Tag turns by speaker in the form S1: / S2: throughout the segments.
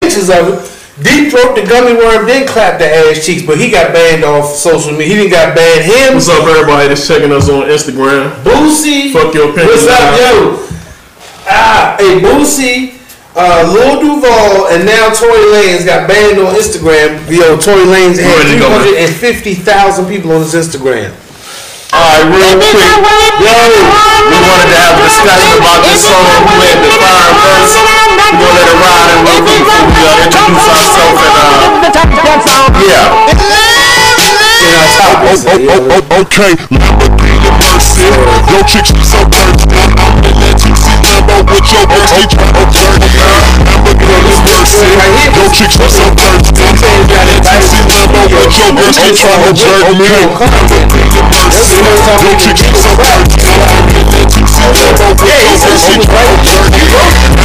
S1: pictures of it. Deep Throat the Gummy Worm did clap the ass cheeks, but he got banned off social media. He didn't got banned him.
S2: What's up, everybody that's checking us on Instagram?
S1: Boosie.
S2: Fuck your opinion.
S1: What's up,
S2: Nah.
S1: yo? Ah, hey, Boosie, uh, Lil Duval, and now Tory Lanez got banned on Instagram. Yo, Tory Lanez had
S2: Where they going?
S1: 350,000 people on his Instagram.
S3: All right, real quick. Yo, we wanted to have a discussion about this song. We played the fire first. We gonna let it ride and we'll be we gonna introduce ourselves and uh, yeah.
S1: Oh, oh, oh, oh.
S4: Okay, Lamborghini Mercy. Yo, chicks, you so thirsty. I'm gonna let you see Lambo with your thirsty drink. Okay, Lamborghini Mercy. Yo, chicks, you so thirsty. I'm gonna let you see Lambo with your thirsty drink. Okay, Lamborghini Mercy. Yo, chicks, you so thirsty. I'm gonna let you see Lambo with your thirsty drink.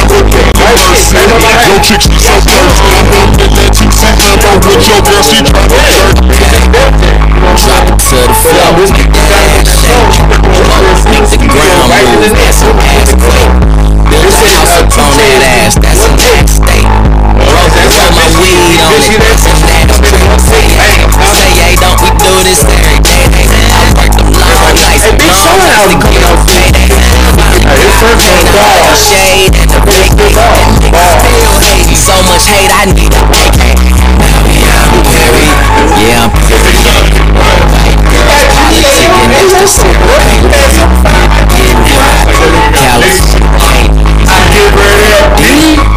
S4: Okay, Lamborghini Mercy. Yo, chicks, you so thirsty. I'm gonna let you see Lambo with your thirsty drink.
S5: Drop it to the floor. Hit the ground move. That's a ass quake. Build a house up on that ass. That's a tax state. Broke and put my weed on it. That's a tax state. Say, hey, don't we do this every day? I work them long nights. Hey, bitch, show me how to get on payday. Shade and the big dick. Still hating so much hate, I need a AK. Now, yeah, I'm very, yeah, I'm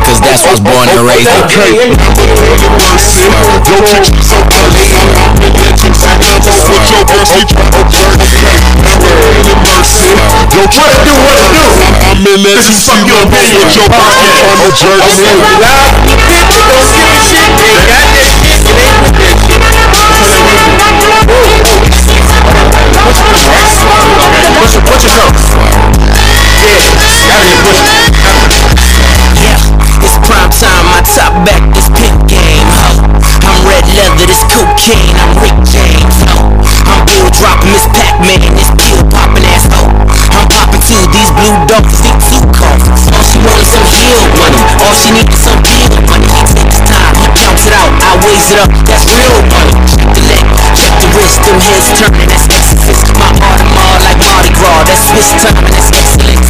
S5: Cause that's what's born and raised.
S4: Okay, Lamborghini Mercy. Yo, chicks, you so thirsty. I'm gonna let you see Lambo with your thirsty drink. Okay, Lamborghini Mercy. Yo, chicks, you so thirsty. I'm gonna let you see Lambo with your thirsty drink. Okay,
S3: Push it, push yourself. Yeah, gotta get pushed.
S5: Yeah, it's prime time, my top back, this pimp game, ho. I'm red leather, this cocaine, I'm Rick James, ho. I'm bill dropping, this Pac-Man, this pill popping ass, ho. I'm popping two, these blue dogs, they too cold. All she want is some heel money, all she need is some deal money. He takes his time, he counts it out, I weighs it up, that's real money. Check the leg, check the wrist, them heads turning, that's exorcist. My Audemars like Mardi Gras, that's Swiss time, and that's excellence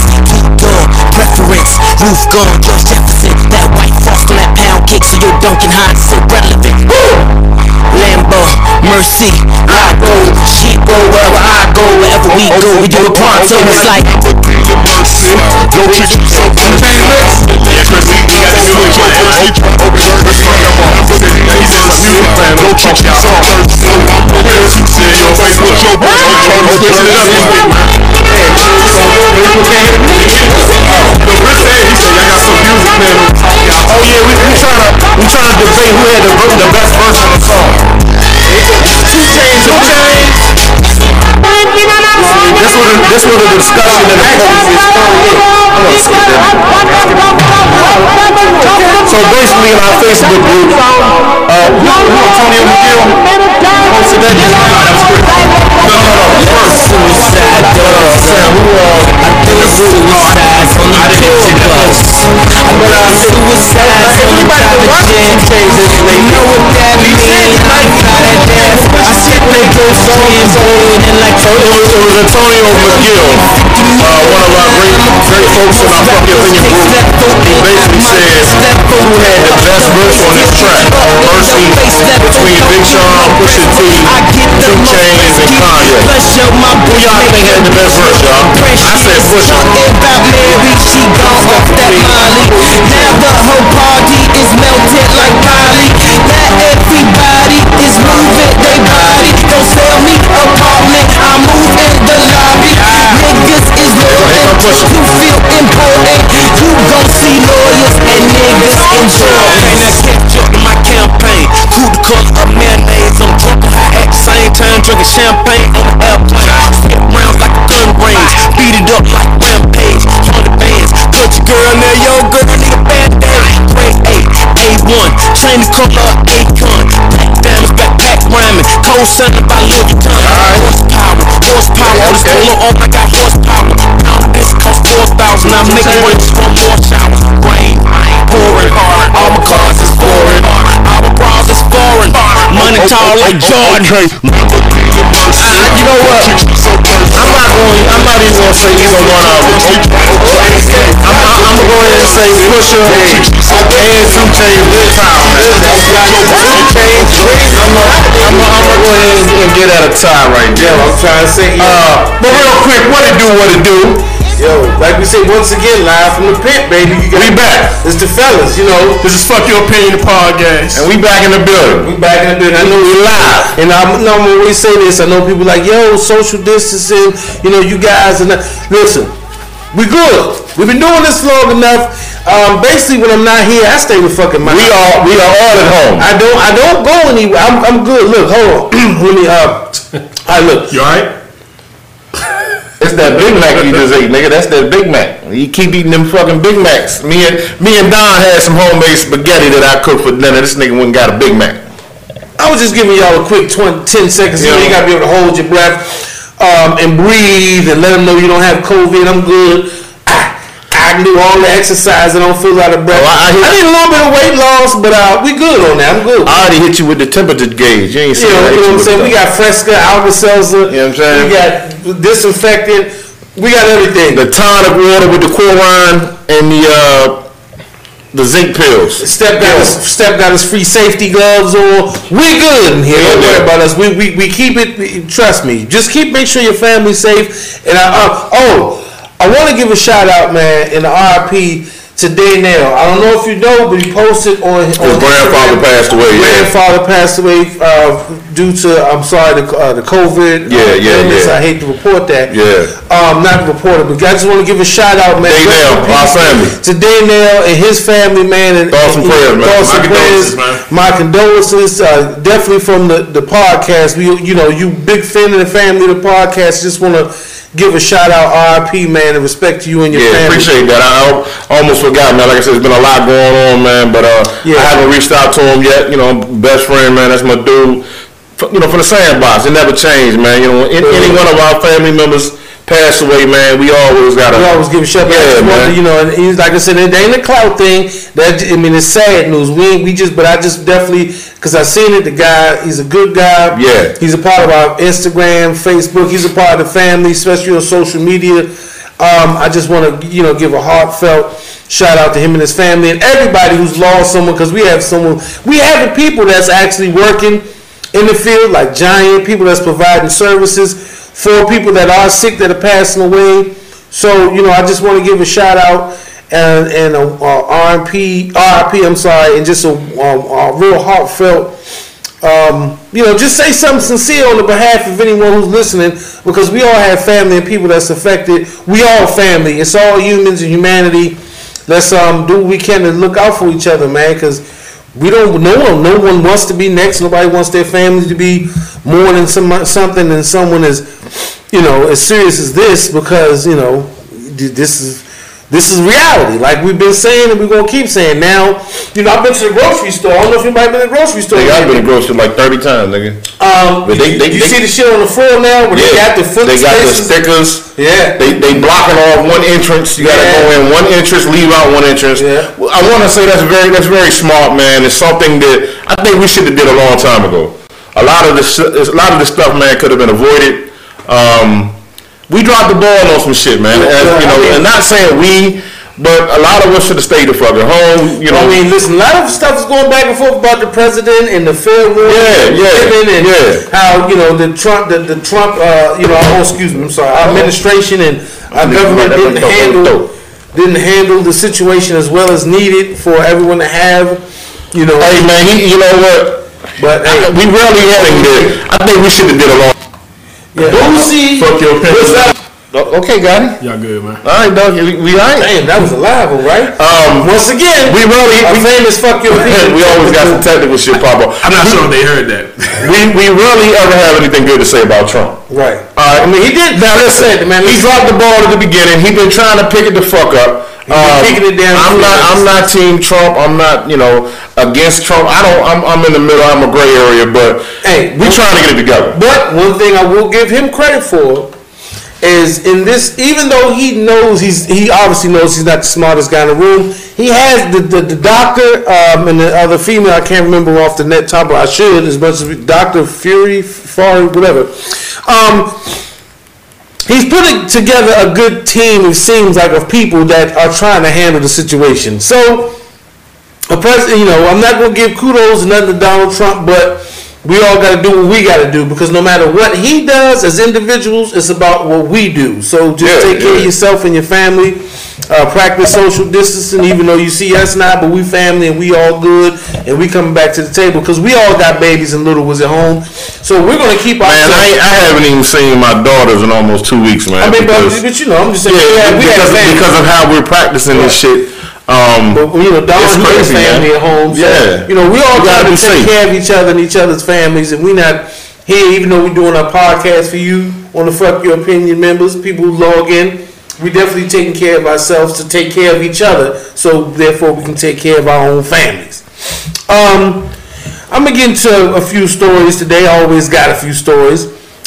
S5: gun, preference, roof gun, George Jefferson, that white frost on that pound cake, so your Duncan Hines so relevant. Woo! Lambo, mercy, I go, she go, wherever I go, wherever we go, we do it pronto, it's like,
S4: Lamborghini Mercy. Yo, chicks, you so thirsty.
S2: Yeah, Chris, we got to do it.
S4: Yo,
S2: man.
S4: thirsty drink. Okay, Lamborghini Mercy. Yo, chicks, you so thirsty. I'm gonna let you see your face with your thirsty drink. Okay,
S3: Oh yeah, we, we trying to we trying to debate who had the, ver- the best verse on the song. Two chains, two chains. This was a, this was a discussion in the public. is going in. I'm gonna skip that. So basically, in our Facebook group, uh, who who Antonio McGill posted that. No, no, that was Chris. No, no, no, first.
S5: suicide dogs,
S3: Yeah, who, uh,
S5: I do suicides on the pill bus, I do suicides on the private jet, you know what that mean, I'm not at that, I sit with those friends, waiting like
S3: So it was, it was Antonio McGill, uh, one of our great, great folks in our fucking opinion group. He basically said who had the best verse on this track. Mercy between Big Sean, Pusha T, Two Chainz, and Kanye. Who y'all think had the best verse, y'all? I said Pusha.
S5: about Mary, she gone off that Molly. Now the whole party is melted like Molly. Now everybody is moving they body. Don't sell me apartment, I move in the lobby. Niggas is loyal, you feel important. You gon' see lawyers and niggas in jail. my campaign, food cook a mayonnaise. I'm drunk on high at the same time, drinking champagne on the airplane. Spit rounds like a gun range, beat it up like rampage. Hundred bands, country girl, now yo girl need a bandana. Grade eight, A1, change the color of Akon. Black diamonds, backpack rhyming, co-signed by Louis Vuitton. Horsepower, horsepower, on this polo on, I got horsepower. Pound this cost four thousand, I make it worth just one more shower. Rain, I ain't pouring hard, all my cars is full. be tall like Jordan. Ah,
S4: Okay,
S3: I, you know what? I'm not going. I'm not even gonna say either one of them. I'm, I'm, I'm gonna go ahead and say Pusha and Future Big Time. I'm gonna I'm gonna- I'm gonna go ahead and, and get at a tie right
S1: Yo,
S3: now.
S1: I'm trying to say, yo,
S3: Uh, but real quick, what it do? What it do?
S1: yo, like we say once again, live from the pit, baby. You got
S3: We back.
S1: It's the fellas, you know.
S2: This is fuck your opinion podcast.
S3: And we back in the
S1: We
S3: building.
S1: back in the building. I know
S3: We
S1: we
S3: live.
S1: And I know when we say this, I know people like, yo, social distancing, you know, you guys and that. listen, we good. We've been doing this long enough. Um, basically, when I'm not here, I stay with fucking my.
S3: We are we are all at home.
S1: I don't. I don't go anywhere. I'm, I'm good. Look, hold on. Let me. Uh, I look.
S2: You alright?
S3: It's that Big Mac you just ate, nigga. That's that Big Mac. You keep eating them fucking Big Macs. Me and me and Don had some homemade spaghetti that I cooked for dinner. This nigga went and got a Big Mac.
S1: I was just giving y'all a quick 20, 10 seconds. You know,
S3: Yeah.
S1: you gotta be able to hold your breath um, and breathe and let them know you don't have COVID. I'm good. Ah, I can do all the exercise. I don't feel out of breath.
S3: Oh,
S1: I,
S3: I- I hear-
S1: need a little bit of weight loss, but uh, we good on that. I'm good.
S3: I already hit you with the temperature gauge. You ain't
S1: You
S3: seen
S1: know,
S3: I hit
S1: you know what I'm
S3: with
S1: saying?
S3: the-
S1: We got Fresca, Alka Seltzer.
S3: You know what I'm saying?
S1: We got disinfectant. We got everything.
S3: the tonic water with the chlorine and the uh the zinc pills.
S1: Step got his Step got his free safety gloves on. We good in here.
S3: Yeah,
S1: Don't worry
S3: yeah.
S1: about us. We, we we keep it. we- Trust me. Just keep make sure your family's safe. And I uh, oh, I want to give a shout out, man, in the RP today now. I don't know if you know, but he posted on his
S3: His grandfather passed away, yeah.
S1: Grandfather passed away uh, due to I'm sorry the uh, the COVID. uh,
S3: Yeah, yeah,
S1: illness.
S3: yeah.
S1: I hate to report that.
S3: Yeah.
S1: Um, not report it, but I just want to give a shout out, man.
S3: Daynell, my family.
S1: To Daynell and his family, man, and
S3: Thoughts and prayers, man.
S1: Thoughts
S2: My
S1: and
S2: condolences,
S1: prayers.
S2: man.
S1: My condolences, uh, definitely from the, the podcast. We, you know, you big fan of the family of the podcast. Just want to give a shout out, RIP, man, and respect to you and your
S3: Yeah,
S1: family.
S3: appreciate that. I, al- almost forgot, man. Like I said, it's been a lot going on, man. But uh,
S1: Yeah.
S3: I haven't reached out to him yet. You know, best friend, man. That's my dude. F- You know, from the sandbox, it never changed, man. You know, when any- any one of our family members pass away, man, we always gotta.
S1: We always give a shout out.
S3: Yeah,
S1: Yeah,
S3: man.
S1: you know, and he's like I said, it ain't a clout thing. That I mean, it's sad news. We ain't- we just, but I just definitely because I seen it. The guy, he's a good guy.
S3: Yeah.
S1: he's a part of our Instagram, Facebook. He's a part of the family, especially on social media. Um, I just want to you know give a heartfelt shout out to him and his family and everybody who's lost someone because we have someone we have the people that's actually working in the field like giant people that's providing services for people that are sick that are passing away so you know i just want to give a shout out and and a, uh, rp rp i'm sorry and just a, um, a real heartfelt um, you know, just say something sincere on the behalf of anyone who's listening, because we all have family and people that's affected. We all family. It's all humans and humanity. Let's um do what we can to look out for each other, man, because we don't. No one, no one wants to be next. Nobody wants their family to be more than some something than someone is, you know, as serious as this, because you know, this is. This is reality. Like we've been saying and we're gonna keep saying. Now, you know, I've been to the grocery store. I don't know if anybody been to the grocery store.
S3: Nigga, I've
S1: lately.
S3: been to grocery like thirty times, nigga.
S1: Um,
S3: But they-
S1: you-
S3: they-
S1: you
S3: they-
S1: see the shit on the floor now where they got the foot
S3: they got the
S1: spaces?
S3: stickers.
S1: Yeah.
S3: They they blocking off one entrance. You gotta
S1: Yeah.
S3: go in one entrance, leave out one entrance.
S1: Yeah.
S3: Well, I want to say that's very that's very smart, man. It's something that I think we should have did a long time ago. A lot of this a lot of this stuff, man, could have been avoided. Um, we dropped the ball on some shit, man.
S1: Yeah,
S3: As,
S1: yeah,
S3: you know,
S1: I mean-
S3: and not saying we, but a lot of us should have stayed the fucking home. You know,
S1: I mean, listen, a lot of stuff is going back and forth about the president and the Fed rule.
S3: Yeah,
S1: and
S3: yeah,
S1: Piven and
S3: yeah.
S1: How you know the Trump, the, the Trump, uh, you know, oh, excuse me, I'm sorry, our administration and our
S3: Nigga,
S1: government
S3: that
S1: didn't
S3: motherfucker
S1: handle
S3: dope.
S1: didn't handle the situation as well as needed for everyone to have. You know,
S3: hey, man, he, you know what?
S1: but
S3: I-
S1: hey,
S3: we really having this. I think we should have did a long.
S1: yeah. Boosie,
S2: Fuck your opinion.
S3: What's that? Okay, got it.
S2: Y'all good, man.
S3: All right, dog. We, we all right.
S1: damn, that was a live one, right?
S3: Um,
S1: Once again,
S3: we really,
S1: our
S3: we,
S1: famous fuck your people.
S3: we always got some technical shit pop up.
S2: I'm not sure if they heard that.
S3: We, we rarely ever have anything good to say about Trump.
S1: right.
S3: All right, I mean, he did. Now listen,
S1: Said, man,
S3: he
S1: listen.
S3: dropped the ball at the beginning. He been trying to pick it the fuck up. Um,
S1: picking it down.
S3: I'm not. I'm not team Trump. I'm not. You know, against Trump. I don't. I'm. I'm in the middle. I'm a gray area. But
S1: Hey,
S3: we trying to get it together.
S1: But one thing I will give him credit for is in this, even though he knows he's, he obviously knows he's not the smartest guy in the room. He has the the, the doctor um, and the other female. I can't remember off the net top, but I should as much as Doctor Fury, Fari, whatever. Um, he's putting together a good team. It seems like of people that are trying to handle the situation. So a president, you know, I'm not gonna give kudos or nothing to Donald Trump, but we all gotta do what we gotta do because no matter what he does as individuals, it's about what we do. So just
S3: Yeah,
S1: take care of
S3: yeah.
S1: yourself and your family. Uh, practice social distancing, even though you see us now, but we family and we all good, and we coming back to the table because we all got babies and little ones at home. So we're gonna keep our.
S3: Man, I, ain't- I haven't even seen my daughters in almost two weeks, man.
S1: I mean, but,
S3: because,
S1: but you know, I'm just saying we
S3: yeah,
S1: had, we had
S3: because,
S1: a family.
S3: because of how we're practicing this shit. Um,
S1: But you know, Don
S3: It's
S1: he has
S3: crazy,
S1: family
S3: man.
S1: at home. So,
S3: Yeah.
S1: You know, we all
S3: You
S1: got to
S3: gotta be
S1: take
S3: safe.
S1: care of each other and each other's families, and we not here, even though we're doing our podcast for you on the Fuck Your Opinion members, people who log in. We definitely taking care of ourselves to take care of each other, so therefore we can take care of our own families. Um, I'm gonna get into a few stories today. I always got a few stories.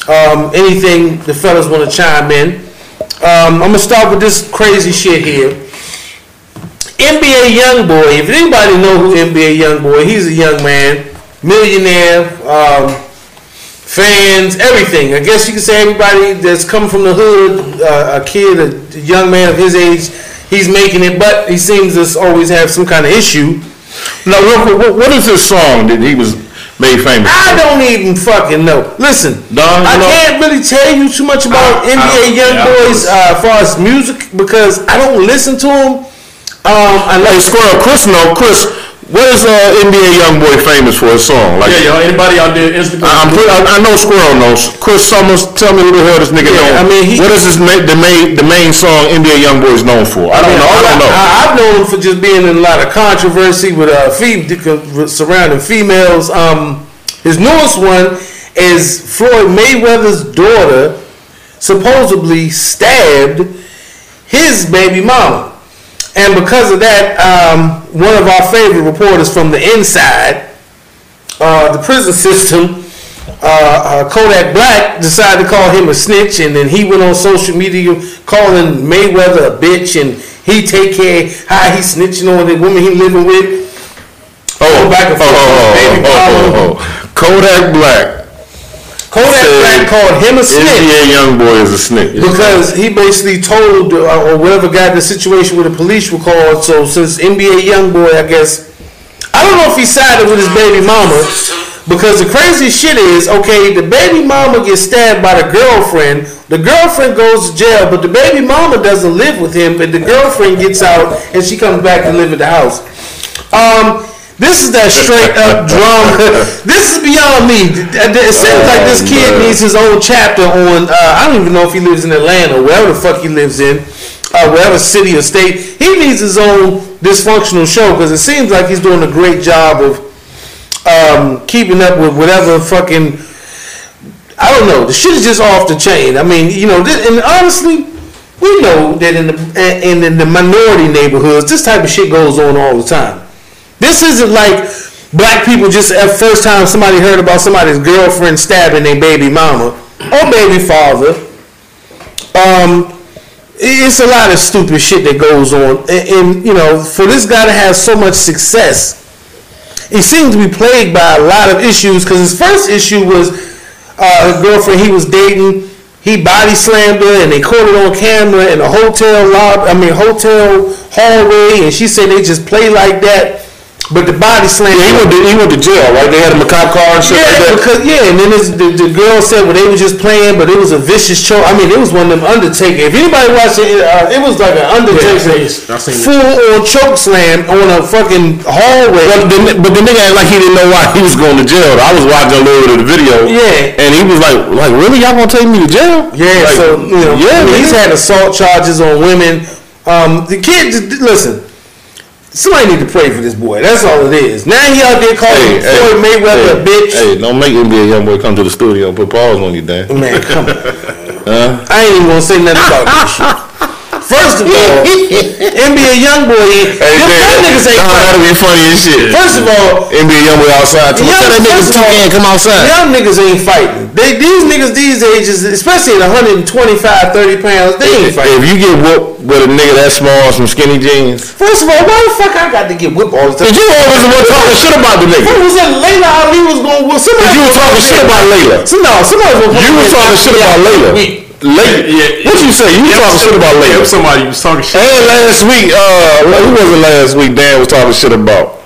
S1: Um, anything the fellas want to chime in. Um, I'm gonna start with this crazy shit here. NBA YoungBoy. If anybody know who NBA YoungBoy, he's a young man, millionaire, um, fans, everything. I guess you could say everybody that's come from the hood, uh, a kid, a young man of his age, he's making it. But he seems to always have some kind of issue.
S3: now, what, what, what is this song that he was made famous?
S1: I don't even fucking know. Listen,
S3: Don,
S1: I
S3: you know-
S1: can't really tell you too much about
S3: Ah,
S2: I- I
S1: NBA
S2: don't-
S1: YoungBoys
S2: yeah, I
S1: Boys
S2: was-
S1: uh, as far as music because I don't listen to them. Um, I
S3: Hey,
S1: like
S3: Squirrel, Chris, no, Chris, what is uh, NBA YoungBoy famous for? His song, like,
S2: Yeah, y'all. Anybody out there? Instagram.
S3: I- I'm pretty, I, I know Squirrel knows. Chris Summers, tell me who the hell this nigga
S1: Yeah,
S3: known.
S1: I mean, he-
S3: what is his ma- the main the main song NBA YoungBoy is known for? I don't know. I don't know.
S1: I, have known him for just being in a lot of controversy with uh, fem- surrounding females. Um, his newest one is Floyd Mayweather's daughter supposedly stabbed his baby mama. And because of that, um, one of our favorite reporters from the inside, uh, the prison system, uh, uh, Kodak Black decided to call him a snitch, and then he went on social media calling Mayweather a bitch, and he take care how he snitching on the woman he living with.
S3: oh,
S1: go back and
S3: oh,
S1: forth with
S3: oh,
S1: Baby
S3: oh, oh,
S1: Mama.
S3: oh, oh. Kodak Black,
S1: Kodak
S3: Said-
S1: Black called him a snitch.
S3: NBA YoungBoy is a snitch.
S1: Because he basically told uh, or whatever got the situation where the police were called. So since NBA YoungBoy, I guess I don't know if he sided with his baby mama. Because the crazy shit is, okay, the baby mama gets stabbed by the girlfriend. The girlfriend goes to jail, but the baby mama doesn't live with him. But the girlfriend gets out and she comes back and live at the house. Um, this is that straight up drama. This is beyond me. It seems like this kid
S3: man.
S1: needs it's his own chapter on. Uh, I don't even know if he lives in Atlanta, wherever the fuck he lives in, uh, wherever city or state. He needs his own dysfunctional show because it seems like he's doing a great job of um, keeping up with whatever fucking. I don't know. The shit is just off the chain. I mean, you know, this, and honestly, we know that in the and in the minority neighborhoods, this type of shit goes on all the time. This isn't like black people just at first time somebody heard about somebody's girlfriend stabbing their baby mama or baby father. Um, i- it's a lot of stupid shit that goes on, and, and you know, for this guy to have so much success, he seems to be plagued by a lot of issues. Because his first issue was uh, his girlfriend he was dating. He body slammed her, and they caught it on camera in a hotel lobby. I mean, hotel hallway, and she said they just play like that. But the body slam.
S3: he went to he went to jail, right? They had him a cop car and shit like
S1: Yeah,
S3: that.
S1: because yeah, and then this, the, the girl said, "Well, they were just playing, but it was a vicious choke. I mean, it was one of them Undertaker. If anybody watched it, uh, it was like an
S2: I
S1: Undertaker
S2: seen it. I seen it.
S1: full on choke slam on a fucking hallway.
S3: But the, but the nigga act like he didn't know why he was going to jail. I was watching a little bit of the video.
S1: Yeah.
S3: And he was like, like, really? Y'all gonna take me to jail?
S1: Yeah,
S3: Like,
S1: so you know,
S3: yeah,
S1: he's had
S3: nigga.
S1: assault charges on women. Um, the kid, just, listen, somebody need to pray for this boy. That's all it is. Now he out there calling
S3: Hey, hey,
S1: Floyd Mayweather
S3: hey,
S1: a bitch.
S3: Hey, don't make NBA young boy come to the studio and put balls on you, Dan.
S1: Man, come on. I ain't even gonna say nothing about this shit. First of all, NBA YoungBoy, them
S3: Hey,
S1: them
S3: man,
S1: niggas ain't
S3: nah,
S1: funny.
S3: that'd be funny as shit.
S1: First of all,
S3: NBA young boy outside. Tell
S1: Young-
S3: that
S1: first
S3: niggas
S1: of
S3: two
S1: all-
S3: can come outside.
S1: Young niggas ain't fighting. They, these niggas these ages, especially at 125, 30 pounds, they ain't
S3: If
S1: fighting.
S3: if you get whooped with a nigga that small, some skinny jeans,
S1: First of all, why the fuck I got to get whipped all the time?
S3: cause you always the one talking shit about the nigga.
S1: What was that Layla Ali was going to somebody.
S3: You was talking shit about Layla.
S1: So, no, somebody was
S3: You was talking shit about Layla. Layla.
S2: Yeah, yeah.
S3: What you say? You talking shit about
S2: Yeah,
S3: Layla?
S2: Somebody was talking shit.
S3: And last week, uh, who was it last week? Dan was talking shit about.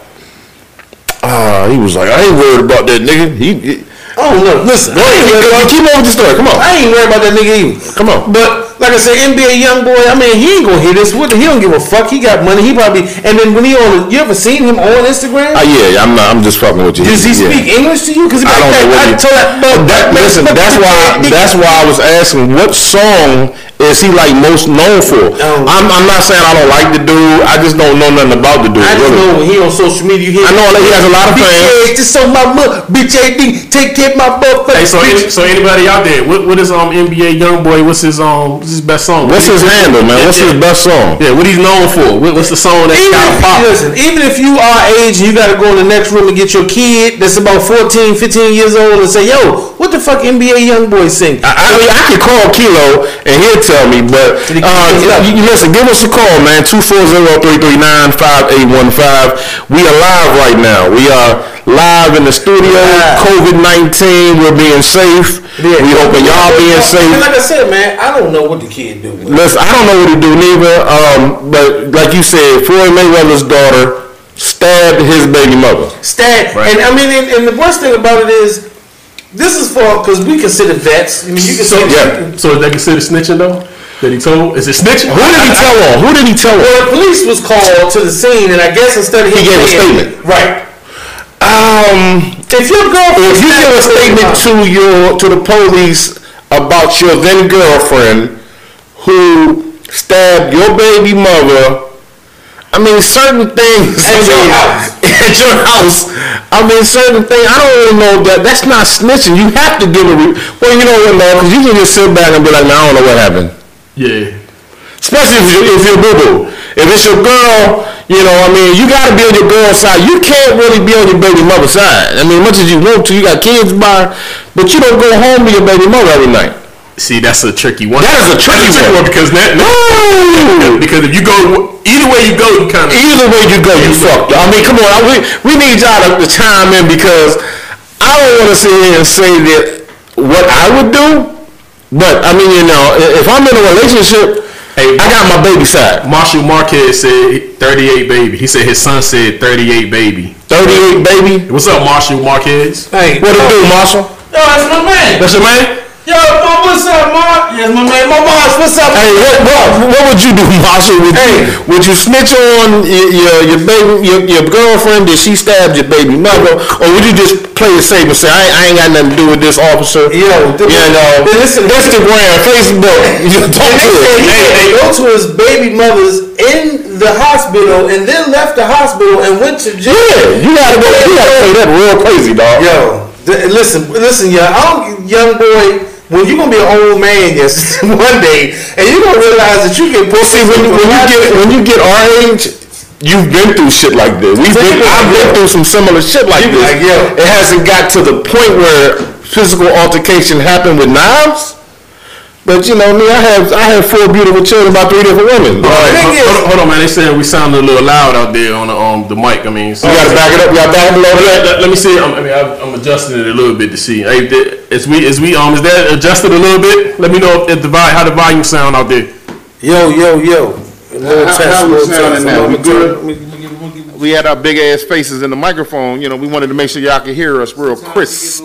S3: Ah, he was like, I ain't worried about that nigga. He, he-
S1: Oh, no. Listen,
S3: listen, go ahead, keep on with the story. Come on,
S1: I ain't worried about that nigga either.
S3: come on.
S1: But like I said, NBA young boy. I mean, he ain't gonna hear this. What? He don't give a fuck. He got money. He probably. And then when he on, you ever seen him on Instagram?
S3: Ah, yeah, I'm not. I'm just fucking with you.
S1: Does he
S3: Yeah.
S1: speak English to you? Because
S3: I don't know what
S1: I
S3: he.
S1: told that.
S3: But that- listen, that's why. That's why I was asking, what song is he like most known for?
S1: Oh.
S3: I'm, I'm not saying I don't like the dude. I just don't know nothing about the dude.
S1: I just
S3: really.
S1: know when he on social media, you hear.
S3: I know that he has a lot of
S1: Bitch,
S3: fans.
S1: yeah, just on my mug. Bitch, ain't take care of my motherfucker.
S2: Hey, so any, so anybody out there, what what is um NBA young boy? What's his um what's his best song?
S3: What's his handle, man? What's his best song?
S2: Yeah, what he's known for? What, what's the song that
S1: even
S2: got
S1: if,
S2: pop?
S1: listen, even if you are age and you gotta go in the next room and get your kid that's about 14, 15 years old and say, yo, what the fuck NBA young boy sing?
S3: I, I mean, I could call Kilo and he'll tell me, but uh, you, you listen, give us a call, man. 240-339-5815. We are live right now. We are live in the studio.
S1: Live.
S3: COVID-19, we're being safe.
S1: Yeah.
S3: We hoping y'all being
S1: And
S3: safe.
S1: like I said, man, I don't know what the kid do.
S3: Listen, I don't know what to do neither, um, but like you said, Floyd Mayweather's daughter stabbed his baby mother.
S1: Stat,
S3: Right.
S1: and I mean, and, and the worst thing about it is, this is for because we consider vets. I mean, you
S2: So
S1: consider
S3: Yeah.
S2: so is that considered snitching though? That he told is it snitching?
S3: Who did he tell on? Who did he tell on?
S1: Well, the police was called to the scene, and I guess instead of
S3: He
S1: him
S3: gave a
S1: saying-
S3: statement.
S1: right?
S3: Um,
S1: If your girlfriend,
S3: If you give a statement to your to the police about your then girlfriend who stabbed your baby mother, I mean certain things
S1: At your
S3: I mean,
S1: house.
S3: At your house, I mean certain things. I don't really know that. That's not snitching. You have to give a re- well. You know what, man? Because you can just sit back and be like, man, I don't know what happened.
S2: Yeah.
S3: Especially if, you, if you're boo boo. If it's your girl, you know, I mean, you gotta be on your girl's side. You can't really be on your baby mother's side. I mean, much as you want to, you got kids by, but you don't go home to your baby mother every night.
S2: See, that's a tricky one.
S3: That is a tricky
S2: That's
S3: one.
S2: because that,
S3: No!
S2: because if you go either way you go, you kind of
S3: Either way you go, you fucked. I mean, come on, I, we, we need y'all to, to chime in because I don't want to sit here and say that what I would do, but I mean, you know, i- if I'm in a relationship,
S2: Hey,
S3: I got my baby side.
S2: Marshall Marquez said 38 baby. He said his son said 38 baby.
S3: 38, baby.
S2: What's up, Marshall Marquez?
S1: hey,
S3: What it do, Marshall?
S1: yo, that's my man.
S3: uh, That's your man?
S1: Yo, Bob, what's up, Mark? Yes, my man, my boss, what's up?
S3: Hey, what, what, what would you do, Marshall? Would,
S1: Hey.
S3: you, would you snitch on your your, your baby your, your girlfriend that she stabbed your baby mother, or would you just play it safe and say I, ain't- I ain't got nothing to do with this officer?
S1: Yo, th-
S3: you know,
S1: listen.
S3: Instagram, Facebook, you
S1: And
S3: don't
S1: they said
S3: do it.
S1: he
S3: Hey,
S1: had
S3: hey,
S1: to go to his baby mother's in the hospital, and then left the hospital and went to jail.
S3: yeah, you gotta go. You gotta play that real crazy, dog.
S1: Yo, th- listen, listen, yo, I don't, young boy. When you gonna be an old man, yes, one day, and you gonna realize that you can pull.
S3: See, when you, when you get when you get our age, you've been through shit like this. We've been, I've been through some similar shit like
S1: You be like,
S3: this.
S1: yo.
S3: It hasn't got to the point where physical altercation happened with knives. But you know me, I have I have four beautiful children by three different women.
S2: All right, hold,
S1: thing is-
S2: hold on, hold on, man. They said we sounded a little loud out there on the um the mic. I mean, so
S3: You gotta back it up. You gotta back it below
S2: Let,
S3: that.
S2: let- let me see. I'm, I mean, I'm, I'm adjusting it a little bit to see. Hey, th- is we is we um is that adjusted a little bit? Let me know if, if the vi- how the volume sound out there.
S1: Yo, yo, yo. Little
S3: How-
S1: test,
S3: how we
S1: little
S3: sounding
S1: test.
S3: now?
S1: I'm
S3: We
S1: gonna
S3: good?
S1: turn- let me- let me- let me-
S3: We had our big ass faces in the microphone. You know, we wanted to make sure y'all could hear us real crisp.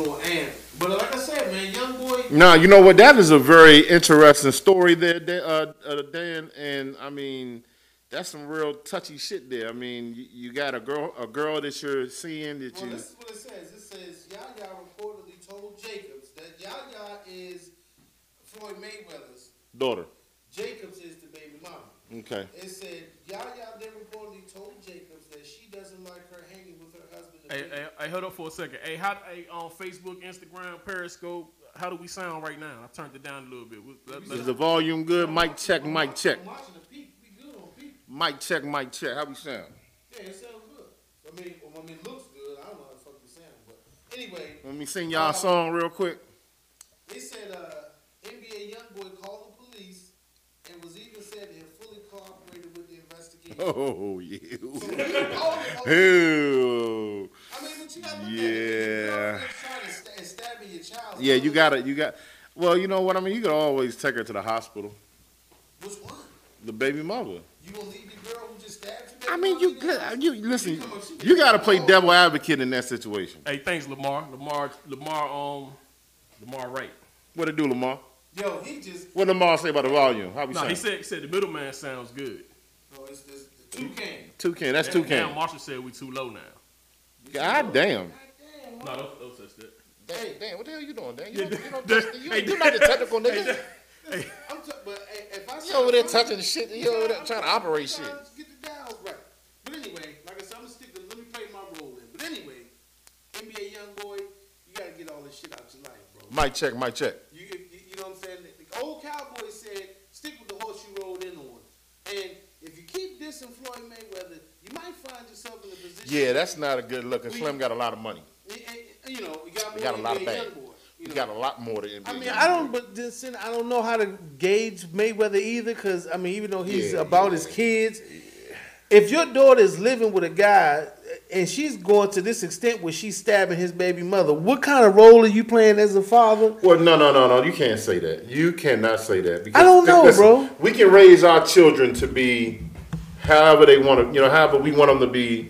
S1: But like I said, man, young boy.
S3: Now, you know what? That is a very interesting story there, Da- uh, uh, Dan. And I mean, that's some real touchy shit there. I mean, you, you got a girl, a girl that you're seeing that you.
S6: This is what it says. It says Yaya reportedly told Jacobs that Yaya is Floyd Mayweather's.
S3: Daughter.
S6: Jacobs is the baby mama.
S3: Okay.
S6: It said Yaya then reportedly told Jacobs that she doesn't like her hanging with her husband.
S7: um,
S2: hey, hold up for a second. Hey, how hey on Facebook, Instagram, Periscope,
S7: how do we sound right now? I turned it down a little bit. Let- let-
S8: Is the volume good? Mic check, mic check.
S9: I'm watching the peak. We good on peak.
S8: Mic check, mic check. How we sound?
S9: Yeah, it sounds good. I mean, well, I mean, it looks good. I don't know how the fuck it sound, but anyway,
S8: Let me sing y'all a song real quick.
S9: They said uh, NBA YoungBoy called the police and was even said he had fully cooperated with the investigation. Oh,
S8: Oh, yeah.
S9: So he called it over-
S8: Ooh.
S9: I mean, but you gotta look at it. You're
S8: Yeah.
S9: out there trying to sta- and stabbing your child.
S8: Yeah, you got it. You got. Well, you know what I mean. You could always take her to the hospital.
S9: Which one?
S8: The baby mother.
S9: You gonna leave the girl who just stabbed you?
S8: I mean, you could. You listen. You got to play devil advocate in that situation.
S7: hey, thanks, Lamar. Lamar, Lamar, um, Lamar Wright.
S8: What it do, Lamar?
S9: Yo, he just.
S8: What Lamar say about the volume? How we
S7: No, he
S8: sound?
S7: said he said the middleman sounds good.
S9: No, it's just the two came.
S8: Two can. That's two
S7: Now
S8: can.
S7: Marshall said we too low now.
S8: God damn.
S7: No, don't, don't touch that.
S8: Hey, damn, what the hell you doing, Dan? You, don't- you don't
S7: that-
S8: touch the- you-
S7: hey,
S8: you not a technical nigga.
S9: I'm t- but hey, if I
S8: You over there touching the shit. You over there trying to operate shit.
S9: Sometimes Get the dials right. But anyway, like I said, I'm gonna stick to let me play my role in. But anyway, NBA young boy, you gotta get all this shit out your life, bro.
S8: Mic check, mic check.
S9: You, you, you know what I'm saying? The old cowboy said, stick with the horse you rode in on. And if you keep dissing Floyd Mayweather, you might find yourself in a position.
S8: Yeah, that's not a good look. And Slim got a lot of money.
S9: And- and- you know, you got,
S8: He
S9: more
S8: got a lot of
S9: NBA
S8: bag.
S9: Youngboy, you
S8: He
S9: know.
S8: got a lot more than NBA.
S9: I mean,
S1: I don't, but then I don't know how to gauge Mayweather either, because I mean, even though he's
S8: Yeah,
S1: about his kids, if your daughter is living with a guy and she's going to this extent where she's stabbing his baby mother, what kind of role are you playing as a father?
S8: Well, no, no, no, no. You can't say that. You cannot say that. Because
S1: I don't know, bro.
S8: We can raise our children to be however they want to, you know, however we want them to be.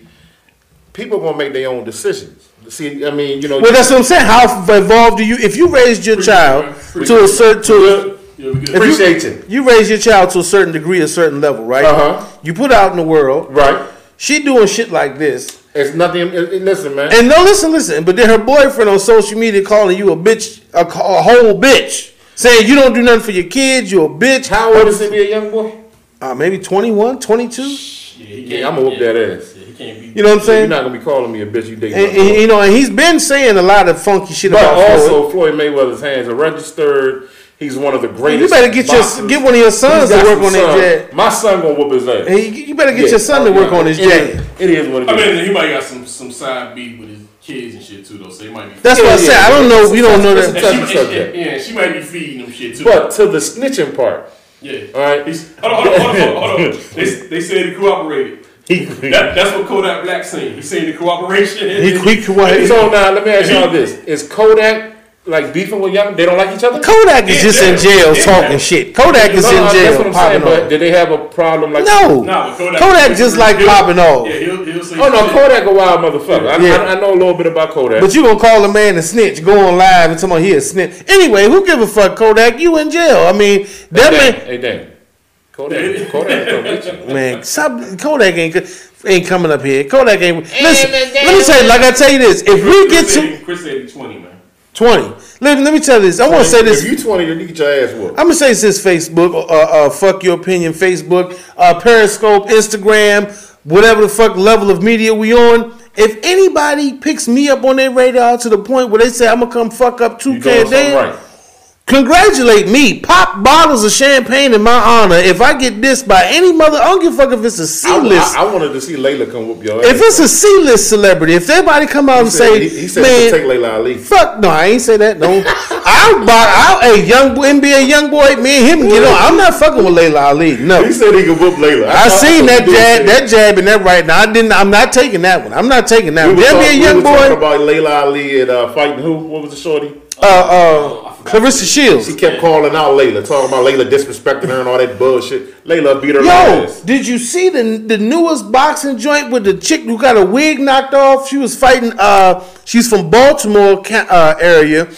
S8: People gonna make their own decisions. See, I mean, you know,
S1: Well, that's what I'm saying. How involved do you? If you raised your child to a certain to,
S7: Yeah, we good.
S1: if you-
S8: appreciate it.
S1: you raise your child to a certain degree, a certain level, right?
S8: Uh-huh.
S1: You put out in the world.
S8: Right.
S1: She doing shit like this.
S8: It's nothing. it- it- listen, man.
S1: And no, listen, listen. But then her boyfriend on social media calling you a bitch, a, c- a whole bitch, saying you don't do nothing for your kids, you a bitch.
S8: How old is he be a young boy?
S1: Uh, maybe 21, 22.
S8: Yeah, I'm gonna whoop that ass.
S1: You know what I'm
S8: You're
S1: saying?
S8: not gonna be calling me a bitch. You dating
S1: And,
S8: my
S1: and,
S8: daughter.
S1: you know, and he's been saying a lot of funky shit
S8: But
S1: about Floyd.
S8: also, Floyd Mayweather's hands are registered. He's one of the greatest.
S1: You better get your
S8: boxers.
S1: get one of your sons
S8: He's
S1: to
S8: got
S1: work
S8: some
S1: on
S8: son.
S1: their
S8: My son gonna whoop his ass.
S1: dad. He, you better get
S8: Yeah.
S1: your son to work on his
S8: It
S1: dad.
S8: is- It is what it
S7: I
S8: is.
S7: mean, he might got some some side beef with his kids and shit too, though. So he might be.
S1: That's
S8: Yeah,
S1: what I
S8: yeah,
S1: said. I don't know. We don't know
S8: That's-
S1: that.
S8: that's-
S7: And she, and-
S8: subject.
S7: and- yeah, she might be feeding them shit too.
S8: But to the snitching part,
S7: yeah,
S8: all right.
S7: He's, hold on, hold on, hold on, hold on. They, they said he cooperated.
S8: He,
S7: That, that's what Kodak Black seen. He seen the cooperation.
S1: He quick away.
S8: so now let me ask y'all this: Is Kodak like beefing with Young? They don't like each other.
S1: Kodak is just in jail
S7: Yeah.
S1: talking shit. Kodak is
S8: No,
S1: in
S8: no, that's what
S1: jail
S8: I'm saying.
S1: popping
S8: But
S1: off.
S8: did they have a problem? Like
S1: No,
S7: Nah, but Kodak,
S1: Kodak just like
S7: he'll-
S1: popping off.
S7: Yeah, he'll, he'll say.
S8: Oh no,
S7: shit.
S8: Kodak a wild motherfucker. I,
S1: Yeah.
S8: I, I know a little bit about Kodak.
S1: But you gonna call a man a snitch, go on live and tell me he a snitch. Anyway, who give a fuck, Kodak? You in jail. I mean, that
S8: hey,
S1: man,
S8: Dan, hey Dan, Kodak, Kodak, come get you.
S1: man, stop, Kodak ain't co- ain't coming up here. Kodak ain't. Listen, let me tell you, like I tell you this, if we get
S7: Chris
S1: to
S7: said, Chris said he twenty, man.
S1: twenty, let, let me tell you this. I want to say
S8: If
S1: this.
S8: you twenty, then you get your ass whooped.
S1: I'm gonna say this: Facebook, uh, uh, fuck your opinion, Facebook, uh, Periscope, Instagram, whatever the fuck level of media we on. If anybody picks me up on their radar to the point where they say I'm gonna come fuck up
S8: You
S1: 2K
S8: doing
S1: a
S8: something
S1: day,
S8: right?
S1: Congratulate me. Pop bottles of champagne in my honor. If I get this by any mother, I don't give a fuck if it's a
S8: I,
S1: C list.
S8: I, I wanted to see Layla come whoop your ass.
S1: If it's a C list celebrity, if everybody come out and say,
S8: he, he said
S1: man,
S8: take Layla Ali.
S1: fuck no, I ain't say that. No, I'll buy. I'll a young boy- NBA young boy. Me and him get on. I'm not fucking with Layla Ali. No.
S8: He said he could whoop Layla.
S1: I
S8: thought-
S1: seen that
S8: thought he did
S1: jab,
S8: say
S1: that jab, and that right. Now I didn't. I'm not taking that one. I'm not taking that
S8: We
S1: one.
S8: were
S1: There
S8: talk-
S1: be a
S8: we
S1: young
S8: were talking
S1: boy.
S8: about Layla Ali and uh, fighting who? What was the shorty?
S1: Uh, uh, Clarissa Shields.
S8: Oh, She kept calling out Layla, talking about Layla disrespecting her and all that bullshit. Layla beat her
S1: Yo,
S8: ass.
S1: did you see the the newest boxing joint with the chick who got a wig knocked off? She was fighting. Uh, she's from Baltimore ca- uh, area.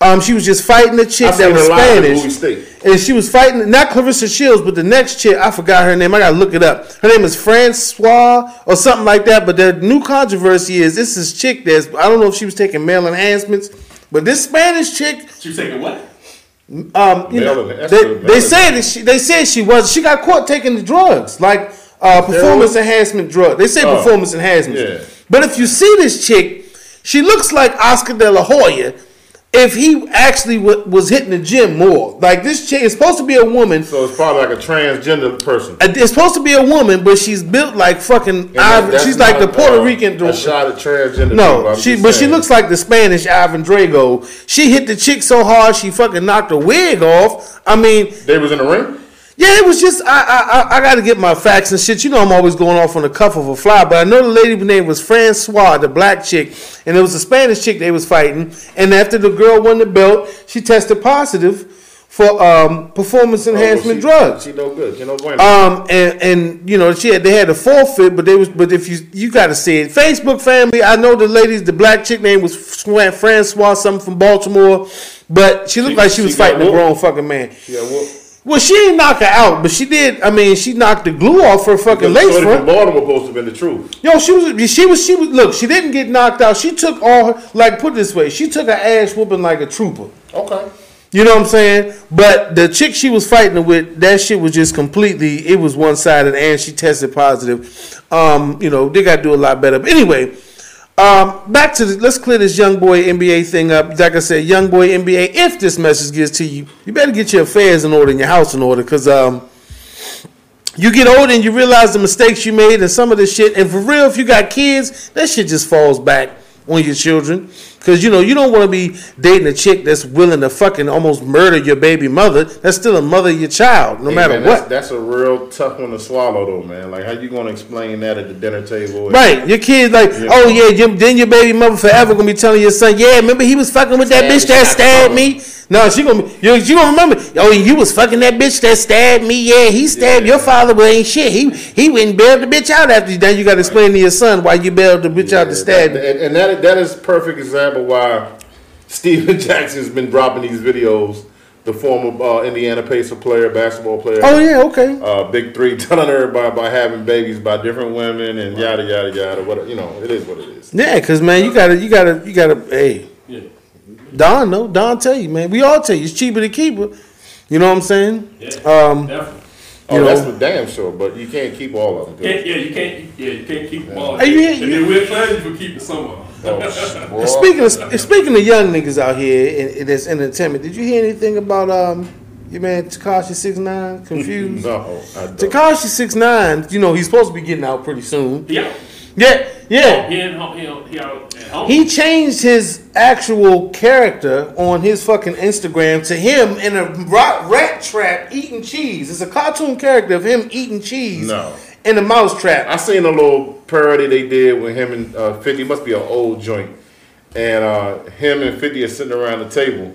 S1: Um, she was just fighting the chick
S8: I
S1: that
S8: seen
S1: was
S8: her live in Bowie
S1: Spanish,
S8: State.
S1: and she was fighting not Clarissa Shields, but the next chick. I forgot her name. I gotta look it up. Her name is Francois or something like that. But the new controversy is this is chick that's I don't know if she was taking male enhancements, but this Spanish chick
S7: She taking what?
S1: um, you know,
S8: Maryland, that's
S1: they,
S8: the
S1: they
S8: Maryland.
S1: said that she, they said she was she got caught taking the drugs like uh, performance enhancement drug. They say
S8: Oh,
S1: performance enhancement.
S8: yeah.
S1: But if you see this chick, she looks like Oscar De La Hoya, if he actually w- was hitting the gym more. Like this chick is supposed to be a woman.
S8: So it's probably like a transgender person.
S1: Uh, It's supposed to be a woman, but she's built like fucking.
S8: And that-
S1: Ivan,
S8: that's
S1: she's like
S8: not,
S1: the Puerto
S8: uh,
S1: Rican.
S8: A shot of transgender. people,
S1: No,
S8: I'm
S1: she
S8: just
S1: but she
S8: saying.
S1: looks like the Spanish Ivan Drago. She hit the chick so hard she fucking knocked her wig off. I mean,
S8: They was in the ring.
S1: yeah, it was just I I I, I got to get my facts and shit. You know I'm always going off on the cuff of a fly, but I know the lady name was Francois, the black chick, and it was a Spanish chick they was fighting. And after the girl won the belt, she tested positive for um, performance enhancement
S8: Oh, She-
S1: drugs.
S8: She no good. She no bueno.
S1: Um and and you know she had they had a forfeit, but they was but if you you got to see it, Facebook family. I know the ladies, the black chick name was Fran- Francois, something from Baltimore, but she looked
S8: She-
S1: like she was
S8: she got
S1: fighting a
S8: whooped.
S1: grown fucking man.
S8: yeah, well,
S1: Well, she didn't knock her out, but she did. I mean, she knocked the glue off her fucking lace
S8: Shorty from
S1: front.
S8: Baltimore supposed to have been the truth.
S1: Yo, she was she was she was look. She didn't get knocked out. She took all her like put it this way. She took her ass whooping like a trooper.
S8: Okay.
S1: You know what I'm saying? But the chick she was fighting with, that shit was just completely it was one sided and she tested positive. Um, you know, they gotta do a lot better. But anyway, um, back to the, let's clear this young boy NBA thing up. Like I said, young boy NBA, if this message gets to you, you better get your affairs in order and your house in order, cause um you get older and you realize the mistakes you made and some of this shit. And for real, if you got kids, that shit just falls back on your children. Cause you know, you don't want to be dating a chick that's willing to fucking almost murder your baby mother. That's still a mother of your child, no
S8: Hey,
S1: matter
S8: man,
S1: what.
S8: That's, that's a real tough one to swallow, though, man. Like, how you gonna explain that at the dinner table?
S1: Right, your kids like,
S8: Yeah.
S1: oh yeah, your, then your baby mother forever gonna be telling your son, yeah, remember he was fucking with that bitch that stabbed me. No, she gonna, be- you, you gonna remember? Oh, you was fucking that bitch that stabbed me. Yeah, he stabbed your father, but ain't shit. He he went and bailed the bitch out after you. Then you gotta explain to your son why you bailed the bitch out to stab
S8: That-
S1: you.
S8: and, and that that is perfect example why Steven Jackson's been dropping these videos. The former uh, Indiana Pacer player, basketball player.
S1: Oh yeah, okay.
S8: Uh, Big Three telling everybody by having babies by different women and yada yada yada. What you know, it is what it is.
S1: Yeah, cause man, you gotta, you gotta, you gotta. Hey, Don, no, Don, tell you, man, we all tell you, it's cheaper to keep her. You know what I'm saying? Um,
S7: Definitely.
S8: Oh,
S1: You
S8: that's
S1: know.
S8: for damn sure, but you can't keep all of them.
S7: Yeah,
S8: Good.
S7: yeah, you can't. Yeah, you can't keep them all.
S1: Hey, you-
S7: and then we're claiming for keeping someone.
S8: Oh,
S1: Speaking of speaking of young niggas out here in, in this entertainment, did you hear anything about um your man Takashi Six Nine confused?
S8: no, I don't.
S1: Takashi Six Nine, you know he's supposed to be getting out pretty soon.
S7: Yeah,
S1: Yeah, yeah.
S7: he and home, he and he out at home.
S1: He changed his actual character on his fucking Instagram to him in a rat, rat trap eating cheese. It's a cartoon character of him eating cheese
S8: No.
S1: in a mouse trap.
S8: I seen a little parody they did with him and uh, Fifty. Must be an old joint, and uh, him and Fifty are sitting around the table,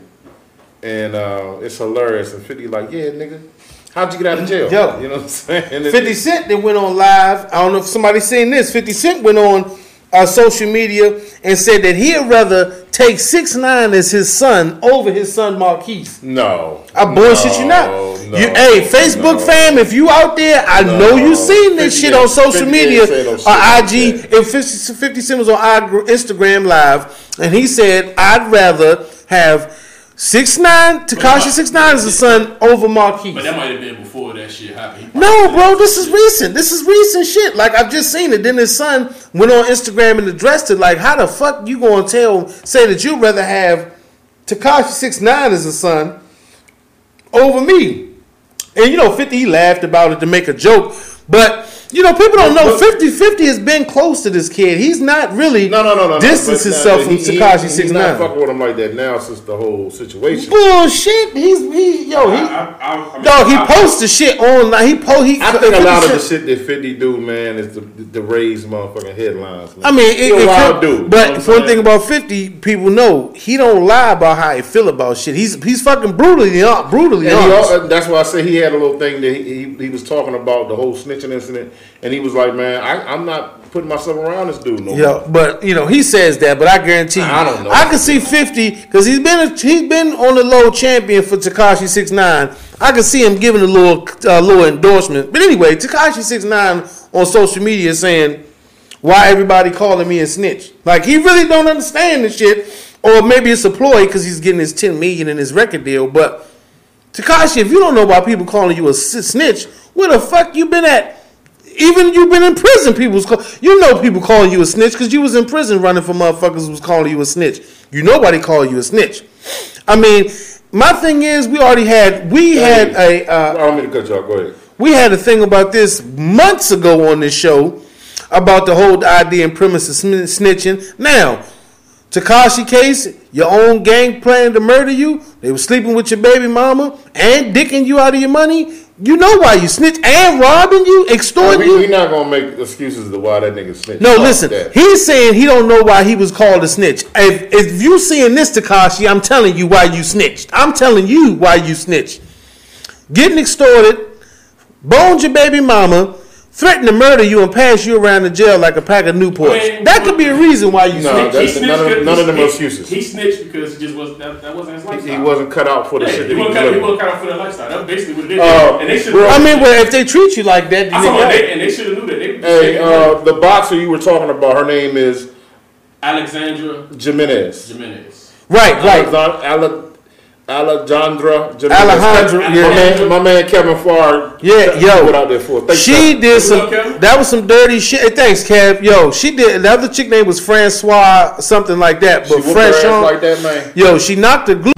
S8: and uh, it's hilarious. And Fifty like, yeah, nigga, how'd you get out of jail?
S1: Yo.
S8: you know what I'm saying? And it-
S1: 50 Cent then went on live. I don't know if somebody seen this. 50 Cent went on uh, social media and said that he'd rather take 6 9 as his son over his son Marquise.
S8: No,
S1: I bullshit you not.
S8: No, no,
S1: you, hey, Facebook
S8: no.
S1: fam, if you out there, I
S8: No.
S1: know you seen this
S8: 50
S1: shit on
S8: ain't-
S1: social
S8: 50 ain't
S1: media
S8: say no
S1: or
S8: shit like
S1: IG.
S8: that.
S1: If 50, 50 Cent was on IG Instagram Live, and he said, "I'd rather have six nine Takashi six nine as a son over Marquise."
S7: but that might have been before that shit happened. He
S1: No, bro, this is recent. This is recent shit. Like I've just seen it. Then his son went on Instagram and addressed it. Like, how the fuck you gonna tell say that you'd rather have Takashi six nine as a son over me? And you know, 50 he laughed about it to make a joke. But you know, people don't know 50 50 has been close to this kid. He's not really
S8: no, no, no, no.
S1: distance
S8: but-
S1: himself
S8: but
S1: from
S8: he- he-
S1: Takashi
S8: He's
S1: six
S8: not
S1: nine.
S8: fucking with him like that now since the whole situation.
S1: Bullshit. He's he yo he
S7: I, I, I mean,
S1: dog he
S7: I-
S1: posted shit online. He po he
S8: I think a lot of
S1: 50
S8: the shit that Fifty do, man, is the the raised motherfucking headlines. Man.
S1: I mean,
S8: He
S1: it, it
S8: a
S1: could-
S8: wild dude.
S1: But
S8: you know what I'm
S1: one
S8: saying?
S1: thing about Fifty, people know he don't lie about how he feel about shit. He's he's fucking brutally hon- brutally
S8: And he
S1: honest.
S8: al- that's why I say he had a little thing that he, he, he was talking about the whole snitching incident, and he was like, "Man, I, I'm not putting myself around this dude no more."
S1: Yeah, but you know he says that, but I guarantee you,
S8: I don't know.
S1: I can see Fifty because he's been a, he's been on the low champion for Takashi Six Nine. I can see him giving a little uh, little endorsement. But anyway, Takashi Six Nine on social media saying why everybody calling me a snitch. Like he really don't understand this shit, or maybe it's a ploy because he's getting his ten million in his record deal. But Takashi, if you don't know about people calling you a s- snitch, where the fuck you been at? Even you been in prison, people's call, you know people calling you a snitch because you was in prison running for motherfuckers who was calling you a snitch. You nobody call you a snitch. I mean, my thing is, we already had we had a uh,
S8: I don't mean to cut y'all. Go ahead.
S1: we had a thing about this months ago on this show about the whole idea and premise of sn- snitching. Now, Takashi case, your own gang planning to murder you. They were sleeping with your baby mama and dicking you out of your money. You know why you snitch and robbing you, extorting
S8: We,
S1: you.
S8: we not gonna make excuses to why that nigga snitched.
S1: No,
S8: Fuck
S1: listen.
S8: that.
S1: He's saying he don't know why he was called a snitch. If if you seeing this, Takashi, I'm telling you why you snitched. I'm telling you why you snitched. Getting extorted, boned your baby mama, threatened to murder you and pass you around the jail like a pack of Newports.
S7: Wait,
S1: That could be a reason why you
S8: No,
S1: snitched.
S8: that's-
S7: snitched
S8: none of-
S7: because-
S8: none of them
S7: he-
S8: are excuses.
S7: He snitched because he just was that, that wasn't his
S8: He,
S7: lifestyle.
S8: he wasn't cut out for the
S7: Yeah,
S8: shit that
S7: he
S8: he
S7: wasn't cut, he
S8: delivered.
S7: wasn't cut out for that lifestyle. That's basically what it is.
S8: Uh,
S7: and they should.
S8: bro,
S1: I mean, well, if they treat you like that,
S7: I
S1: then
S7: saw
S1: they
S7: they, and they should have knew that. They,
S8: Hey,
S7: they-
S8: uh, the boxer you were talking about, her name is
S7: Alexandra
S8: Jimenez.
S7: Jimenez.
S1: right, right.
S8: Alexan- Ale- Alejandra Jimenez.
S1: Alejandra,
S8: My,
S7: yeah.
S8: man, my man Kevin Farr.
S1: Yeah, yo.
S8: What out there for? Thank
S1: She
S8: you.
S1: did some.
S7: What's up, Kev?
S1: That was some dirty shit. Thanks, Kev. Yo, she did. The other chick name was Francois, something like that.
S8: She
S1: But
S8: whooped her
S1: French
S8: ass
S1: on.
S8: like that, man.
S1: Yo, she knocked the glue.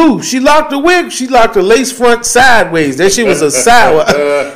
S1: Ooh, She locked the wig. She locked the lace front sideways. That shit was a side.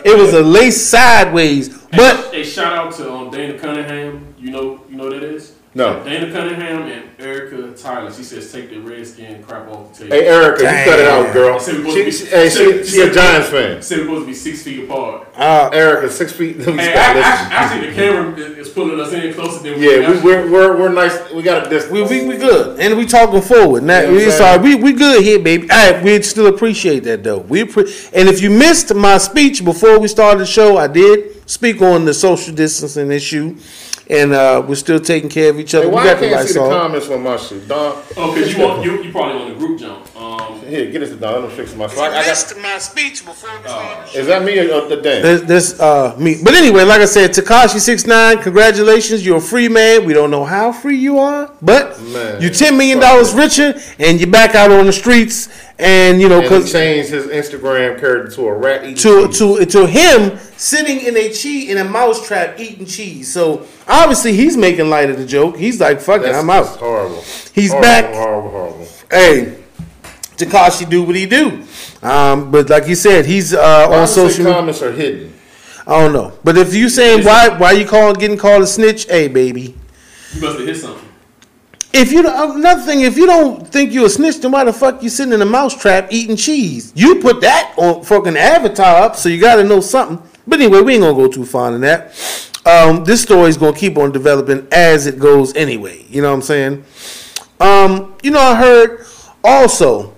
S1: it was a lace sideways. But
S7: Hey, shout out to um, Dana Cunningham. You know, you know what that is.
S8: No.
S7: Dana Cunningham and Erica Tyler. She says, "Take the redskin crap off the table."
S8: Hey, Erica, you cut it out, girl.
S7: Said we
S8: She,
S7: supposed to
S8: she,
S7: be-
S8: hey, she,
S7: said-
S8: she a
S7: said-
S8: Giants fan.
S7: Said we're supposed to be six feet apart.
S1: Uh,
S8: Erica, six feet. Let me
S7: Hey,
S8: stop.
S7: I,
S8: Listen.
S7: I, actually, the camera is is pulling us in closer than we
S8: Yeah, we, we're, we're, we're nice. We got a distance.
S1: we, we, we good, and we talking forward. Now
S8: Yeah,
S1: we
S8: man.
S1: sorry, we, we good here, baby. All right, we still appreciate that though. We appre- and if you missed my speech before we started the show, I did speak on the social distancing issue, and uh, we're still taking care of each other.
S8: Hey,
S1: we
S8: why I
S1: got the
S8: can't
S1: lights
S8: see the
S1: on.
S8: comments on my shit, Don?
S7: Oh, because you want you, you probably on the group jump. Um,
S8: Here, get this to Don. Let me fix my. So I, I got, Oh.
S1: my speech before we started.
S8: is that me or, or the damn?
S1: This, this uh, me. But anyway, like I said, Takashi six nine. Congratulations, you're a free man. We don't know how free you are, but
S8: Man.
S1: you're ten million dollars richer, and you're back out on the streets. And you know,
S8: And he
S1: cause
S8: changed his Instagram character to a rat eating
S1: to
S8: cheese.
S1: to to him sitting in a cheese in a mouse trap eating cheese. So obviously, he's making light of the joke. He's like, "Fuck it,
S8: That's
S1: I'm
S8: just
S1: out."
S8: Horrible.
S1: He's
S8: horrible,
S1: back.
S8: Horrible, horrible.
S1: Hey, Takashi, do what he do. Um, but like you said, he's uh,
S8: Why
S1: on
S8: would they
S1: social.
S8: say
S1: media.
S8: comments are hidden.
S1: I don't know, but if you saying why why you calling getting called a snitch? Hey, baby.
S7: you must have hit something.
S1: If you don't, another thing, if you don't think you're a snitch, then why the fuck you sitting in a mousetrap eating cheese? You put that on fucking avatar up, so you gotta know something. But anyway, we ain't gonna go too far in that. Um, this story's gonna keep on developing as it goes anyway. You know what I'm saying? Um, you know, I heard also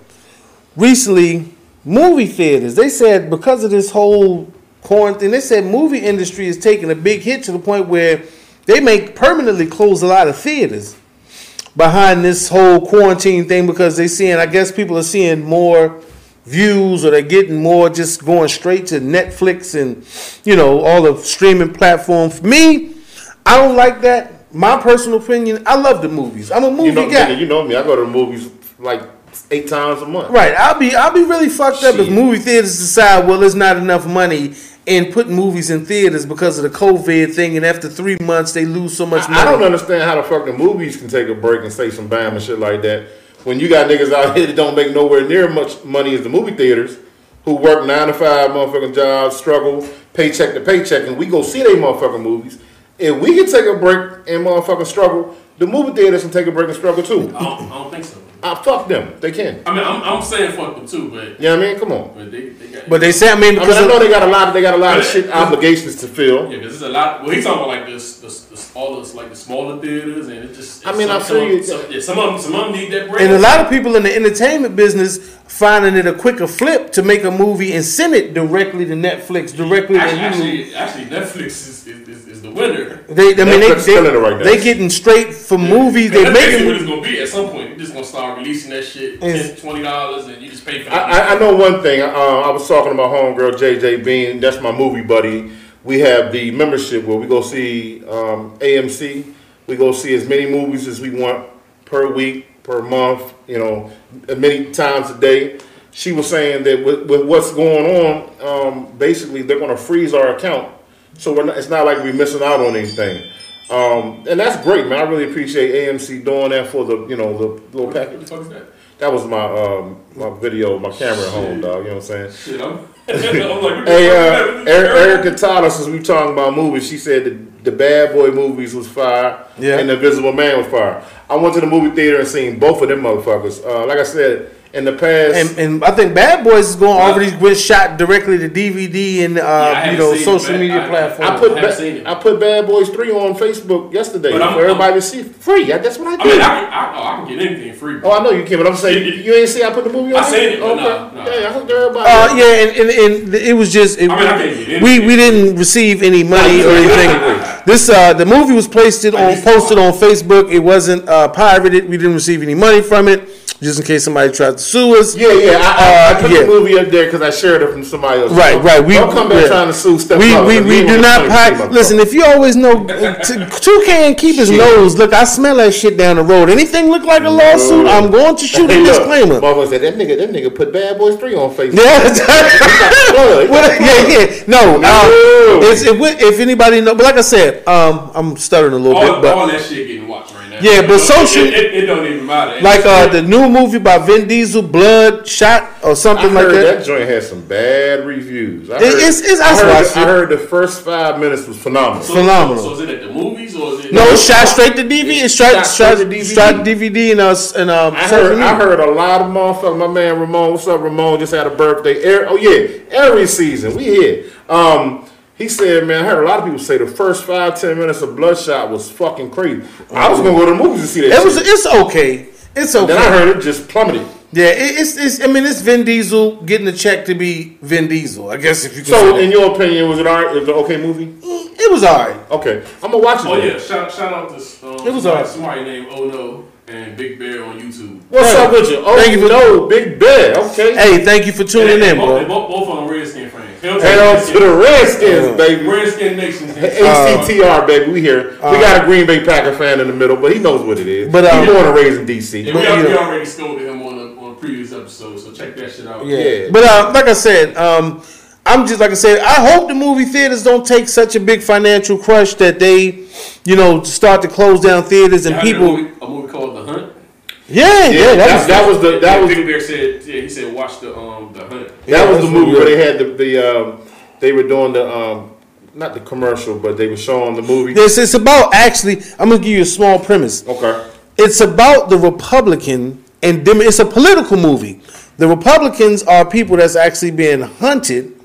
S1: recently movie theaters. They said because of this whole quarantine, they said movie industry is taking a big hit to the point where they may permanently close a lot of theaters behind this whole quarantine thing because they seeing I guess people are seeing more views or they're getting more just going straight to Netflix and you know all the streaming platforms. For me, I don't like that. My personal opinion, I love the movies. I'm a movie
S8: You know,
S1: guy.
S8: nigga, you know me. I go to the movies like eight times a month.
S1: Right, I'll be I'll be really fucked up if
S8: Shit.
S1: movie theaters decide well there's not enough money in putting movies in theaters because of the COVID thing, and after three months they lose so much money.
S8: I, I don't understand how the fuck the movies can take a break and say some bam and shit like that when you got niggas out here that don't make nowhere near much money as the movie theaters who work nine to five motherfucking jobs, struggle paycheck to paycheck, and we go see they motherfucking movies. If we can take a break and motherfucking struggle, the movie theaters can take a break and struggle too.
S7: I don't, I don't think so.
S8: I fuck them. They can.
S7: I mean, I'm, I'm saying fuck them too, but,
S8: You know what I mean? Come on.
S7: but they, they got.
S1: But they said I mean
S8: I mean,
S1: because
S8: I
S1: of-
S8: know they got a lot. They got a lot of shit obligations to fill.
S7: yeah, because there's a lot. Well, he's talking about like this, this, this all those like the smaller theaters, and it just.
S8: I mean,
S7: some,
S8: I feel
S7: some,
S8: you.
S7: Some, yeah, some of them, some of them need that break.
S1: and a lot of people in the entertainment business finding it a quicker flip to make a movie and send it directly to Netflix, directly to
S7: Actually,
S1: YouTube.
S7: actually, actually, Netflix is, is, is, is the winner.
S1: They, I mean, they,
S8: Netflix
S1: they,
S8: killing it right now.
S1: they getting straight from movies. They
S7: that's basically what
S1: making
S7: it's gonna be at some point. You're just gonna start releasing that shit,
S1: Yes.
S7: $10, twenty dollars, and you just pay for it.
S8: I, I- I know one thing. Uh, I was talking to my homegirl JJ Bean. That's my movie buddy. We have the membership where we go see um, AMC. We go see as many movies as we want per week, per month. You know, many times a day. She was saying that with, with what's going on, um, basically they're going to freeze our account, so we're not, it's not like we're missing out on anything. Um, and that's great, man. I really appreciate AMC doing that for the you know the little
S7: What the
S8: package.
S7: fuck is that?
S8: That was my um, my video, my camera at home, dog. You know what I'm saying?
S7: Shit, I'm, I'm like,
S8: Hey, uh, Er- Erica Tyler, since we talking about movies, she said that the Bad Boy movies was fire
S1: Yeah.
S8: and The Invisible Man was fire. I went to the movie theater and seen both of them motherfuckers. Uh, like I said, in the past,
S1: And, and I think Bad Boys is going already been shot directly to DVD and uh, you
S7: haven't
S1: know
S7: seen it,
S1: social
S7: but
S1: media
S7: I-
S1: platforms.
S8: I put
S7: haven't
S8: ba-
S7: seen it.
S8: I put Bad Boys Three on Facebook yesterday
S7: But I'm-
S8: for everybody to see free. Yeah, That's
S1: uh,
S8: what
S7: I
S8: I
S7: mean,
S8: did.
S7: I can, I, oh, I can get anything free.
S8: oh, I know you can, but I'm saying you ain't see. I put the movie on.
S7: I seen it, but
S8: Okay.
S7: nah, nah.
S8: Yeah, I hooked everybody.
S1: Uh,
S8: up.
S1: yeah, and, and, and it was just it,
S7: I mean, I can't get it.
S1: we we didn't receive any money or anything. This uh, the movie was posted on posted on Facebook. It wasn't uh, pirated. We didn't receive any money from it, just in case somebody tried to sue us.
S8: Yeah, yeah. I, I, I
S1: Uh,
S8: put
S1: yeah.
S8: the movie up there because I shared it from somebody else.
S1: Right,
S8: Don't-
S1: right. We,
S8: don't come back
S1: yeah.
S8: trying to sue Steph.
S1: We
S8: Mother,
S1: we,
S8: 'cause
S1: we do
S8: wanna
S1: not
S8: sue Steph
S1: pi-
S8: Mother.
S1: Listen, if you always know, two can keep his nose. Look, I smell that shit down the road. Anything look like a lawsuit, I'm going to shoot
S8: Hey,
S1: a
S8: look,
S1: disclaimer.
S8: Motherfucker said that nigga, that nigga put Bad Boys Three on Facebook.
S1: Yeah.
S8: Look,
S1: What- yeah, yeah. No,
S8: No.
S1: um, it's, it, would- if anybody know, but like I said, um, I'm stuttering a little
S7: all,
S8: Oh,
S1: bit, but
S7: all that shit getting watched right now.
S1: Yeah, but
S7: It-
S1: social-
S7: It, it, it don't even matter.
S1: like uh, the new movie by Vin Diesel, Blood Shot or
S8: I
S1: something like
S8: heard that.
S1: that.
S8: joint had some bad reviews. I
S1: It-
S8: heard,
S1: it's- it's- I
S8: I, heard,
S1: watched
S8: I
S1: it.
S8: heard the first five minutes was phenomenal.
S7: So-
S1: phenomenal.
S7: So, is it at the movies or is it?
S1: No, it's shot straight to DVD. It's shot,
S8: Shot
S1: shot,
S8: straight
S1: shot,
S8: to DVD.
S1: DVD and us and um.
S8: I
S1: social
S8: heard,
S1: media.
S8: I heard a lot of motherfuckers. My man Ramon, what's up, Ramon? Just had a birthday. Every, oh yeah, every season we here. Um, he said, man, I heard a lot of people say the first five ten minutes of Bloodshot was fucking crazy. I was gonna go to the movies to see that.
S1: It was.
S8: shit.
S1: It's okay. It's okay.
S8: Then I heard it just plummeted.
S1: yeah, it, it's, it's. I mean, it's Vin Diesel getting a check to be Vin Diesel. I guess if you can
S8: So,
S1: say
S8: in your opinion, was it alright? It was an okay movie?
S1: that. it was alright.
S8: Okay, I'm gonna watch it.
S7: Oh
S8: then.
S7: yeah, shout, shout out
S1: It
S7: to um,
S1: was
S7: somebody,
S1: alright.
S7: somebody named Oh No and Big Bear on YouTube.
S8: What's up with you? Oh
S1: Thank you for-
S8: no, Big Bear. Okay.
S1: Hey, thank you for
S7: And
S1: tuning
S7: they-
S1: in,
S7: both,
S1: bro. oh,
S7: they Both, both on Redskin fans. Hell
S8: Hell to the
S1: Uh-huh.
S8: Redskins, baby.
S7: Redskin Nation.
S1: Uh,
S8: ACTR, baby. We here. we got a Green Bay Packer fan in the middle, but he knows what it is.
S1: But,
S8: But
S1: um,
S8: he's born and raised in DC.
S7: And we, al- we already scolded him on a, on a previous episode, so check that shit out.
S1: Yeah.
S8: Yeah.
S1: But uh, like I said, um, I'm just like I said. I hope the movie theaters don't take such a big financial crush that they, you know, start to close down theaters and
S7: I heard a
S1: people.
S7: movie- a movie called The Hunt.
S1: Yeah, yeah,
S8: yeah,
S1: that was,
S8: that, that was the that
S7: And
S8: was
S7: Big
S8: the,
S7: Bear said, yeah, he said, watch the um the hunt.
S8: that was
S1: that's
S8: the movie
S1: what
S8: where
S1: we
S8: they had the, the um they were doing the um not the commercial, but they were showing the movie.
S1: this. It's about actually. I'm gonna give you a small premise.
S8: Okay.
S1: It's about the Republican and Dem- it's a political movie. The Republicans are people that's actually being hunted.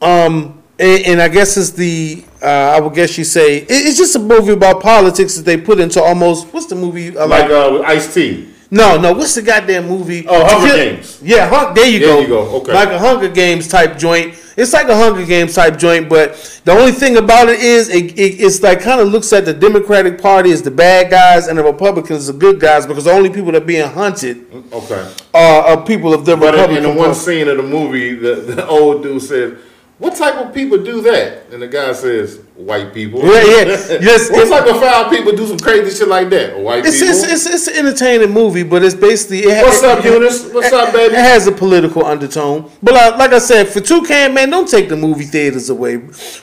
S1: Um, and, and I guess it's the uh, I would guess you say it- it's just a movie about politics that they put into almost what's the movie I
S8: Like uh, with Ice T.
S1: No, no. What's the goddamn movie?
S8: Oh, Hunger
S1: To Kill-
S8: Games.
S1: Yeah, Hunk. There you
S8: There
S1: go.
S8: you go, okay.
S1: Like a Hunger Games type joint. It's like a Hunger Games type joint, but the only thing about it is it, it it's like kind of looks at the Democratic Party as the bad guys and the Republicans as the good guys because the only people that are being hunted
S8: Okay.
S1: are, are people of the
S8: But in, in
S1: Republican
S8: the
S1: Party.
S8: one scene of the movie, the, the old dude says, "What type of people do that?" And the guy says, "White people."
S1: Yeah, yeah. Yes,
S8: what
S1: it's-
S8: type of foul people do some crazy shit like that? White
S1: It's,
S8: people.
S1: it's, it's, it's an entertaining movie, but it's basically it,
S8: What's
S1: it-
S8: up,
S1: it-
S8: Eunice? What's
S1: it-
S8: up, baby?
S1: It has a political undertone, but like, like I said, for Toucan man, don't take the movie theaters away.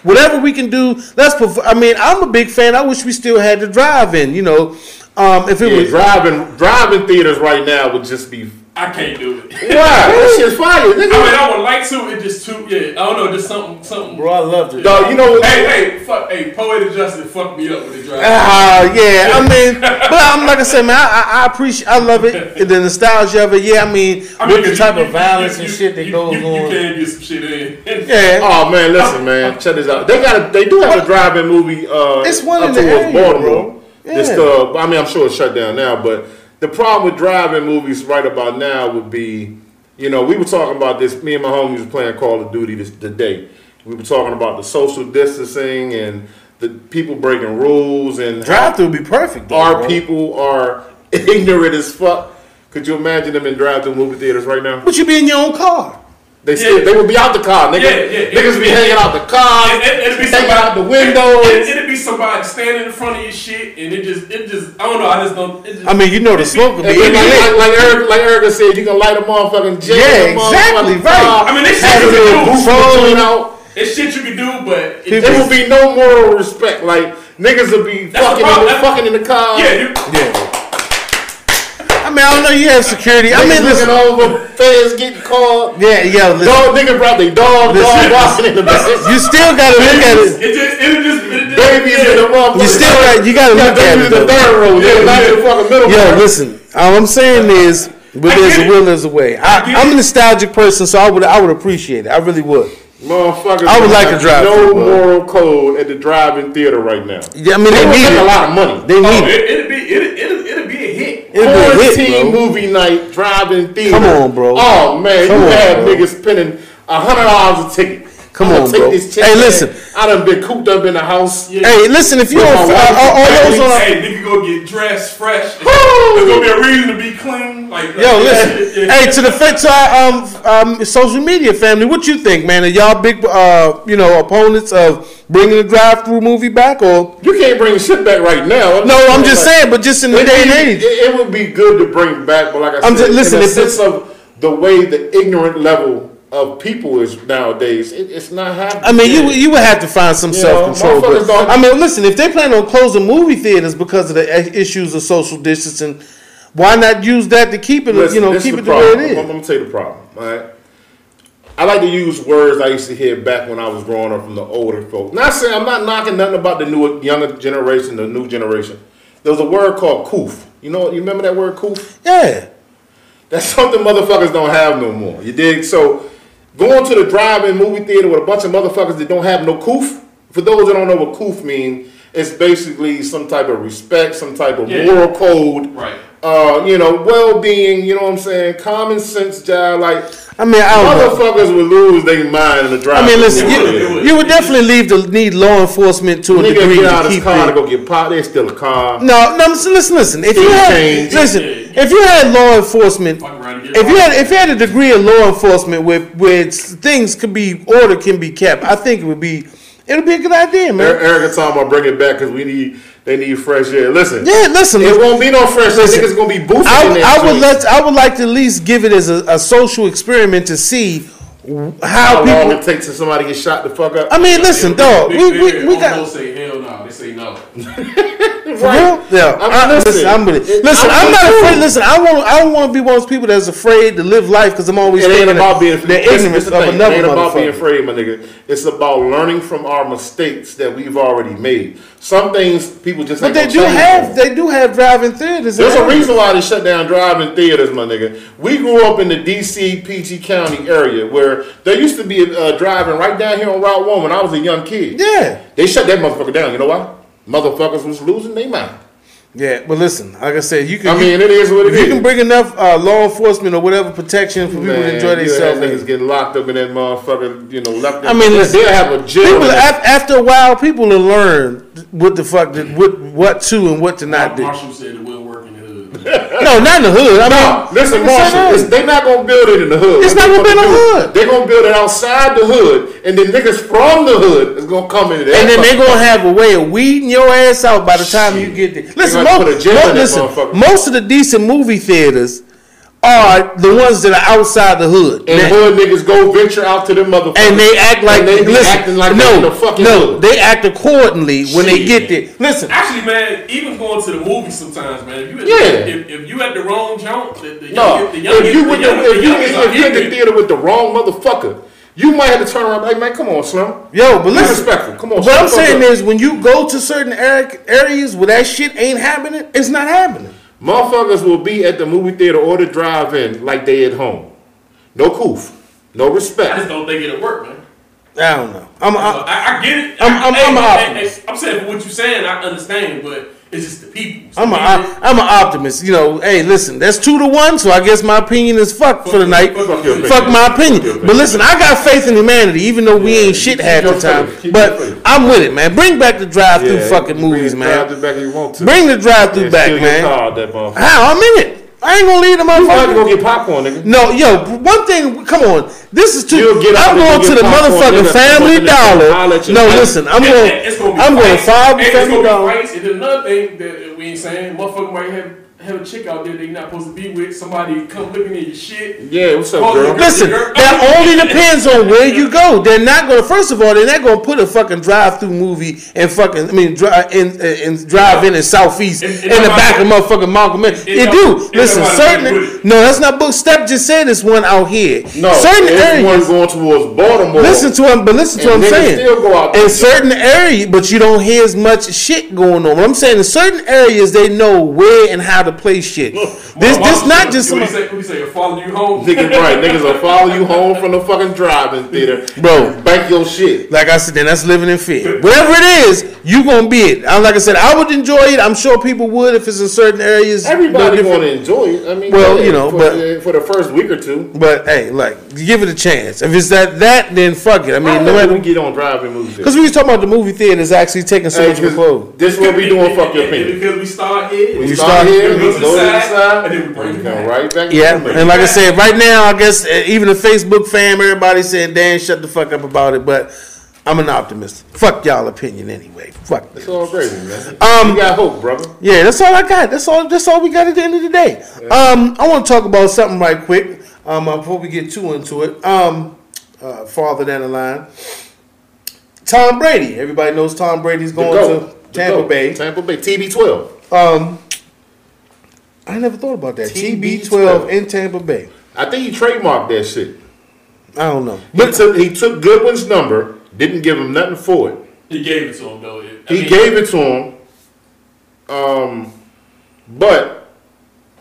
S1: Whatever we can do, let's. Prov- I mean, I'm a big fan. I wish we still had the drive-in. You know, um, if it
S8: yeah,
S1: was
S8: driving driving theaters right now would just be.
S7: I can't do it.
S8: Wow, that shit's fire,
S7: I mean,
S8: nigga.
S7: I would like to. It just too. Yeah, I don't know. Just something, something.
S1: I loved it.
S8: Dog, you know what?
S7: Hey, hey, fuck. Hey, poetic justice fucked me up with the drive.
S1: Ah, yeah. I mean, but I'm like I said, man, I, I, I appreciate, I love it, the nostalgia of it. Yeah, I mean,
S7: I mean,
S1: with the
S7: 'cause
S1: type
S7: you-
S1: of violence
S7: you-
S1: and
S7: you-
S1: shit that
S7: you-
S1: goes
S7: you,
S1: on.
S7: You can get some shit in.
S1: yeah.
S8: Oh man, listen, man, check this out. They got a, they do have a drive-in movie. Uh,
S1: It's one
S8: up
S1: in the
S8: towards
S1: area, bro.
S8: It's
S1: Yeah.
S8: the, I mean, I'm sure it's shut down now, but the problem with drive-in movies right about now would be, you know, we were talking about this. Me and my homies was playing Call of Duty this today. We were talking about the social distancing and the people breaking rules and how
S1: Drive-through would be perfect. Though,
S8: our
S1: bro.
S8: people are ignorant as fuck. Could you imagine them in drive-through movie theaters right now?
S1: But you be in your own car.
S8: They still, they would be out the car, nigga.
S7: Yeah, yeah.
S8: Niggas be hanging out the car,
S7: It, it, it'd be
S8: hanging
S7: somebody
S8: out the windows.
S7: It, it'd be somebody standing in front of your shit, and it just, it just, I don't know. I just don't. It just,
S1: I mean, you know the smoke would be
S8: And
S1: in
S8: then
S1: my
S8: like, like, like, Eric, like Erica said, you can light a motherfucking jet.
S1: Yeah,
S8: in a motherfucking
S1: exactly,
S8: car,
S1: right.
S7: I mean, they
S8: have
S7: shit you
S8: your
S7: can do.
S8: roof
S1: Phone.
S8: phone out.
S7: It's shit you can do, but it,
S8: There will be no moral respect. Like Niggas will be
S7: That's
S8: fucking
S7: the
S8: in,
S7: problem.
S8: the, fucking in the car.
S7: Yeah, you,
S8: yeah.
S1: I mean, I don't know. You have security. I
S8: Niggas
S1: mean,
S8: looking
S1: listen.
S8: over, feds getting called.
S1: Yeah, yeah. Listen,
S8: Dog, nigga brought their dog,
S1: Listen.
S8: dog walking in the back.
S1: you still gotta look at it.
S7: it just, it just, it just
S8: Babies in the motherfucker.
S1: You still got. You gotta look at
S8: babies
S1: it.
S8: in the
S1: though.
S8: third row. Yeah, not in the fucking middle.
S1: Yo,
S8: row.
S1: listen. All I'm saying is, where there's a will, there's a way. I, I'm a nostalgic person, so I would, I would appreciate it. I really would.
S8: Motherfuckers.
S1: I would
S8: don't
S1: like
S8: have
S1: a drive
S8: No
S1: through, but-
S8: moral code at the drive-in theater right now.
S1: Yeah, I mean,
S8: They
S1: they
S8: would
S1: need
S8: make a
S1: it.
S8: lot of money.
S1: They
S7: Oh,
S1: need it.
S7: it, it'd be, it, it'd, it'd be a hit.
S1: It'd be a hit,
S8: Quarantine
S1: bro.
S8: movie night, drive-in theater.
S1: Come on, bro.
S8: Oh man,
S1: Come
S8: you
S1: on,
S8: had
S1: bro.
S8: niggas spending a hundred dollars a ticket.
S1: Come
S8: I'ma
S1: on,
S8: take
S1: bro.
S8: This
S1: Hey,
S8: chance.
S1: listen.
S8: I done been cooped up in the house.
S1: Hey, listen. If you
S8: With
S1: don't,
S8: my
S1: all,
S8: wife,
S1: all, all
S8: my
S1: those on.
S7: hey, nigga go get dressed fresh.
S8: Woo!
S7: There's gonna be a reason to be clean. Like,
S1: Yo,
S7: like,
S1: listen.
S7: yeah, yeah.
S1: Hey, to the fa- to our, um um social media family, what you think, man? Are y'all big uh you know opponents of bringing the drive-through movie back or?
S8: You can't bring shit back right now.
S1: No, I'm just saying. But just in the
S8: It,
S1: day and
S8: it,
S1: age,
S8: it would be good to bring back, but like I said,
S1: I'm just- listen,
S8: in the
S1: if
S8: sense of the way the ignorant level of people is nowadays, it, it's not happening.
S1: I mean, you you would have to find some
S8: You know,
S1: self control.
S8: motherfuckers don't-
S1: I mean, listen, if they plan on closing movie theaters because of the i- issues of social distancing, why not use that to keep it?
S8: Listen,
S1: you know,
S8: this
S1: keep
S8: is
S1: it the way
S8: problem.
S1: it
S8: I'm, I'm
S1: is.
S8: gonna tell you the problem. All right. I like to use words I used to hear back when I was growing up from the older folk. Not saying I'm not knocking nothing about the newer, younger generation, the new generation. There was a word called "coof." You know, you remember that word "coof"?
S1: Yeah,
S8: That's something motherfuckers don't have no more. You dig? So, going to the drive-in movie theater with a bunch of motherfuckers that don't have no "coof." For those that don't know what "coof" means, it's basically some type of respect, some type of
S7: Yeah.
S8: moral code
S7: Right.
S8: uh, you know, well being, you know what I'm saying? Common sense job, like
S1: I mean, I don't know.
S8: motherfuckers would lose their mind in the drive.
S1: Oh, I mean, listen,
S7: It
S1: you,
S7: would, it would.
S1: you would definitely leave the need law enforcement to a
S8: nigga
S1: degree
S8: get
S1: to
S8: out of his
S1: keep
S8: car to
S1: it.
S8: go get popped, there's still a car.
S1: No, no, listen, listen, listen. If you
S8: Things
S1: had,
S8: change.
S1: listen, if you had law enforcement,
S7: Fuck around and get
S1: if you had, if you had a degree of law enforcement where where it's- things could be order can be kept, I think it would be, it would be a good idea, man.
S8: Eric Erica talking about bring it back because we need they need fresh air. Listen,
S1: Yeah, listen.
S8: it won't be no fresh air.
S1: Listen.
S8: Niggas gonna be boosting in
S1: I,
S8: that
S1: I would
S8: joint.
S1: let I would like to at least give it as a, a social experiment to see how
S8: how long it
S1: people.
S8: takes till somebody get shot the fuck up.
S1: I mean, listen, dog.
S7: Big
S1: We we,
S7: Bear
S1: we
S7: almost
S1: got.
S7: say hell no. They say no.
S1: For real? Yeah.
S8: I'm-
S1: I, listen,
S8: listen,
S1: I'm with it.
S8: it-
S1: Listen,
S8: I'm
S1: I'm,
S8: with
S1: not
S8: you.
S1: afraid. Listen, I want I don't want to be one of those people that's afraid to live life because I'm always
S8: It ain't
S1: thinking
S8: about being
S1: the
S8: this-
S1: ignorance
S8: this the
S1: of
S8: thing.
S1: another
S8: It ain't about being
S1: motherfucker.
S8: afraid, my nigga. It's about learning from our mistakes that we've already made. Some things people just
S1: But
S8: ain't
S1: they
S8: gonna
S1: do
S8: change
S1: have they do have driving theaters. and
S8: There's a
S1: everything.
S8: reason why they shut down drive-in theaters, my nigga. We grew up in the D.C. PG County area where there used to be a uh, driving right down here on Route One when I was a young kid.
S1: Yeah.
S8: they shut that motherfucker down. You know why? Motherfuckers was losing their mind.
S1: Yeah, but listen, like I said, you can.
S8: I
S1: you-
S8: mean, it is what it
S1: if you
S8: is.
S1: can bring enough uh, law enforcement or whatever protection for people to
S8: Man,
S1: enjoy
S8: you had niggas
S1: themselves.
S8: getting locked up in that motherfucker. You know, left.
S1: I mean, listen,
S8: they have a jail.
S1: People
S8: in that-
S1: af- after a while, people will learn what the fuck, to, what what to and what to not do.
S7: Marshall said it will work in the hood.
S1: No, not in the hood. I
S8: No,
S1: mean,
S8: listen,
S1: like I said,
S8: Marshall, it's, they not gonna build it in the hood.
S1: It's not
S8: What they
S1: gonna be in the
S8: do,
S1: hood.
S8: They gonna build it outside the hood, and then niggas from the hood is gonna come in there.
S1: and then they gonna have a way of weeding your ass out by the time you get there. Listen,
S8: gonna
S1: mo-
S8: put a jail
S1: mo-
S8: in that
S1: listen,
S8: motherfucker.
S1: most of the decent movie theaters are the ones that are outside the hood.
S8: And
S1: Now-
S8: hood niggas go venture out to them motherfuckers.
S1: and they act like
S8: And they be
S1: listen,
S8: acting like
S1: no,
S8: they in the fucking
S1: no,
S8: hood.
S1: they act accordingly when they
S7: Shit.
S1: get there. Listen,
S7: Actually, man, even going to the movies sometimes, man. If you at,
S8: Yeah.
S7: if, if you at the wrong jump, the, the
S8: No,
S7: young, the young,
S8: if you
S7: the
S8: with
S7: young,
S8: the, if you
S7: youngest are
S8: if you in the
S7: ignorant.
S8: theater with the wrong motherfucker, you might have to turn around. Hey man, come on, Slim.
S1: yo, but
S8: Be
S1: listen,
S8: respectful. Come on. shut
S1: What I'm
S8: the fuck
S1: saying
S8: up.
S1: is, when you go to certain ar- areas where that shit ain't happening, it's not happening.
S8: motherfuckers will be at the movie theater or the drive-in like they at home. No coof, no
S7: I just
S8: respect.
S7: don't think it'll work, man.
S1: I don't know. I'm, I,
S7: I, I get it.
S1: Uh, I'm-
S7: I-
S1: I'm-
S7: hey,
S1: I'm an
S7: hey,
S1: optimist.
S7: hey, I'm saying what you're saying, I understand, but it's just the people. It's the
S1: I'm a,
S7: people.
S1: I'm an optimist. You know, hey, listen, that's two to one, so I guess my opinion is fuck for the night.
S7: fuck
S8: your
S1: Fuck my opinion. But listen, I got faith in humanity, even though we ain't shit half the
S8: your faith.
S1: time.
S8: Keep your faith.
S1: But I'm with it, man. Bring back the drive-through
S8: Yeah,
S1: fucking
S8: you can
S1: movies, man.
S8: Drive it back if you want to.
S1: Bring the drive-through
S8: And
S1: back,
S8: steal your
S1: man.
S8: car out that motherfucker.
S1: How? I'm in it. I ain't gonna leave the
S8: You might
S1: motherfucker.
S8: go get popcorn, nigga.
S1: No, yo, one thing. Come on, this is too.
S8: You'll get out
S1: I'm
S8: there,
S1: going
S8: you'll
S1: to
S8: get
S1: the
S8: popcorn,
S1: motherfucking
S8: nigga.
S1: Family
S8: Open that door,
S1: Dollar.
S8: holler at your
S1: No,
S8: mate.
S1: listen, I'm
S7: It-
S1: going.
S7: it- it's gonna be
S1: I'm going
S7: price.
S1: five
S7: And it's
S1: Family
S7: gonna be
S1: Dollar.
S7: price. And another thing that we ain't saying, motherfucker might have have a chick out there that you're not supposed to be with. Somebody come looking at your shit.
S8: Yeah, what's up,
S7: Call
S8: girl?
S7: your girl-
S1: Listen,
S7: your girl-
S1: that only depends on where you go. They're not going. to First of all, they're not going to put a fucking drive-through movie and fucking. I mean, dri- uh, in in, in drive-in in Southeast
S7: It- it
S1: in the
S7: nobody-
S1: back of motherfucking Malcolm. X.
S7: it
S1: They
S7: don't-
S1: do.
S7: it
S1: Listen,
S7: nobody do
S1: certain.
S7: it.
S1: No, that's not book. Step just said it's one out here.
S8: No,
S1: certain
S8: there's
S1: areas.
S8: one going towards Baltimore.
S1: Listen to him, but listen to what
S8: And
S1: I'm
S8: niggas
S1: saying.
S8: still go out there.
S1: in certain areas, but you don't hear as much shit going on. What I'm saying in certain areas, they know where and how to play shit. this,
S7: My
S1: this
S7: mom-
S1: not just
S7: What do
S1: some.
S7: you say? What do you say? Follow you home.
S8: Niggas, right? Niggas will follow you home from the fucking driving theater,
S1: Bro.
S8: Bank your shit.
S1: Like I said, then that's living in fear. Wherever it is, you gonna be it. I, like I said, I would enjoy it. I'm sure people would if it's in certain areas.
S8: Everybody
S1: No different.
S8: want to enjoy it. I mean,
S1: Well,
S8: yeah,
S1: you know,
S8: for,
S1: but-
S8: uh, for the first week or two,
S1: But hey, like give it a chance. If it's that that, then fuck it. I
S8: I
S1: mean, no
S8: know we
S1: matter
S8: get on driving movies.
S1: because we was talking about the movie theaters actually taking so
S8: Hey,
S1: much of a
S8: 'cause
S1: blow.
S8: This what we doing. Fuck your
S7: Yeah, yeah,
S8: opinion.
S7: Because we start here.
S8: We
S1: You
S8: start
S1: start
S8: here,
S7: here,
S8: we go to the side,
S7: and then we bring
S8: and
S7: it
S8: come
S7: back.
S8: right back.
S1: Yeah,
S8: to the
S1: and like I said, right now I guess uh, even the Facebook fam, everybody said, "Dan, shut the fuck up about it." But I'm an optimist. Fuck y'all opinion anyway. Fuck
S8: it's
S1: this.
S8: all crazy, man.
S1: Um,
S8: you got hope, brother.
S1: Yeah, that's all I got. That's all. That's all we got at the end of the day. Um, I want to talk about something right quick. Um, uh, before we get too into it. Um, uh, farther down the line, Tom Brady. Everybody knows Tom Brady's
S8: The
S1: going
S8: GOAT.
S1: to
S8: The
S1: Tampa
S8: GOAT.
S1: Bay. Um,
S8: Tampa Bay. TB12.
S1: I never thought about that.
S8: TB12.
S1: TB12 in Tampa Bay.
S8: I think he trademarked that shit.
S1: I don't know.
S8: He took, he took Goodwin's number, didn't give him nothing for it.
S7: He gave it to him though. It- I
S8: He
S7: mean,
S8: gave it to him. Um, but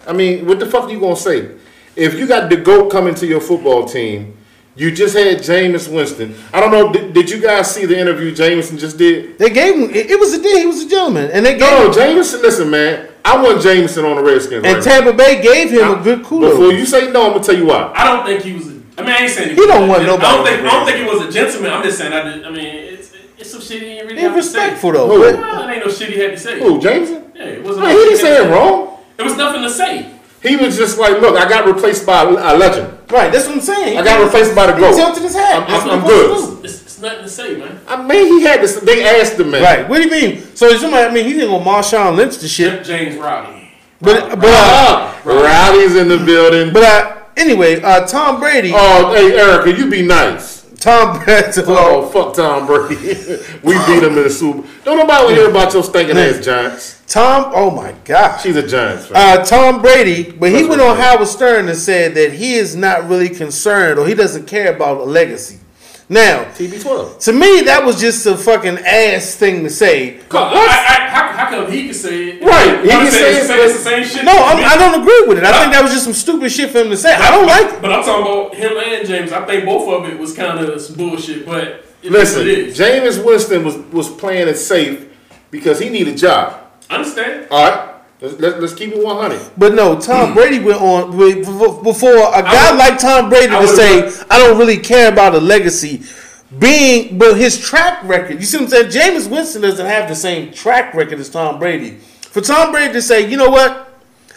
S8: I mean, what the fuck are you gonna say? If you got the goat coming to your football team, you just had Jameis Winston. I don't know. Did, did you guys see the interview Jameson just did?
S1: They gave him. It, it was a deal. He was a gentleman, and they gave.
S8: No,
S1: him,
S8: Jameson. Listen, man. I want Jameson on the Redskins.
S1: and
S8: right
S1: Tampa Bay gave him a good
S8: now. Before
S1: kudos.
S8: you say no, I'm gonna tell you why.
S7: I don't think he was. A, I mean, I ain't saying
S1: He
S7: was
S1: don't
S7: a
S1: want
S7: gen- I don't
S1: nobody
S7: think. I don't think he was a gentleman. I'm just saying. I, did, I mean, it's, it's some shit he didn't really
S1: They're
S7: have to say.
S1: respectful though.
S8: Who?
S1: but-
S7: Well, it ain't no shit he had to say.
S8: Who, Jameson?
S7: Yeah, it wasn't.
S8: Man,
S7: no shit
S8: he didn't
S7: had
S8: say
S7: to
S8: it wrong.
S7: There was nothing to say.
S8: He was just like, look, I got replaced by a legend.
S1: Right. That's what I'm saying.
S8: I got replaced by the
S1: He
S8: GOAT.
S1: tilted his hat.
S8: I'm-
S1: That's what
S8: I'm
S1: he supposed
S8: good.
S1: to do.
S7: It's, it's nothing to say, man.
S8: I mean, he had this. They asked him, man.
S1: Right. What do you mean? So somebody, I mean, he didn't go Marshawn Lynch the shit,
S7: James Rowdy.
S1: but but uh,
S8: Ah, Rowdy's in the building.
S1: but uh, anyway, uh, Tom Brady,
S8: Oh, hey, Erica, you be nice.
S1: Tom Brady.
S8: Oh, fuck Tom Brady. we beat him in the Super. Don't nobody want to hear about your stinking ass Giants.
S1: Tom, oh my gosh.
S8: She's a Giants fan.
S1: Uh, Tom Brady, but he
S8: That's
S1: went
S8: what
S1: on
S8: it
S1: Howard Stern and said that he is not really concerned or he doesn't care about a legacy. Now,
S8: TB12.
S1: to me, that was just a fucking ass thing to say.
S7: Come, I, I, how, how come he can say it?
S8: Right, he
S7: I'm
S8: can
S7: saying
S8: say
S7: it's,
S8: it,
S7: the same- it's the same shit.
S1: No, I'm,
S7: Me.
S1: I don't agree with it. I think that was just some stupid shit for him to say. I don't like it.
S7: But I'm talking about him and James. I think both of it was kind of some bullshit. But it is
S8: Listen,
S7: what it is.
S8: Jameis Winston was, was playing it safe because he need a job.
S7: I understand.
S8: All right? Let's, let's, let's keep it 100.
S1: But no, Tom Brady went on with- before a guy
S7: would-
S1: like Tom Brady
S7: I
S1: to
S7: would've
S1: say,
S7: went-
S1: "I don't really care about a legacy." Being, but his track record. You see what I'm saying? Jameis Winston doesn't have the same track record as Tom Brady. For Tom Brady to say, "You know what?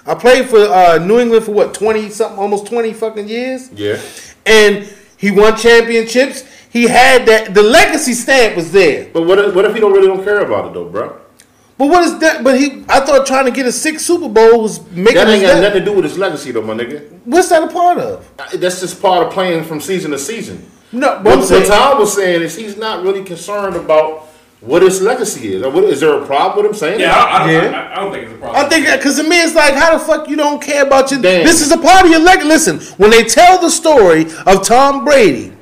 S1: I played for uh, New England for what twenty something, almost twenty fucking years."
S8: Yeah.
S1: and he won championships. He had that. The legacy stamp was there.
S8: But what if, what if he don't really don't care about it, though, bro?
S1: But what is that? But he, I thought trying to get a six Super Bowl was making
S8: That
S1: his
S8: ain't got
S1: leg-
S8: nothing to do with his legacy, though, my nigga. Uh,
S1: What's that a part of?
S8: That's just part of playing from season to season.
S1: No, but
S8: What,
S1: I'm
S8: what
S1: saying-
S8: Tom was saying is he's not really concerned about what his legacy is. Or what, is there a problem with him saying
S7: Yeah,
S8: that?
S7: I, I,
S1: Yeah.
S7: I, I, I don't think it's a problem.
S1: I think because to me it's like how the fuck you don't care about your
S8: Damn.
S1: this is a part of your leg. Listen, when they tell the story of Tom Brady,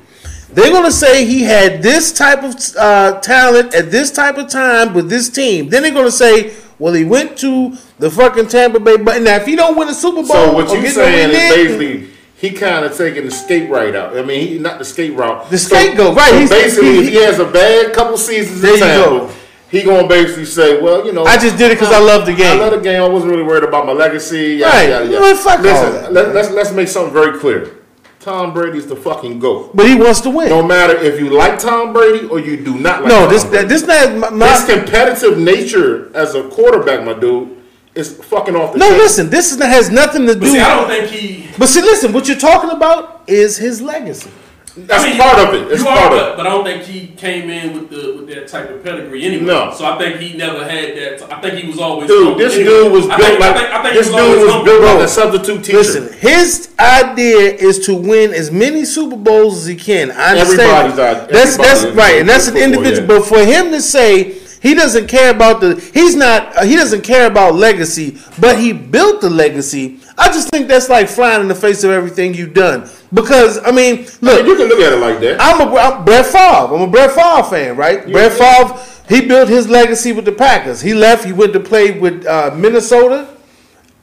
S1: they're gonna say he had this type of uh, talent at this type of time with this team. Then they're gonna say, well, he went to the fucking Tampa Bay. But now if he don't win a Super Bowl,
S8: So what
S1: or
S8: you
S1: get no
S8: saying
S1: win
S8: is
S1: there-
S8: basically he kind of taking the skate right out. I mean, he not the skate route.
S1: The
S8: So-
S1: scapegoat, right,
S8: so
S1: he's-
S8: basically,
S1: he-
S8: if he has a bad couple seasons
S1: There
S8: in
S1: you
S8: Tampa,
S1: go.
S8: he gonna basically say, "Well, you know,
S1: I just did it 'cause I love the game."
S8: I love the game. I wasn't really worried about my legacy. Yada,
S1: Right.
S8: Yada, yada.
S1: Man, fuck all
S8: Listen,
S1: that.
S8: Let, let's let's make something very clear. Tom Brady's the fucking goat.
S1: but he wants to win.
S8: No matter if you like Tom Brady or you do not like
S1: no,
S8: Tom
S1: this
S8: Brady.
S1: this not my, my
S8: His competitive nature as a quarterback, my dude, is fucking off the
S1: no.
S8: chain.
S1: Listen, this is, has nothing to do.
S7: But see, I don't think he.
S1: but see, listen, what you're talking about is his legacy.
S8: That's
S7: I mean,
S8: part of it. It's
S7: you
S8: part
S7: are,
S8: of
S7: but,
S8: it.
S7: but I don't think he came in with the with that type of pedigree anyway.
S8: No.
S7: So I think he never had that. I think he was always
S8: Dude,
S7: humble
S8: this
S7: anyway.
S8: dude was
S7: I
S8: built
S7: think- I
S8: like
S7: think- I think he
S8: this dude
S7: always
S8: was
S7: humble.
S8: built like a substitute teacher.
S1: Listen, his idea is to win as many Super Bowls as he can. I understand.
S8: Everybody's idea-
S1: that's that's
S8: everybody's
S1: right, and that's an
S8: idea is
S1: individual.
S8: football,
S1: But for him to say he doesn't care about the, he's not, uh, he doesn't care about legacy, but he built the legacy. I just think that's like flying in the face of everything you've done. Because I mean, look,
S8: you can look at it like that.
S1: I'm a I'm Brett Favre. I'm a Brett Favre fan, right? Brett Favre, he built his legacy with the Packers. He left. He went to play with uh, Minnesota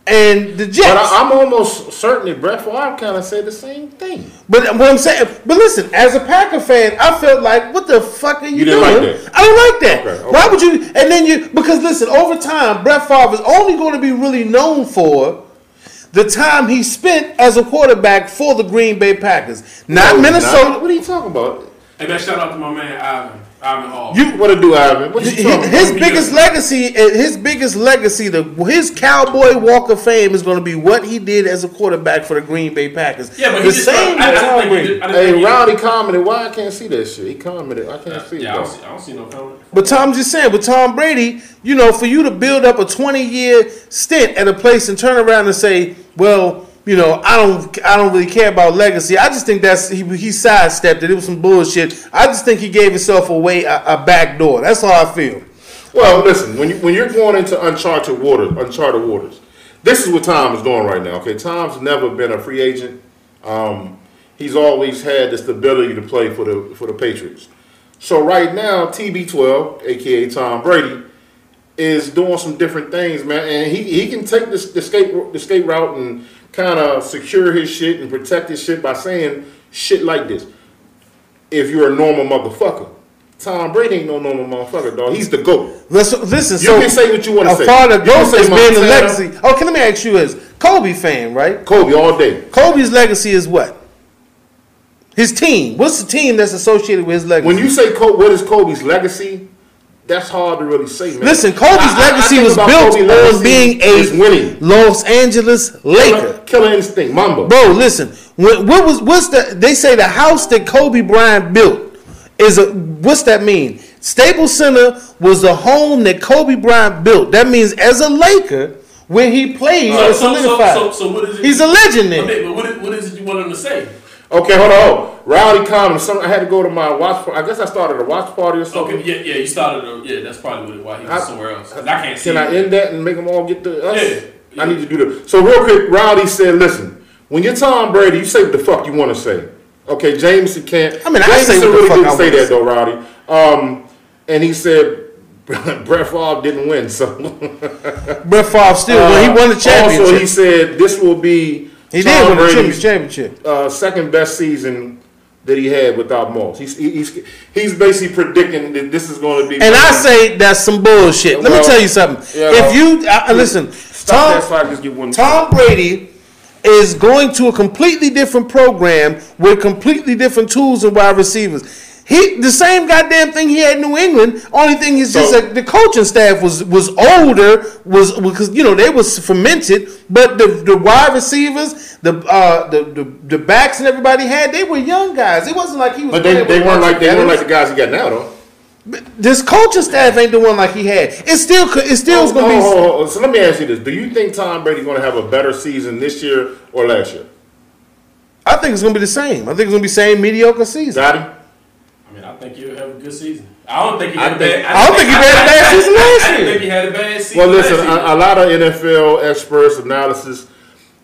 S1: and the Jets.
S8: But I, I'm almost certain that Brett Favre kind of said the same thing.
S1: But what I'm saying, but listen, as a Packer fan, I felt like, what the fuck are you,
S8: You didn't
S1: doing?
S8: like that.
S1: I don't like that.
S8: Okay, okay.
S1: Why would you? And then you because listen, over time, Brett Favre is only going to be really known for the time he spent as a quarterback for the Green Bay Packers, not
S8: No,
S1: Minnesota.
S8: not- What are you talking about?
S7: Hey man, shout out to my man Ivan Ivan Hall.
S8: You what to do, Ivan? What you talking about? uh,
S1: His biggest
S7: Yeah.
S1: legacy, uh, his biggest legacy, the his Cowboy Walk of Fame is going to be what he did as a quarterback for the Green Bay Packers.
S7: yeah, but
S1: the
S7: he just I, I
S1: with
S7: don't
S1: Tom
S7: think he
S1: Brady.
S7: did, I didn't
S8: Hey,
S7: think he-
S8: Rowdy commented. Why I can't see that shit? He commented. I can't see
S7: Yeah, I don't
S8: it. though.
S7: see, I don't see no comment.
S1: But Tom just saying, with Tom Brady, you know, for you to build up a 20 year stint at a place and turn around and say, well, you know, I don't, I don't really care about legacy. I just think that's he, he sidestepped it. It was some bullshit. I just think he gave himself away a, a back door. That's how I feel.
S8: Well, listen, when, you, when you're going into uncharted waters, uncharted waters, this is what Tom is doing right now. Okay, Tom's never been a free agent. Um, he's always had the stability to play for the for the Patriots. So right now, TB12, aka Tom Brady, is doing some different things, man, and he, he can take this the skate the skate route and kind of secure his shit and protect his shit by saying shit like this. If you're a normal motherfucker, Tom Brady ain't no normal motherfucker, dog. He's the goat.
S1: Let's, listen,
S8: You
S1: so
S8: can say what you wanna
S1: a
S8: say.
S1: part
S8: You
S1: of
S8: can
S1: Ghost
S8: say
S1: is being the
S8: Montana.
S1: legacy. Okay, let me ask you this: Kobe fan, right?
S8: Kobe all day.
S1: Kobe's legacy is what? His team. What's the team that's associated with his legacy?
S8: When you say Kobe, what is Kobe's legacy? That's hard to really say, man.
S1: Listen, Kobe's
S8: I- I- I
S1: legacy
S8: think
S1: was
S8: about
S1: built
S8: Kobe's
S1: on
S8: legacy
S1: being
S8: is
S1: a
S8: winning,
S1: Los Angeles Laker.
S8: killer, killer instinct, Mamba.
S1: Bro, listen. What, what was what's the? They say the house that Kobe Bryant built is a. What's that mean? Staples Center was the home that Kobe Bryant built. That means as a Laker, when he played,
S7: So,
S8: Uh,
S1: it
S7: so, so,
S1: solidified.
S7: so, so what is it?
S1: He's a legend then.
S7: Okay, but what is, what is it you want him to say?
S8: Okay, hold on. hold on. Rowdy Common. Some, I had to go to my watch. par- I guess I started a watch party or something.
S7: Okay, yeah, yeah, you started. A, yeah, that's probably what it, why he was
S8: I-
S7: somewhere else. 'Cause I can't see.
S8: Can I
S7: it.
S8: end that and make them all get the us?
S7: Yeah.
S8: I need to do that. So real quick, Rowdy said, "Listen, when you're Tom Brady, you say what the fuck you want to say." Okay, Jameson can't.
S1: I mean, I
S8: Jameson
S1: say what the
S8: really
S1: fuck
S8: didn't
S1: I
S8: say
S1: wanna
S8: that
S1: say.
S8: though, Rowdy. Um, and he said Brett Favre didn't win, so
S1: Brett Favre still, well, he won the championship.
S8: Uh, Also, he said this will be
S1: he
S8: Tom
S1: did win the
S8: Brady's
S1: championship. championship.
S8: uh, second best season that he had without Moss. He's he's he's basically predicting that this is going to be.
S1: And I say that's some bullshit. Let
S8: Well,
S1: me tell you something.
S8: yeah.
S1: if you I, I- listen,
S8: Stop
S1: Tom,
S8: that so I can just get one.
S1: Tom Brady is going to a completely different program with completely different tools and wide receivers. He the same goddamn thing he had in New England. Only thing is just
S8: So-
S1: that the coaching staff was was older was because you know they was fermented, but the the wide receivers, the uh the the, the backs and everybody had they were young guys. It wasn't like he was.
S8: But they,
S1: playing
S8: they
S1: with
S8: weren't like they weren't
S1: veterans.
S8: like the guys he got now though.
S1: This coaching staff ain't the one like he had. It still could. It still is gonna be.
S8: Oh, oh, oh, So let me ask you this: Do you think Tom Brady's going to have a better season this year or last year?
S1: I think it's gonna be the same. I think it's gonna be same mediocre season.
S8: Zaddy?
S7: I mean, I think you'll have a good season. I don't think he
S8: I
S7: had a
S8: think-
S7: bad.
S1: I don't think he had a bad season last
S7: I didn't
S1: year.
S7: think he had a bad season.
S8: Well, listen,
S7: last year.
S8: a, a lot of NFL experts analysis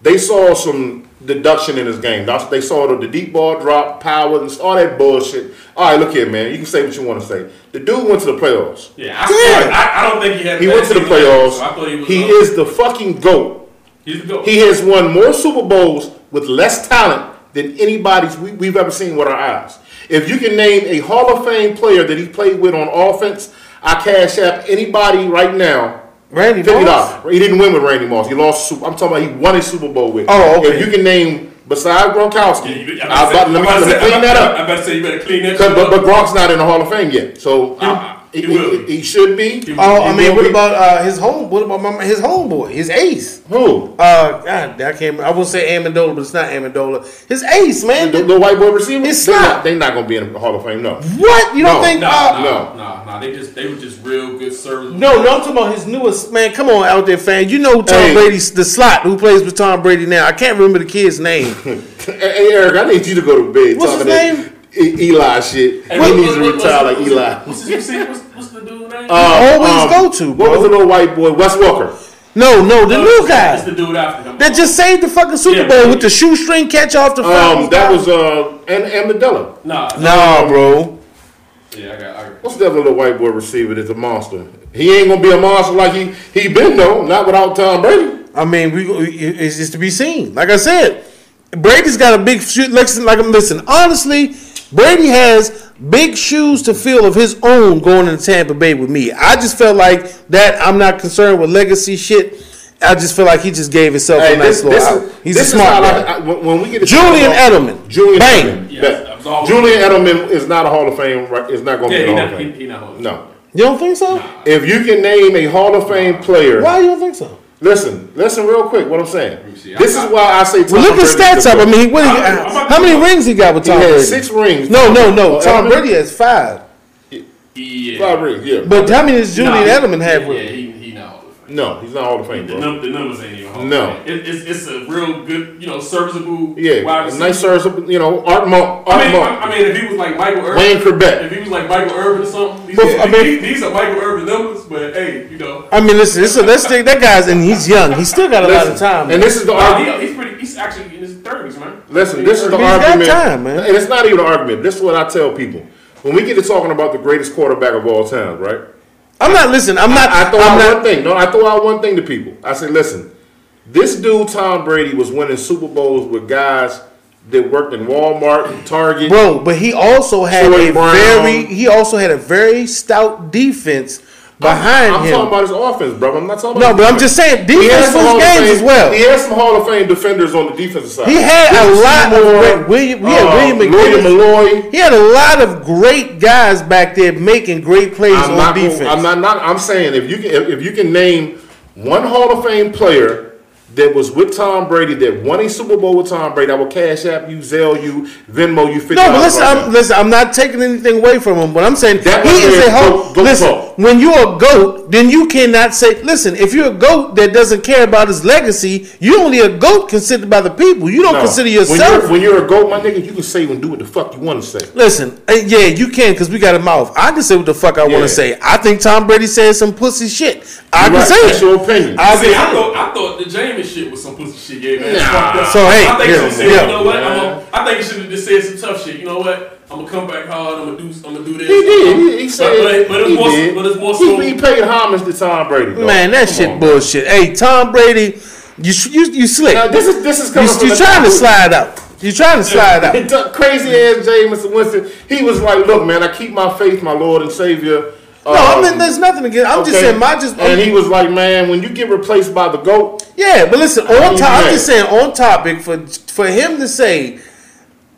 S8: they saw some deduction in his game. That's- They saw the, the deep ball drop, power, and all that bullshit. All right, look here, man. You can say what you want to say. The dude went to the playoffs.
S7: yeah, I,
S1: Yeah.
S7: I, I don't think he had. A
S8: He
S7: bad
S8: went to the
S7: season last year, so I thought he
S8: playoffs.
S7: was.
S8: He
S7: uh,
S8: is the fucking goat.
S7: He's the goat.
S8: He has won more Super Bowls with less talent than anybody's we, we've ever seen with our eyes. If you can name a Hall of Fame player that he played with on offense, I cash app anybody right now.
S1: Randy
S8: Fifty
S1: Moss.
S8: dollars. He didn't win with Randy Moss. He lost. Super, I'm talking about he won a Super Bowl with.
S1: Oh, okay.
S8: If you can name besides
S7: Yeah,
S8: Gronkowski,
S7: you-
S8: I'm
S7: I'm about to
S8: about,
S7: say-
S8: let me,
S7: I'm about
S8: let
S7: to
S8: me
S7: say-
S8: clean that
S7: I'm
S8: up.
S7: about to say you better clean that
S8: 'Cause-
S7: shit
S8: But,
S7: up.
S8: but Gronk's not in the Hall of Fame yet, so I-
S7: Yeah.
S8: Uh-uh. He,
S7: He will.
S8: he- he should be.
S1: Oh, I
S8: He
S1: mean,
S8: will
S1: what
S8: be.
S1: about uh, his home? What about my, his homeboy? His ace.
S8: who?
S1: Uh, God, I can't. I will say Amendola, but it's not Amendola. His ace, man.
S8: The, the white boy receiver?
S1: It's
S8: they
S1: not.
S8: They're not going to be in the Hall of Fame, no.
S1: what you don't
S8: No,
S1: think?
S7: Nah,
S1: uh,
S7: nah,
S8: no.
S7: nah, nah. They just they were just real good servers.
S1: No, no, I'm talking about his newest man. Come on, out there, fan. You know Tom
S8: Hey.
S1: Brady's the slot who plays with Tom Brady now. I can't remember the kid's name.
S8: Hey, hey, Eric, I need you to go to bed.
S1: What's
S8: talking
S1: his
S8: that
S1: name?
S8: E- Eli shit.
S7: Hey,
S8: he
S7: what-
S8: needs
S7: what-
S8: to
S7: what-
S8: retire
S7: what's-
S8: like Eli. um,
S7: What's his receiver? What's, what's the dude name?
S8: Uh,
S1: Always go to,
S8: What was the little white boy? Wes Walker.
S1: No, no, the new
S7: It's the
S1: guy
S7: dude after him.
S1: that just saved the fucking Super
S7: Yeah.
S1: Bowl with the shoestring catch off the.
S8: Um,
S1: foul.
S8: that was uh, and Amidella.
S7: nah.
S1: nah, bro.
S7: Yeah, I got. I got.
S8: What's the other little white boy receiver that's a monster? He ain't gonna be a monster like he he been though. Not without Tom Brady.
S1: I mean, we it- it's just to be seen. Like I said, Brady's got a big shoe. Listen, like I'm listen. Honestly, Brady has big shoes to fill of his own going into Tampa Bay with me. I just felt like that. I'm not concerned with legacy shit. I just feel like he just gave himself a nice little. out. He's a
S8: this
S1: smart
S8: how
S1: guy.
S8: I- I- when when we get to
S1: Julian
S8: talk about-
S1: Edelman.
S8: Julian
S1: Bang.
S8: Edelman.
S7: Yeah,
S8: Bet.
S7: that was all-
S8: Julian Edelman is not a Hall of Fame. Right, is not gonna
S7: Yeah,
S8: be
S7: he
S8: a Hall of
S7: not. He,
S8: Fame.
S7: he not holding.
S8: no.
S1: you don't think so?
S8: If you can name a Hall of Fame player,
S1: Why you don't think so?
S8: listen, listen real quick. What I'm saying.
S7: see.
S8: This
S7: I-
S8: is why I say. Tom
S1: Well, look at
S8: Brady's
S1: stats
S8: the
S1: up. I
S8: GOAT.
S1: mean, what,
S7: I'm- I'm about
S1: how
S7: to
S1: many
S7: go.
S1: rings he got with
S8: He
S1: Tom
S8: had
S1: Brady?
S8: six rings.
S1: No, no, no.
S8: Oh,
S1: Tom
S8: Edelman?
S1: Brady has five.
S7: Yeah.
S8: Five rings. Yeah.
S1: But how many does
S7: Nah,
S1: Julian
S7: he-
S1: Edelman have?
S7: Yeah,
S1: with
S7: yeah, he he not holding.
S8: No, he's not Hall of Fame,
S7: The,
S8: bro.
S7: num- the numbers ain't even hard.
S8: No.
S7: It, it's, it's a real good, you know, serviceable
S8: Yeah,
S7: wide receiver.
S8: nice service. You know, Art Monk. Art
S7: I mean, I,
S8: Monk.
S7: I mean, if he was like Michael Irvin,
S8: Wayne Corbett.
S7: if he was like Michael Irvin or something, these,
S1: But,
S7: are-
S1: I mean-
S7: these- these are Michael Irvin numbers. But hey, you know,
S1: I mean, listen, listen let's take that guy's, and he's young. He's still got a lot of
S8: Listen,
S1: time.
S8: And this is the
S7: Nah,
S8: argument.
S7: he, he's pretty. He's actually in his thirties, man.
S8: Listen, this is the
S1: He's got
S8: argument.
S1: time, man.
S8: And it's not even an argument. This is what I tell people. When we get to talking about the greatest quarterback of all time, right?
S1: I'm not listening. I'm not.
S8: I throw
S1: I'm
S8: out
S1: not.
S8: one thing. No, I throw out one thing to people. I say, listen, this dude Tom Brady was winning Super Bowls with guys that worked in Walmart and Target.
S1: Bro, but he also had
S8: Troy
S1: a
S8: Brown.
S1: very. He also had a very stout defense behind
S8: I'm
S1: him.
S8: talking about his offense, bro. I'm not talking
S1: no,
S8: about
S1: but
S8: his
S1: I'm just saying
S8: defense. He had
S1: defense
S8: some Hall
S1: wins
S8: of
S1: games
S8: Fame-
S1: as well.
S8: He had some Hall of Fame defenders on the defensive side.
S1: He had a
S8: Willie
S1: lot of
S8: Seymour,
S1: great- William- yeah, William McGinnis.
S8: uh, William Malloy.
S1: He had a lot of great guys back there making great plays
S8: I'm
S1: on
S8: not,
S1: defense.
S8: gonna- I'm not, not. I'm saying if you can, if, if you can name one Hall of Fame player that was with Tom Brady that won a Super Bowl with Tom Brady, I will cash app you, Zelle you, Venmo you.
S1: no, but
S8: $50
S1: listen,
S8: right
S1: I'm,
S8: now.
S1: listen. I'm not taking anything away from him. But I'm saying
S8: That
S1: he
S8: was
S1: is
S8: his
S1: a whole.
S8: goat- goat
S1: listen,
S8: call.
S1: when you're a goat, then you cannot say. Listen, if you're a goat that doesn't care about his legacy, you're only a goat considered by the people. You don't
S8: No.
S1: consider
S8: When
S1: yourself.
S8: you're, when you're a goat, my nigga, you can say and do what the fuck you want to say.
S1: Listen, uh, yeah, you can because we got a mouth. I can say what the fuck I want
S8: Yeah.
S1: to say. I think Tom Brady said some pussy shit. I
S8: You're
S1: can
S8: right.
S1: say
S8: That's
S1: it.
S8: your opinion.
S1: I
S7: See, I
S1: can-
S7: thought I thought the Jameis shit was some pussy shit, yeah, man. It's
S8: Nah.
S7: fucked up.
S1: So, hey,
S7: I think you
S1: yeah,
S7: should said,
S1: yeah.
S7: you know what? I'm gonna- I think you should have just said some tough shit. You know what? I'm gonna come back hard. I'm gonna do. I'm gonna do this.
S8: He did. He, he
S7: But-
S8: said.
S7: but, but, it's
S8: he
S7: more.
S8: did.
S7: But it's more. So,
S8: He, he paid homage to Tom Brady. dog.
S1: Man, that
S8: Come
S1: shit
S8: on, bro.
S1: bullshit. Hey, Tom Brady, you sh- you you slick.
S8: Now, this is this is coming
S1: you
S8: from
S1: you
S8: the
S1: trying to
S8: dude-
S1: slide out. You trying to slide out.
S8: And t- crazy ass Jameis Winston, he was like, "Look, man, I keep my faith, my Lord and Savior."
S1: No, I mean there's nothing against. I'm just saying my just.
S8: Um, and he was like, "Man, when you get replaced by the goat,
S1: yeah, but listen
S8: I
S1: on
S8: mean,
S1: top. I'm
S8: Um, yeah.
S1: just saying on topic for for him to say,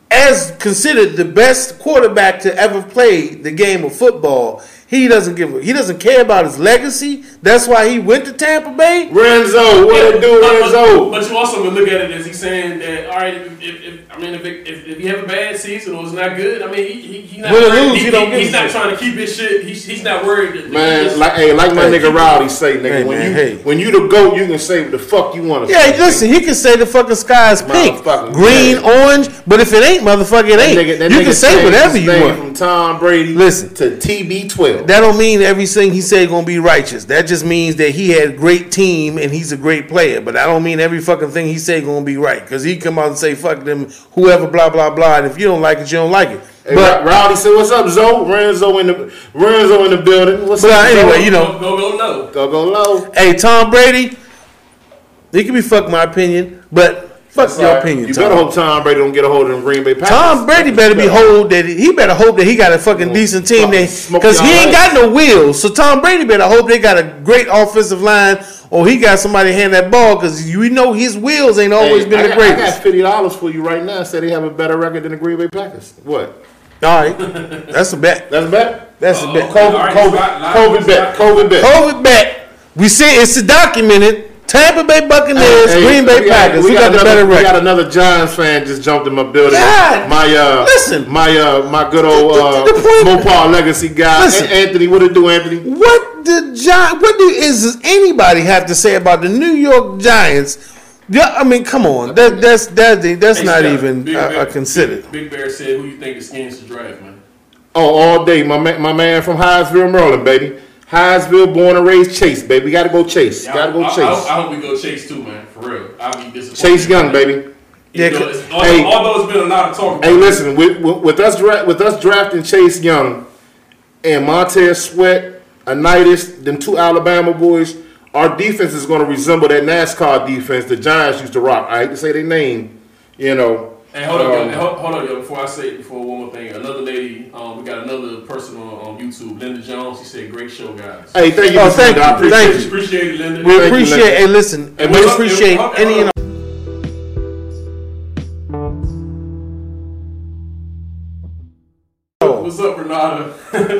S1: as considered the best quarterback to ever play the game of football, he doesn't give. A, he doesn't care about his legacy. That's why he went to Tampa Bay.
S8: Renzo, what it do,
S7: but, but,
S8: Renzo?"
S7: but you also would look at it as he's saying that all right, if, if, if I mean if, it, if if you have a bad season or it's not good, I mean he he, he not
S1: Win or
S7: trying-
S1: lose,
S7: he,
S1: he don't
S7: he-
S1: give
S7: he's
S1: a
S7: not
S1: shit.
S7: trying to keep his shit. He's, he's not worried. That,
S8: Man, like, hey, like my nigga Rowdy say, nigga,
S1: Hey,
S8: when
S1: man,
S8: you
S1: hey.
S8: when you the goat, you can say what the fuck you want to
S1: Yeah,
S8: say.
S1: listen, he can say the fucking sky is pink,
S8: Motherfucking
S1: green, orange, but if it ain't, motherfucker, it
S8: That
S1: ain't.
S8: nigga- that
S1: you
S8: nigga
S1: can say
S8: changed
S1: whatever
S8: his
S1: you
S8: name
S1: want.
S8: From Tom Brady,
S1: Listen.
S8: to TB12.
S1: That don't mean everything he said gonna be righteous. That just means that he had great team and he's a great player. But I don't mean every fucking thing he said gonna be right. Cause he come out and say fuck them, whoever, blah blah blah. And if you don't like it, you don't like it.
S8: Hey,
S1: but
S8: Ro- Rowdy said, "What's up, Zo? Renzo in the Renzo in the building. What's
S1: but
S8: up,
S1: uh,
S8: Zo?
S1: anyway, you know,
S7: go go go no.
S8: go go low."
S1: hey Tom Brady, he can be fuck my opinion, but fuck your
S8: Sorry.
S1: opinion.
S8: You
S1: Tom.
S8: better hope Tom Brady don't get a hold of them Green Bay Packers.
S1: Tom Brady better be hold that he better hope that he got a fucking decent team
S8: fucking
S1: that
S8: smoke
S1: because he
S8: y'all
S1: ain't got
S8: ass.
S1: no wheels. So Tom Brady better hope they got a great offensive line or he got somebody hand that ball because you know his wheels ain't
S8: Hey,
S1: always been
S8: I
S1: the
S8: got, I got
S1: greatest.
S8: fifty dollars for you right now. Said they have a better record than the Green Bay Packers. What?
S1: All right, that's a bet.
S8: That's back.
S1: That's a bet.
S7: okay. All
S8: COVID,
S7: right,
S8: COVID,
S7: live- live-
S8: COVID bet. COVID bet.
S1: COVID bet. We see it's documented. Tampa Bay Buccaneers,
S8: Hey,
S1: Green Bay
S8: we got-
S1: Packers. We, got, the
S8: another,
S1: better
S8: We got
S1: record.
S8: another Giants fan just jumped in my building.
S1: God!
S8: my uh,
S1: Listen.
S8: my uh, my good old uh,
S1: The- the- the point-
S8: Mopar legacy guy,
S1: Listen.
S8: An- Anthony. What it do, Anthony?
S1: What the Gi- What do is does anybody have to say about the New York Giants? Yeah, I mean, come on. That that's that that's
S7: Hey,
S1: not
S7: Steph,
S1: even
S7: Big
S1: uh,
S7: Bear-
S1: uh, considered.
S7: Big Bear said, "Who you think the skins to draft, man?"
S8: Oh, all day, my man, my man from Highsville, Maryland, baby. Highsville, born and raised, Chase, baby. We gotta go Chase.
S7: Yeah,
S8: gotta go
S7: I, I-
S8: Chase.
S7: I, hope- I hope we go Chase too, man. For real, I'll be disappointed.
S8: Chase Young, baby.
S1: Yeah,
S7: Yeah,
S1: c-
S7: although,
S8: hey.
S7: although it's been a lot of talk.
S8: Hey,
S7: about it.
S8: listen, with, with, with us dra- with us drafting Chase Young and Montez Sweat, Anitis, them two Alabama boys, our defense is going to resemble that NASCAR defense the Giants used to rock. I hate to say their name, you know.
S7: Hey, hold up,
S8: Um,
S7: yo. Hold, hold up, yo. Before I say it, before one more thing, another lady. Um, we got another person on, on YouTube, Linda Jones. She said, "Great show, guys."
S8: Hey, thank you,
S1: Oh,
S8: Mr.
S1: thank
S8: Linda. I
S1: you.
S8: appreciate
S1: Thank
S8: it.
S1: you.
S7: Appreciate it, Linda.
S1: We
S8: Thank you,
S1: appreciate.
S8: Linda.
S1: Hey, listen.
S7: Hey,
S1: we
S7: what's up-
S1: appreciate
S7: hold-
S1: any and all.
S7: What's up, Renata?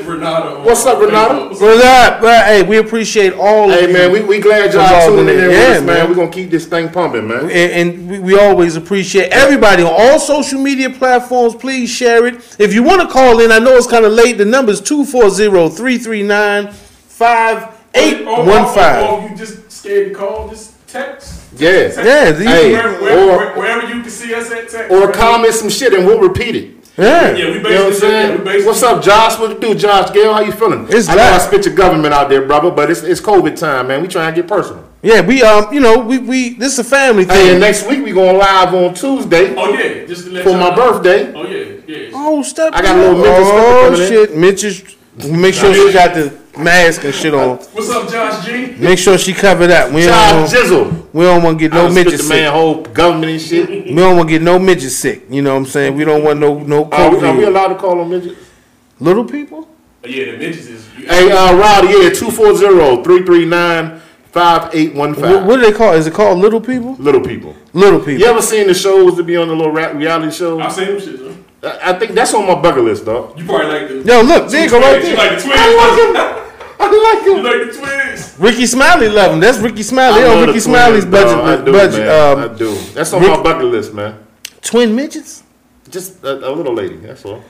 S7: Renata. on-
S8: What's up,
S7: on
S8: Renata?
S7: Facebook. What's up?
S1: What's up? Well, Hey, we appreciate all.
S8: Hey
S1: of
S8: man,
S1: you.
S8: we, we glad
S1: What's
S8: y'all
S1: all
S8: tuning in
S1: in there?
S8: with
S1: Yeah,
S8: us, man.
S1: man.
S8: We're gonna keep this thing pumping, man.
S1: and, and we, we always appreciate everybody on all social media platforms. Please share it. If you want to call in, I know it's kind of late. The number is
S7: Oh,
S8: Oh,
S1: 240-339-5815.
S7: Or, or, or if you just scared to call, just text.
S8: Yeah.
S7: Text.
S1: Yeah, these-
S8: Hey,
S7: Where- where-
S8: or-
S7: where- wherever you can see us at, text.
S8: Or comment some shit and we'll repeat it.
S7: Yeah, we
S8: You
S7: basically.
S8: know what I'm
S7: yeah, we
S8: saying?
S7: basically
S8: What's up, Josh? What you do, Josh? Gail, how you feeling?
S1: It's
S8: I know I
S1: back.
S8: spit your government out there, brother, but it's, it's COVID time, man. We trying to get personal.
S1: Yeah, we um, you know, we we this is a family
S8: Hey, and
S1: thing.
S8: next week we going live on Tuesday
S7: Oh yeah, just to let
S8: for
S7: y'all
S8: my
S7: know.
S8: birthday.
S7: Oh yeah, yeah.
S1: oh, step.
S8: I got a little
S1: up.
S8: Mitchell
S1: Oh
S8: slipper coming in.
S1: shit, Mitch is. Make sure she got the mask and shit on.
S7: What's up, Josh G?
S1: Make sure she covered up. We
S8: Josh
S1: don't, want-
S8: Jizzle.
S1: we don't want to get
S8: I
S1: no
S8: done spit
S1: midgets
S8: the
S1: sick.
S8: man whole government and shit.
S1: We don't want to get no midgets sick. You know what I'm saying? We don't want no no
S8: Are Oh, we, are we
S1: COVID.
S8: allowed to call on midget?
S1: Little people.
S7: Oh, yeah, the midgets is. You,
S8: Hey, uh, Rowdy, yeah, 240-339-5815.
S1: What, what do they call? Is it called little people?
S8: Little people.
S1: Little people.
S8: You ever seen the shows to be on the little rap reality shows?
S7: I've seen them shit. Though.
S8: I, I think that's on my bucket list, dog.
S7: You probably like the.
S1: Yo, look, there you go right
S7: twins. You
S1: there.
S7: like the twins?
S8: I like him.
S7: you like the twins?
S1: Ricky Smiley love him. That's Ricky Smiley.
S8: I
S1: They
S8: love
S1: on
S8: the
S1: Ricky
S8: twins,
S1: Smiley's
S8: dog.
S1: budget.
S8: I do,
S1: budget.
S8: man.
S1: um,
S8: I do. That's on my
S1: Rick-
S8: bucket list, man.
S1: twin midgets.
S8: Just a, a little lady. That's all.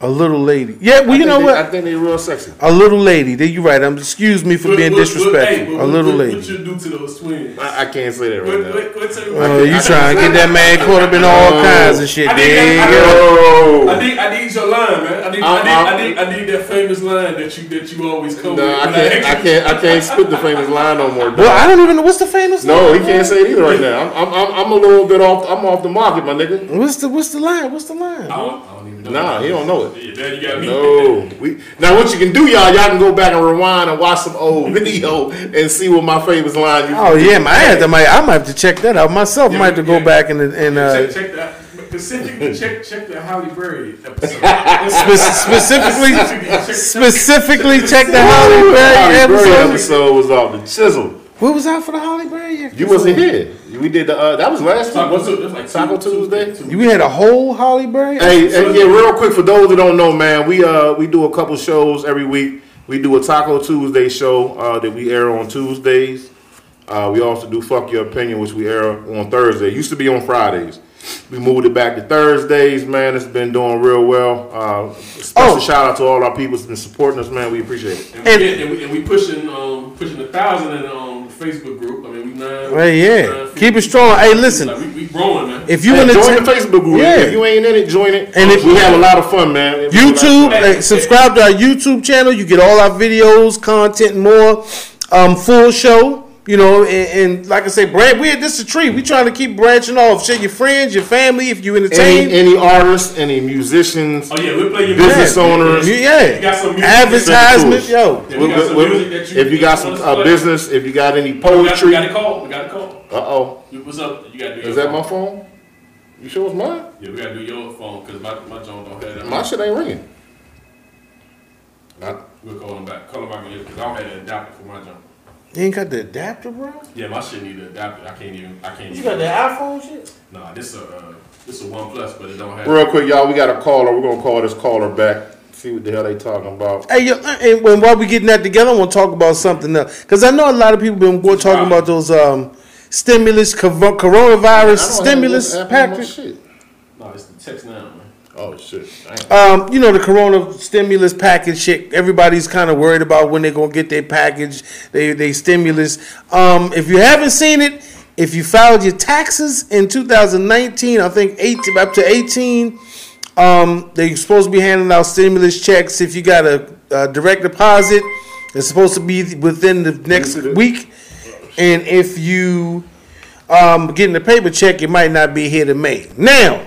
S1: A little lady. Yeah, well,
S8: I
S1: you
S8: think
S1: know
S8: they,
S1: what?
S8: I think they real sexy.
S1: A little lady. There you right. I'm excuse me for
S7: What-
S1: being
S7: what- what- hey,
S1: disrespectful.
S7: but
S1: a little
S7: what,
S1: lady.
S7: What you do to those twins?
S8: I, I can't say that right
S7: What,
S8: now.
S7: what, what's up?
S1: Uh, you trying to get that man caught up in all kinds of shit.
S7: I think
S1: There
S7: I-
S1: you go.
S8: Yo.
S7: I need, I need your line, man. I need,
S8: I'm-
S7: I,
S8: I'm-
S7: need, I, need, I need that famous line that you that you always come with.
S8: Nah, I can't. I can't. I can't spit the famous line no more. dog.
S1: Well, I don't even know what's the famous.
S8: no, he
S1: line?
S8: can't say it either right now. I'm, I'm, I'm, I'm a little bit off. I'm off the market, my nigga.
S1: What's the what's the line? What's the line?
S7: I don't, I don't even know.
S8: Nah, he don't know it.
S7: Yeah, now you got me.
S8: No, we now what you can do, y'all. Y'all can go back and rewind and watch some old video and see what my famous line.
S1: Oh yeah, my, I had to, my, I might have to check that out myself.
S7: Yeah,
S1: might have to
S7: yeah.
S1: go back and and uh,
S7: Check, check that. Specifically, check check the Halle Berry episode.
S1: spe- specifically specifically check the Holly Berry
S8: Halle Berry
S1: episode.
S8: episode was off the chisel.
S1: What was out for the Holly Berry?
S8: You
S1: episode?
S8: wasn't here. We did the uh, that was last time.
S7: Taco
S8: Was
S7: Tuesday, like
S8: it Taco
S7: Tuesday.
S8: Tuesday?
S1: You had a whole Holly Berry.
S8: Hey, and yeah, real quick for those that don't know, man, we uh we do a couple shows every week. We do a Taco Tuesday show uh, that we air on Tuesdays. Uh, we also do Fuck Your Opinion, which we air on Thursday. It used to be on Fridays. We moved it back to Thursdays, man. It's been doing real well. Uh, special
S1: Oh.
S8: shout out to all our people that's been supporting us, man. We appreciate it.
S7: And, we get- and, we, and we pushing um pushing a thousand in um Facebook group. I mean we nine.
S1: Hey, yeah.
S7: nine
S1: Keep
S7: fifty.
S1: it strong. Hey, listen.
S7: Like, we, we growing man.
S1: If you
S8: Hey,
S1: in
S8: join the
S1: the
S8: Facebook group.
S1: Yeah.
S8: If you ain't in it, join it.
S1: And if-
S8: we have a lot of fun, man. It was a lot of
S1: YouTube,
S8: fun.
S1: hey, subscribe to our YouTube channel. You get all our videos, content, and more. Um, full show. You know, and, and like I say, Brad, we this is a tree. We trying to keep branching off. Share your friends, your family, if you entertain.
S8: any, any artists, any musicians,
S7: oh yeah, we play your
S8: business
S7: music.
S8: owners.
S1: You-
S7: You got some
S1: yeah.
S7: music
S1: Advertisement, yo.
S7: Yeah,
S8: we-
S7: we got some
S8: we-
S7: music that you-
S8: if you got some
S7: let's
S8: uh,
S7: play.
S8: business, if you got any
S7: We got, we
S8: poetry,
S7: got
S8: uh
S7: a call. We got a call.
S8: oh,
S7: You- What's up? You gotta do your
S8: is that my
S7: phone.
S8: phone? You sure it's mine?
S7: Yeah, we gotta do your phone because my my John don't have that.
S8: My shit ain't ringing. I-
S7: We'll call him back. Call him back because I don't have that adapter for my John.
S1: You ain't got the adapter, bro.
S7: Yeah, my shit need an adapter. I can't even. I can't
S10: You
S7: even.
S10: got the iPhone shit?
S7: Nah, this a uh, this a one plus, but it don't have.
S8: Real quick, y'all, we got a caller. We're gonna call this caller back. See what the hell they talking about.
S1: Hey, yo, uh, and when- while we getting that together, I want to talk about something else because I know a lot of people been wa- talking about those um stimulus covo- coronavirus stimulus package.
S8: Shit.
S7: No, it's the text now, man.
S8: Oh shit.
S1: Um, you know the corona stimulus package shit. Everybody's kind of worried about when they're gonna get their package, they they stimulus. Um, if you haven't seen it, if you filed your taxes in 2019, I think 18 up to 18. Um, they're supposed to be handing out stimulus checks. If you got a, uh direct deposit, it's supposed to be within the next week. And if you um, getting a paper check, it might not be here to May. Now,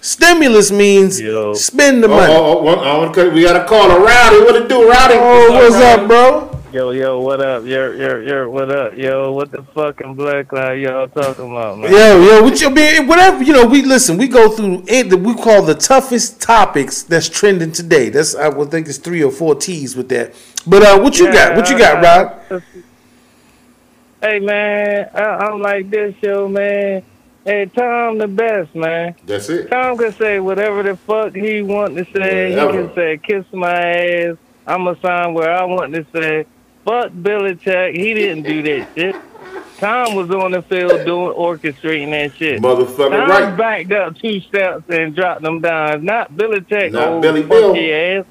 S1: stimulus means
S2: Yo.
S1: spend the
S8: Oh,
S1: money. Oh,
S8: oh, oh, well, I wanna cut- we got a caller. Rowdy, what it do, Rowdy?
S1: Oh, what's up, bro?
S9: Yo, yo, what up? Yo, yo, yo, what up? Yo, what the fucking black cloud y'all talking about, man?
S1: Yo, yo, what you mean? Whatever you know, we listen. We go through it that we call the toughest topics that's trending today. That's I would think it's three or four T's with that. But uh, what you got? What you got,
S9: Yeah,
S1: Rob?
S9: Hey, man, I, I'm like this, yo, man. Hey, Tom the best, man.
S8: That's it.
S9: Tom can say whatever the fuck he want to say. He
S8: Whatever.
S9: can say, kiss my ass. I'm going to sign where I want to say. Fuck Billy Check. He didn't do that shit. Tom was on the field doing orchestrating that shit.
S8: Motherfucker,
S9: Tom
S8: right?
S9: backed up two steps and dropped them down. Not Billy Tech.
S8: Not
S9: old
S8: Billy
S9: funky
S8: Bill.
S9: ass.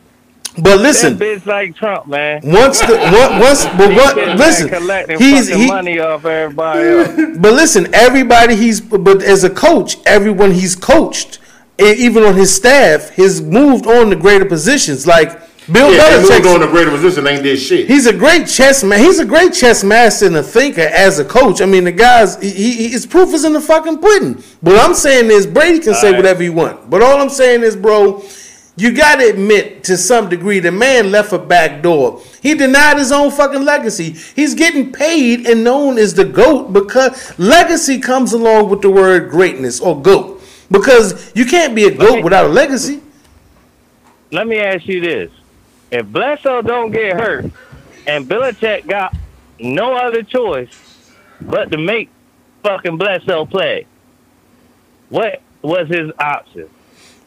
S1: But listen,
S9: That bitch like Trump, man.
S1: once the what, once but
S9: Sitting
S1: what?
S9: there
S1: Listen,
S9: collecting
S1: he's
S9: fucking
S1: he,
S9: money off everybody else.
S1: But listen, everybody he's but as a coach, everyone he's coached, and even on his staff, has moved on to greater positions. Like Bill
S8: Yeah, they moved
S1: Belichick,
S8: on to greater position. Ain't did shit.
S1: he's a great chess man. He's a great chess master and a thinker as a coach. I mean, the guys, he, he, his proof is in the fucking pudding. But I'm saying is Brady can say whatever he want. But all I'm saying is, bro. You gotta admit to some degree the man left a back door. He denied his own fucking legacy. He's getting paid and known as the GOAT because legacy comes along with the word greatness or GOAT. Because you can't be a GOAT without a legacy.
S9: Let me ask you this: If Bledsoe don't get hurt, and Belichick got no other choice but to make fucking Bledsoe play, what was his option?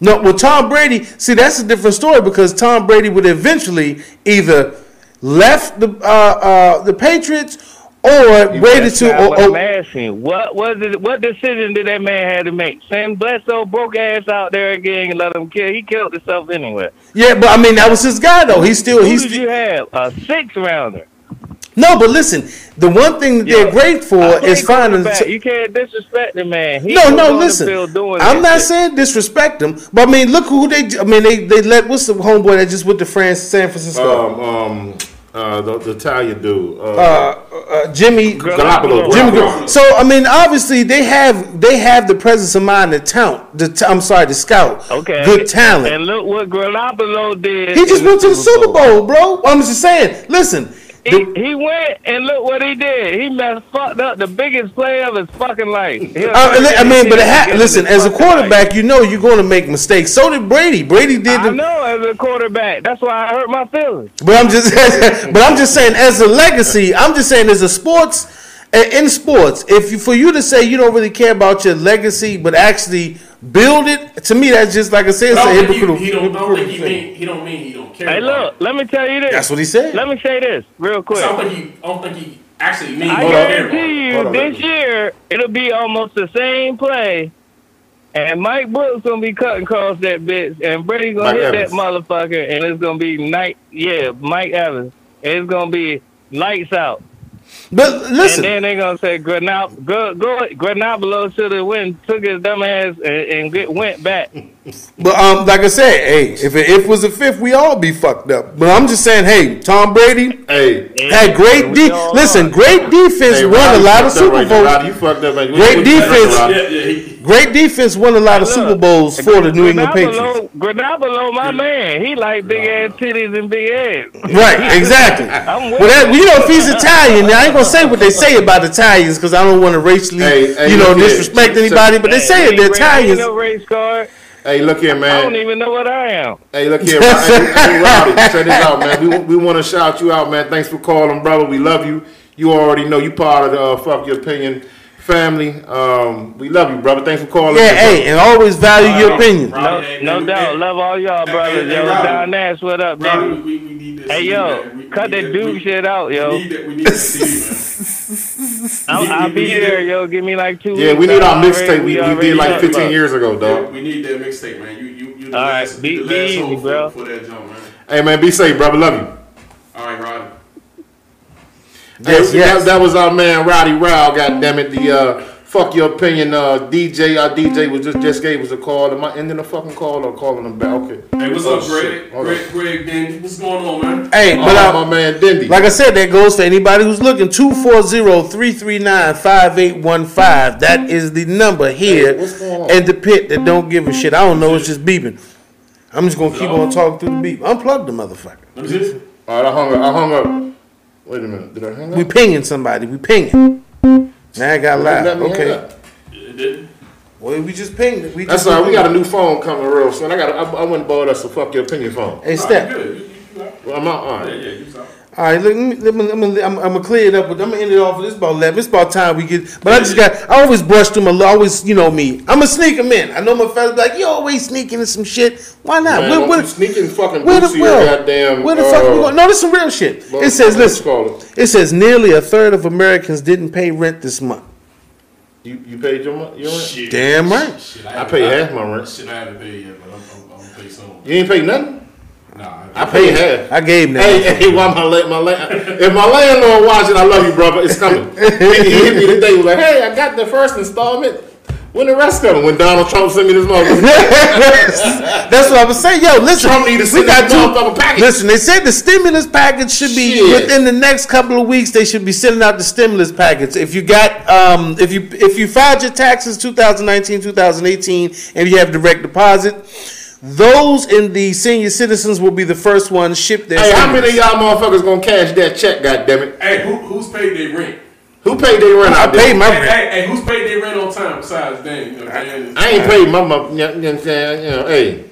S1: No, well, Tom Brady. See, that's a different story because Tom Brady would eventually either left the uh, uh, the Patriots or waited
S9: That's
S1: to. oh,
S9: not
S1: Or,
S9: what I'm
S1: or,
S9: asking. What was it? What decision did that man have to make? Send Bledsoe broke ass out there again and let him kill. He killed himself anyway.
S1: yeah, but I mean that was his guy though. He still
S9: Who
S1: he's
S9: did you have? A six rounder.
S1: no, but listen, the one thing that they're
S9: Yeah.
S1: great for is finding.
S9: you can't disrespect the man. He
S1: no,
S9: was on
S1: no,
S9: the
S1: listen.
S9: field doing
S1: I'm
S9: that
S1: not
S9: shit.
S1: saying disrespect them, but I mean look who they. I mean they they let what's the homeboy that just went to France, San Francisco,
S8: Um, um, uh, the, the Italian dude. Uh,
S1: uh, Jimmy
S8: Garoppolo.
S1: Jimmy
S8: Garoppolo.
S1: Garoppolo. So I mean, obviously they have they have the presence of mind to talent. The t- I'm sorry, to scout.
S9: Okay.
S1: Good talent.
S9: And look what Garoppolo did.
S1: he just went to the Super Bowl, bro. I'm just saying. Listen,
S9: He, he went and look what he did. He messed fucked up the biggest play of his fucking life. He'll
S1: I,
S9: never
S1: Uh, I mean,
S9: get
S1: but it
S9: together
S1: ha-
S9: in
S1: listen,
S9: his
S1: as a
S9: fucking life.
S1: quarterback, you know you're going to make mistakes. So did Brady. Brady did.
S9: I
S1: The,
S9: know as a quarterback. That's why I hurt my feelings.
S1: but I'm just, but I'm just saying, as a legacy, I'm just saying, as a sports, a- in sports, if you, for you to say you don't really care about your legacy, but actually build it, to me, that's just like I said,
S7: I
S1: it's a
S7: don't think
S1: hypocritical.
S7: he, he don't, I don't think he
S1: hypocritical thing.
S7: mean he don't mean he don't care.
S9: Hey,
S7: about
S9: look, let me tell you this.
S1: That's what he said.
S9: Let me say this real quick.
S7: it. I don't think he I don't think he actually mean
S9: I
S7: he don't care about
S9: guarantee
S7: it.
S9: you, this year it'll be almost the same play, and Mike Brooks gonna be cutting across that bitch, and Brady gonna
S8: Mike
S9: hit
S8: Evans.
S9: that motherfucker, and it's gonna be night. Yeah, Mike Evans. It's gonna be lights out,
S1: But listen,
S9: and then they're gonna say Grenob- go, go, Granabolo should have went, took his dumb ass, and, and get, went back.
S1: But um, like I said, hey, if it if it was a fifth, we all be fucked up. But I'm just saying, hey, Tom Brady
S8: hey,
S1: had great
S9: we
S1: de-
S9: all
S1: Listen, great defense
S8: hey,
S1: won
S8: Roddy,
S1: a lot
S8: you
S1: of
S8: fucked up
S1: Super
S8: right now.
S1: Bowls.
S8: Roddy, you fucked up. man.
S1: Great
S8: What you think,
S1: defense.
S8: Roddy?
S7: Yeah, yeah, he,
S1: Great defense won a lot of Super Bowls for the New England Patriots.
S9: Granabolo, Granabolo, my man, he like big ass titties and big ass.
S1: Right, exactly.
S9: I'm with
S1: Well, that,
S9: him.
S1: you know, if he's Italian, now I ain't gonna say what they say about Italians because I don't want to racially,
S8: Hey, hey,
S1: you know,
S8: look here.
S1: disrespect anybody. But they say it,
S9: Ain't
S1: the
S9: ra- ain't
S1: Italians.
S9: no race card.
S8: Hey, look here,
S9: I don't
S8: man.
S9: even know what I am.
S8: Hey, look here, man. Hey, hey, Roddy, check this out, man. We, we want to shout you out, man. Thanks for calling, brother. We love you. You already know you part of the uh, fuck your opinion family. Um, we love you, brother. Thanks for calling.
S1: Yeah,
S8: in, bro.
S1: hey, and always value your opinion.
S9: No,
S7: Hey,
S9: no
S7: hey,
S9: doubt.
S7: hey,
S9: Love all y'all
S7: hey,
S9: brothers.
S7: hey,
S9: Yo,
S7: Robert.
S9: Don Nash, what up,
S7: Bro,
S9: man?
S7: we, we need this.
S9: Hey,
S7: We
S9: yo,
S7: need that. We-
S9: cut
S7: we need
S9: that dude shit out,
S7: We,
S9: yo.
S7: we need that. We need that CD, man.
S9: I'll, I'll be
S7: We need
S9: there,
S7: it.
S9: yo. Give me like two.
S8: Yeah, we
S9: weeks.
S8: need our
S9: I already-
S8: mixtape. We, we
S9: already
S8: did like
S9: talked
S8: 15
S9: about it.
S8: years ago,
S7: Yeah,
S8: dog.
S7: we need that mixtape, man. You, you, you the
S9: All right,
S7: last,
S9: be-
S7: you the
S9: be
S7: last
S9: easy,
S7: hope
S9: bro.
S7: for, for that jump, man.
S8: Hey, man, be safe, brother. Love you.
S7: All right, Roddy.
S8: Yes,
S1: yes.
S8: That, that was our man Roddy Rao. God damn it, the uh, fuck your opinion uh, DJ. Our DJ was just just gave us a call. Am I ending the fucking call or calling him back? Okay.
S7: Hey, what's
S8: Oh,
S7: up,
S8: shit.
S7: Greg?
S8: Hold
S7: Greg, Greg, Danny, what's going on, man?
S1: Hey,
S8: Oh,
S1: but I,
S8: my man Dindy.
S1: like I said, that goes to anybody who's looking. 240-339-5815. That is the number here
S8: Hey, what's going on?
S1: and the pit that don't give a shit. I don't know. It's just beeping. I'm just gonna keep on talking through the beep. Unplug the motherfucker.
S7: Let me see.
S8: All right, I hung up. I hung up. Wait a minute. Did I hang up?
S1: We pinging somebody. We pinging. Now I got loud.
S8: Let me hang
S1: Okay.
S8: up.
S7: It did.
S1: Well, we just pinged. it. We
S8: That's
S1: just
S8: all right. We got a new phone coming real soon. I got. I, I went and bought us a fuck your opinion phone.
S1: Hey,
S7: All right,
S1: step.
S7: good. You, you, you out.
S8: Well, I'm out. All
S7: Yeah,
S8: right.
S7: yeah, you out.
S1: All right, let me, let me, I'm, gonna, I'm, I'm gonna clear it up. But I'm gonna end it off. It's about eleven. It's about time we get. But I just got. I always brush them. I always, you know me. I'm gonna sneak them in. I know my fellas be like, you always sneaking in some shit. Why not?
S8: Man,
S1: Where-
S8: don't
S1: where-
S8: you sneak in fucking
S1: Where the,
S8: boots your
S1: well,
S8: goddamn.
S1: where the fuck
S8: uh,
S1: we going? No, this some real shit.
S8: well,
S1: it says,
S8: what you
S1: listen,
S8: call it?
S1: it says nearly a third of Americans didn't pay rent this month.
S8: You, you paid your mon- your rent?
S7: Shit.
S1: Damn right.
S7: Shit,
S8: I
S7: haven't-
S8: pay half my rent.
S7: Shit, I haven't paid yet, but I'm, I'm, I'm gonna pay some.
S8: You ain't paid nothing.
S7: Nah,
S8: I paid half.
S1: I gave them.
S8: Hey, hey, why my la- my la- if my landlord watching, I love you, brother. It's coming. he, he hit me today. He was like, hey, I got the first installment. When the rest coming? When Donald Trump sent me this motherfucker,
S1: That's what I was saying. Yo, listen,
S8: Trump need to
S1: we
S8: send
S1: got
S8: that
S1: two.
S8: motherfucker package.
S1: Listen, they said the stimulus package should be
S8: Shit.
S1: within the next couple of weeks. They should be sending out the stimulus packets. If you got, um, if you if you filed your taxes 2019, 2018, and you have direct deposit, those in the senior citizens will be the first ones shipped their.
S8: Hey, how many of
S1: stimulus.
S8: y'all motherfuckers gonna cash that check? God damn it!
S7: Hey, who, who's paid their rent?
S8: Who paid their rent?
S1: I
S8: out there?
S1: paid my
S7: Hey,
S1: rent.
S7: hey, hey, who's paid their rent on time besides Danny? You know, Danny is-
S8: I ain't paid my mother. You know what I'm saying? You know, hey,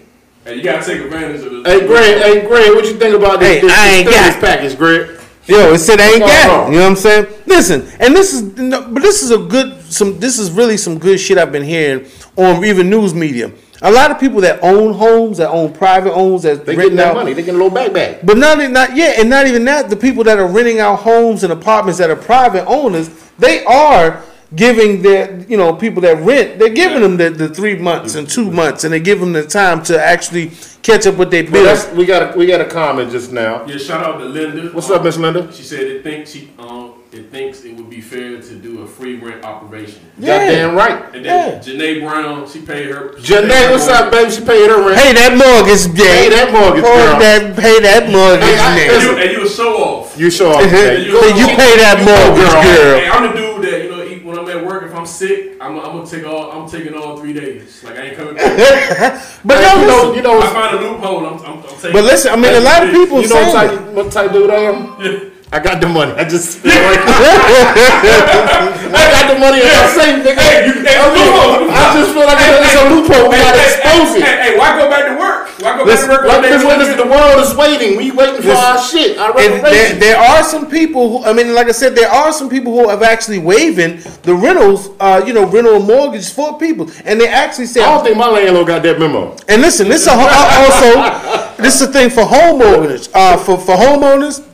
S7: hey, you gotta take advantage of this.
S8: hey, Greg, hey, Greg, what you think about this?
S1: Hey,
S8: this,
S1: I ain't
S8: this
S1: got-
S8: stimulus package, Greg.
S1: Yo, it said I ain't
S8: What's
S1: got
S8: wrong?
S1: it. You know what I'm saying? Listen, and this is, no, but this is a good, some, this is really some good shit I've been hearing on even news media. A lot of people that own homes, that own private homes, that's
S8: They
S1: renting
S8: getting that
S1: out
S8: money. They getting a little back back.
S1: But not e- not yeah, and not even that. The people that are renting out homes and apartments that are private owners, they are giving their you know people that rent, they're giving them the, the three months and two months, and they give them the time to actually catch up with their
S8: Well,
S1: bills.
S8: that's, we got a, we got a comment just now.
S7: Yeah, shout out to Linda.
S8: What's up, Miss Linda?
S7: She said it thinks she um it thinks it would be fair to do a free rent operation.
S1: Yeah.
S8: Goddamn right.
S7: And then
S1: Yeah.
S7: Janae Brown, she paid her. she paid
S8: Janae,
S7: her
S8: what's up,
S7: mortgage.
S8: baby? She paid her rent.
S1: Pay that mortgage, yeah.
S8: Pay that mortgage,
S1: Pay
S8: girl.
S1: that, pay that mortgage,
S8: Hey, I-
S1: nigga.
S7: And you, and you a show off.
S8: You sure? Okay.
S7: you-
S1: you pay that
S7: you-
S1: mortgage, girl.
S7: Hey, I'm the dude that you know. eat- When I'm at work, if I'm sick, I'm, I'm gonna take all. I'm taking all three days. Like I ain't coming back.
S1: But
S8: Hey,
S1: no,
S8: you know,
S1: listen,
S8: you know,
S7: I find a loophole. I'm, I'm, I'm taking.
S1: but listen, I mean, a lot of people
S8: you know
S1: saying
S8: what type, what type dude I am? I got the money. I just spent it right now. I got the money in my safe, nigga.
S7: Hey, you- hey,
S8: I, mean,
S7: loophole.
S8: I just feel like it's a loophole. We
S7: Hey,
S8: gotta
S7: hey,
S8: expose
S7: hey,
S8: it.
S7: hey, hey, why go back to work? Why go
S8: Listen,
S7: back to work? one
S8: like,
S7: day?
S8: this one is- the world is waiting. We waiting for our shit. Our
S1: And there,
S8: reparations.
S1: there are some people who, I mean, like I said, there are some people who have actually waiving the rentals, uh, you know, rental and mortgage for people, and they actually say,
S8: I don't think my landlord got that memo.
S1: and listen, this is uh, also this is a thing for homeowners, uh, for for homeowners,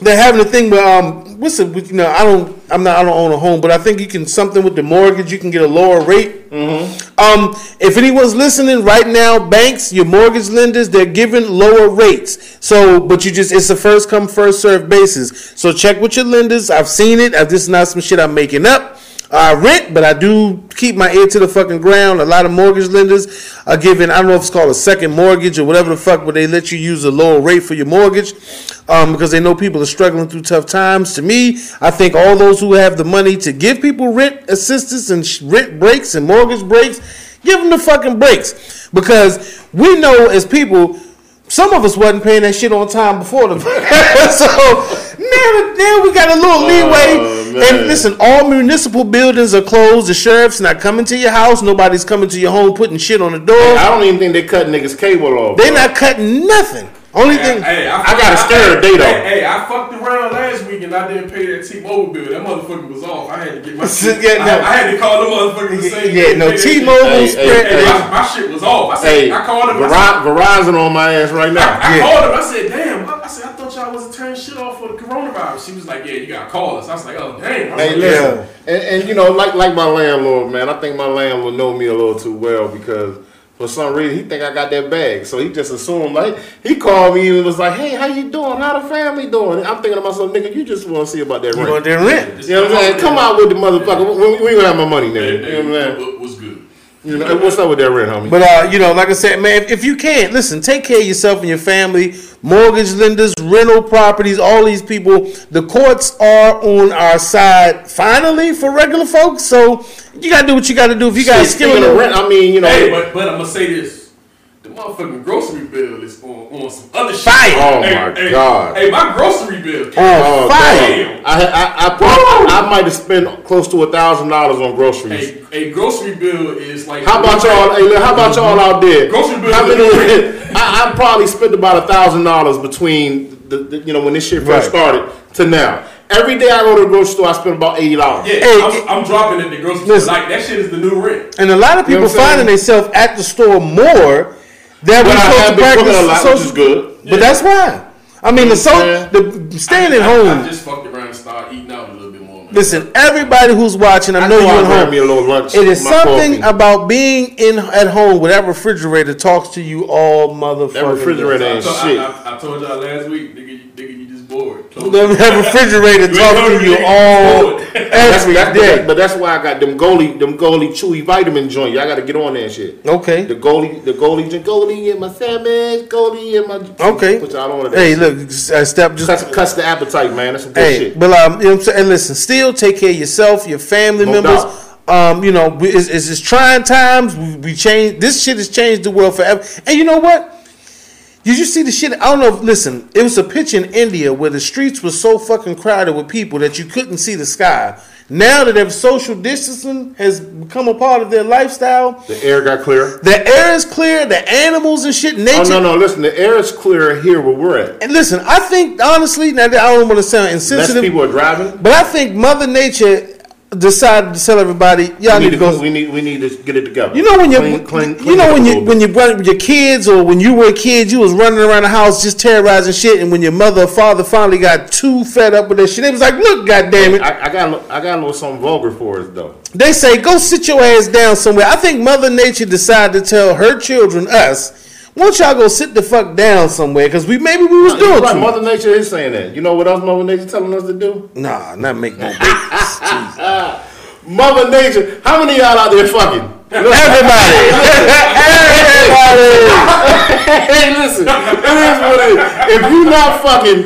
S1: they're having a thing where um, what's it? with- You know, I don't, I'm not, I don't own a home, but I think you can something with the mortgage, you can get a lower rate. Um, if anyone's listening right now, banks, your mortgage lenders, they're giving lower rates. So, but you just, it's a first come, first served basis. So check with your lenders. I've seen it. I, this is not some shit I'm making up. I rent, but I do keep my ear to the fucking ground. A lot of mortgage lenders are giving, I don't know if it's called a second mortgage or whatever the fuck, but they let you use a lower rate for your mortgage um, because they know people are struggling through tough times. To me, I think all those who have the money to give people rent assistance and sh- rent breaks and mortgage breaks, give them the fucking breaks because we know as people, some of us wasn't paying that shit on time before the so now, now we got a
S7: Oh,
S1: little leeway. and
S8: man.
S1: listen, all municipal buildings are closed. The sheriff's not coming to your house. Nobody's coming to your home putting shit on the door.
S8: I don't even think they cut niggas' cable off.
S1: They're
S8: bro.
S1: not cutting nothing. Only thing
S7: Hey, I,
S8: I got a scared day, though.
S7: Hey, hey, I fucked around last week and I didn't pay that T-Mobile bill. That motherfucker was off. I had to get my shit.
S1: Yeah, no.
S7: I, I had to call the motherfucker to say.
S1: yeah, no
S7: hey,
S1: T-Mobile,
S8: hey, hey,
S1: Sprint.
S7: Hey, my, my shit was off. I said,
S8: Hey,
S7: I called him. I said,
S8: Veri- Verizon on my ass right now.
S7: I, I
S1: Yeah.
S7: called him. I said, "Damn!" I, I said, "I thought y'all wasn't turning shit off for the coronavirus." She was like, "Yeah, you gotta call us." I was like, "Oh, damn!" I was
S8: Hey,
S7: like,
S8: listen, and, and you know, like like my landlord, man. I think my landlord know me a little too well because for some reason he think I got that bag, so he just assumed like he called me and was like, "Hey, how you doing? How the family doing?" And I'm thinking to myself, "Nigga, you just want to see about that
S1: You
S8: rent."
S1: want their rent?
S7: It's-
S8: you know what I'm saying? Come out with the motherfucker. We, we, we gonna have my money,
S7: Hey,
S8: nigga.
S7: hey,
S8: You know what I'm saying?
S7: what- what's good?
S8: You know, what's up with that rent, homie?
S1: But uh, you know, like I said, man, if, if you can't listen, take care of yourself and your family. Mortgage lenders, rental properties, all these people. The courts are on our side finally for regular folks. So you gotta do what you gotta do. If you got
S8: Shit,
S1: a skill in
S8: speaking
S1: the
S8: of
S1: rent,
S8: rent, I mean, you know,
S7: Hey, but, but I'm gonna say this: the motherfucking grocery bill is on, on some other shit.
S1: Fire.
S8: Oh,
S7: Hey,
S8: my
S7: hey,
S8: God.
S7: Hey, my grocery bill.
S1: oh, fire.
S7: Damn.
S8: I, I, I, probably, I might have spent close to a thousand dollars on groceries.
S7: A, a grocery bill is like
S8: How about y'all? Hey, look, how about y'all out there?
S7: Grocery bill
S8: How
S7: is
S8: many-
S7: different.
S8: I, I probably spent about a thousand dollars between the, the you know when this shit first started to now. Every day I go to the grocery store, I spend about eighty dollars.
S7: Yeah,
S1: Hey,
S7: I'm, I'm dropping at the grocery store.
S1: listen.
S7: Like that shit is the new rent.
S1: And a lot of
S8: You know
S1: people
S8: what I'm
S1: finding
S8: saying?
S1: themselves at the store more than
S8: But
S1: we
S8: I
S1: supposed to
S8: have been cooking
S1: practice
S8: a lot,
S1: social.
S8: which is good.
S1: But that's why. I mean, the so
S8: Yeah.
S1: the staying
S7: I,
S1: at
S7: I, I
S1: home.
S7: just fucked around and started eating out a little bit more. Man.
S1: Listen, everybody who's watching, I know
S8: I
S1: you're at
S8: grab
S1: home.
S8: me a little lunch.
S1: It is
S8: my
S1: something
S8: coffee.
S1: about being in at home with that refrigerator talks to you all motherfucking.
S8: That refrigerator
S7: I,
S8: ain't
S7: told- I-
S8: shit.
S7: I, I told y'all last week, nigga, you, nigga, you just bored.
S1: day. That refrigerator talks to you all
S8: That's,
S1: every
S8: that's,
S1: day.
S8: but that's why I got them goalie, them goalie chewy vitamin joint. Y'all got to get on that shit. The
S1: Okay.
S8: goalie, the goalie, the goalie in my sandwich, goalie in my
S1: Okay.
S8: Put y'all on it.
S1: Hey, look, uh, step just
S8: Cuts, cuts the appetite, man. That's some good
S1: Hey,
S8: shit.
S1: but um, you know what I'm saying. And listen, still take care of yourself, your family
S8: No
S1: members.
S8: doubt.
S1: Um, you know, we- it's, it's just trying times. We, we change. This shit has changed the world forever. And you know what? Did you see the shit? I don't know. If, listen, it was a pitch in India where the streets were so fucking crowded with people that you couldn't see the sky. Now that if social distancing has become a part of their lifestyle,
S8: The air got clear.
S1: the air is clear, the animals and shit, nature
S8: Oh no, no! Listen, the air is clear here where we're at.
S1: And listen, I think honestly, now that I don't want to sound
S8: Less
S1: insensitive,
S8: people are driving.
S1: But I think Mother Nature decided to tell everybody, y'all
S8: We
S1: need, to go.
S8: We need. We need to get it together.
S1: you know when you
S8: Clean- clean-
S1: you
S8: clean
S1: know
S8: up
S1: when
S8: a
S1: you
S8: little
S1: when you run with your kids or when you were a kid, you was running around the house just terrorizing shit, and when your mother or father finally got too fed up with that shit, they was like, "Look, goddamn it!"
S8: bit. I, I got. a little- I got a little something vulgar for us though.
S1: They say, "Go sit your ass down somewhere." I think Mother Nature decided to tell her children, us, "Won't y'all go sit the fuck down somewhere?" Because we maybe we was doing
S8: Right,
S1: too
S8: Mother Nature is saying that. You know what else Mother Nature telling us to do?
S1: Nah, not make no babies.
S8: Mother Nature. How many of y'all out there fucking?
S1: Everybody, everybody.
S8: hey, listen. It is what it is. If you not fucking,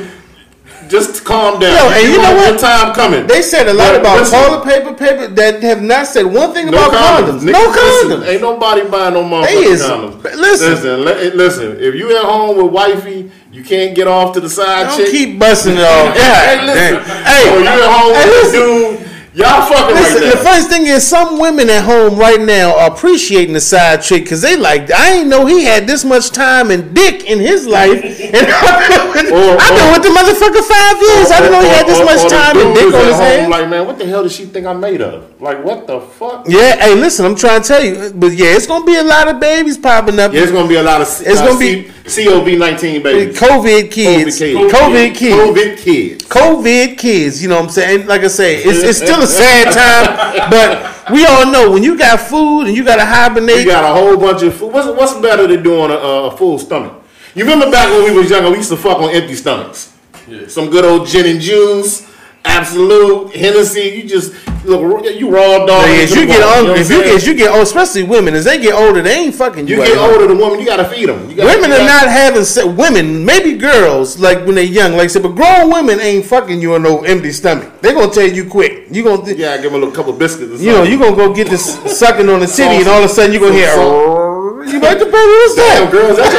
S8: just calm down.
S1: Yo, and you know
S8: got
S1: what?
S8: Your time coming.
S1: They said a lot
S8: But
S1: about
S8: listen,
S1: toilet paper, paper that have not said one thing
S8: No
S1: about condoms.
S8: condoms. nigga.
S1: No
S8: Listen,
S1: condoms.
S8: Ain't nobody buying no motherfucking
S1: They is-
S8: condoms.
S1: but listen.
S8: listen, li- listen. If you at home with wifey, you can't get off to the side
S1: Don't
S8: chick.
S1: keep busting it all.
S8: hey,
S1: Yeah.
S8: listen.
S1: Hey,
S8: or Oh, you at home
S1: hey,
S8: with
S1: listen.
S8: dude. Y'all fucking
S1: Listen,
S8: right
S1: the
S8: now.
S1: first thing is some women at home right now are appreciating the side chick because they like, I ain't know he had this much time and dick in his life. And I've been with,
S8: Or-
S1: I've been
S8: or-
S1: with the motherfucker five years. I didn't know he had this
S8: Or- or- or
S1: much
S8: the
S1: time and
S8: dude
S1: dick
S8: is
S1: on
S8: at
S1: his
S8: home
S1: hands.
S8: Like, man, what the hell does she think I'm made of? Like, what the fuck?
S1: Yeah, hey, listen, I'm trying to tell you, but yeah, it's gonna be a lot of babies popping up.
S8: Yeah, it's gonna be a lot of. uh,
S1: It's gonna be-
S8: COVID nineteen babies.
S1: COVID kids, COVID
S8: COVID kids.
S1: kids.
S8: COVID kids.
S1: COVID kids, you know what I'm saying? Like I say, it's, it's still a sad time, but we all know when you got food and you got to
S8: You
S1: hibernate.
S8: got a whole bunch of food. What's, what's better than doing a, a full stomach? You remember back when we was younger, we used to fuck on empty stomachs. Some good old gin and juice, absolute Hennessy. You just look, you raw dog.
S1: Thing is,
S8: into
S1: you
S8: the
S1: get
S8: wall, know
S1: hungry.
S8: what
S1: If you
S8: I'm
S1: get,
S8: saying?
S1: you get old, especially women. As they get older, they ain't fucking
S8: you
S1: right
S8: get
S1: now.
S8: older, the woman you gotta feed them.
S1: Women are not having se- women, maybe girls, like when they're young, like I said, but grown women ain't fucking you on no empty stomach. They're gonna tell you quick. You gonna,
S8: Yeah, I give them a little couple biscuits. Or
S1: you know, you
S8: something.
S1: gonna go get this sucking on the city, and all of a sudden you gonna hear, "Oh, you about to pay what's
S8: Damn,
S1: that?
S8: girls, that's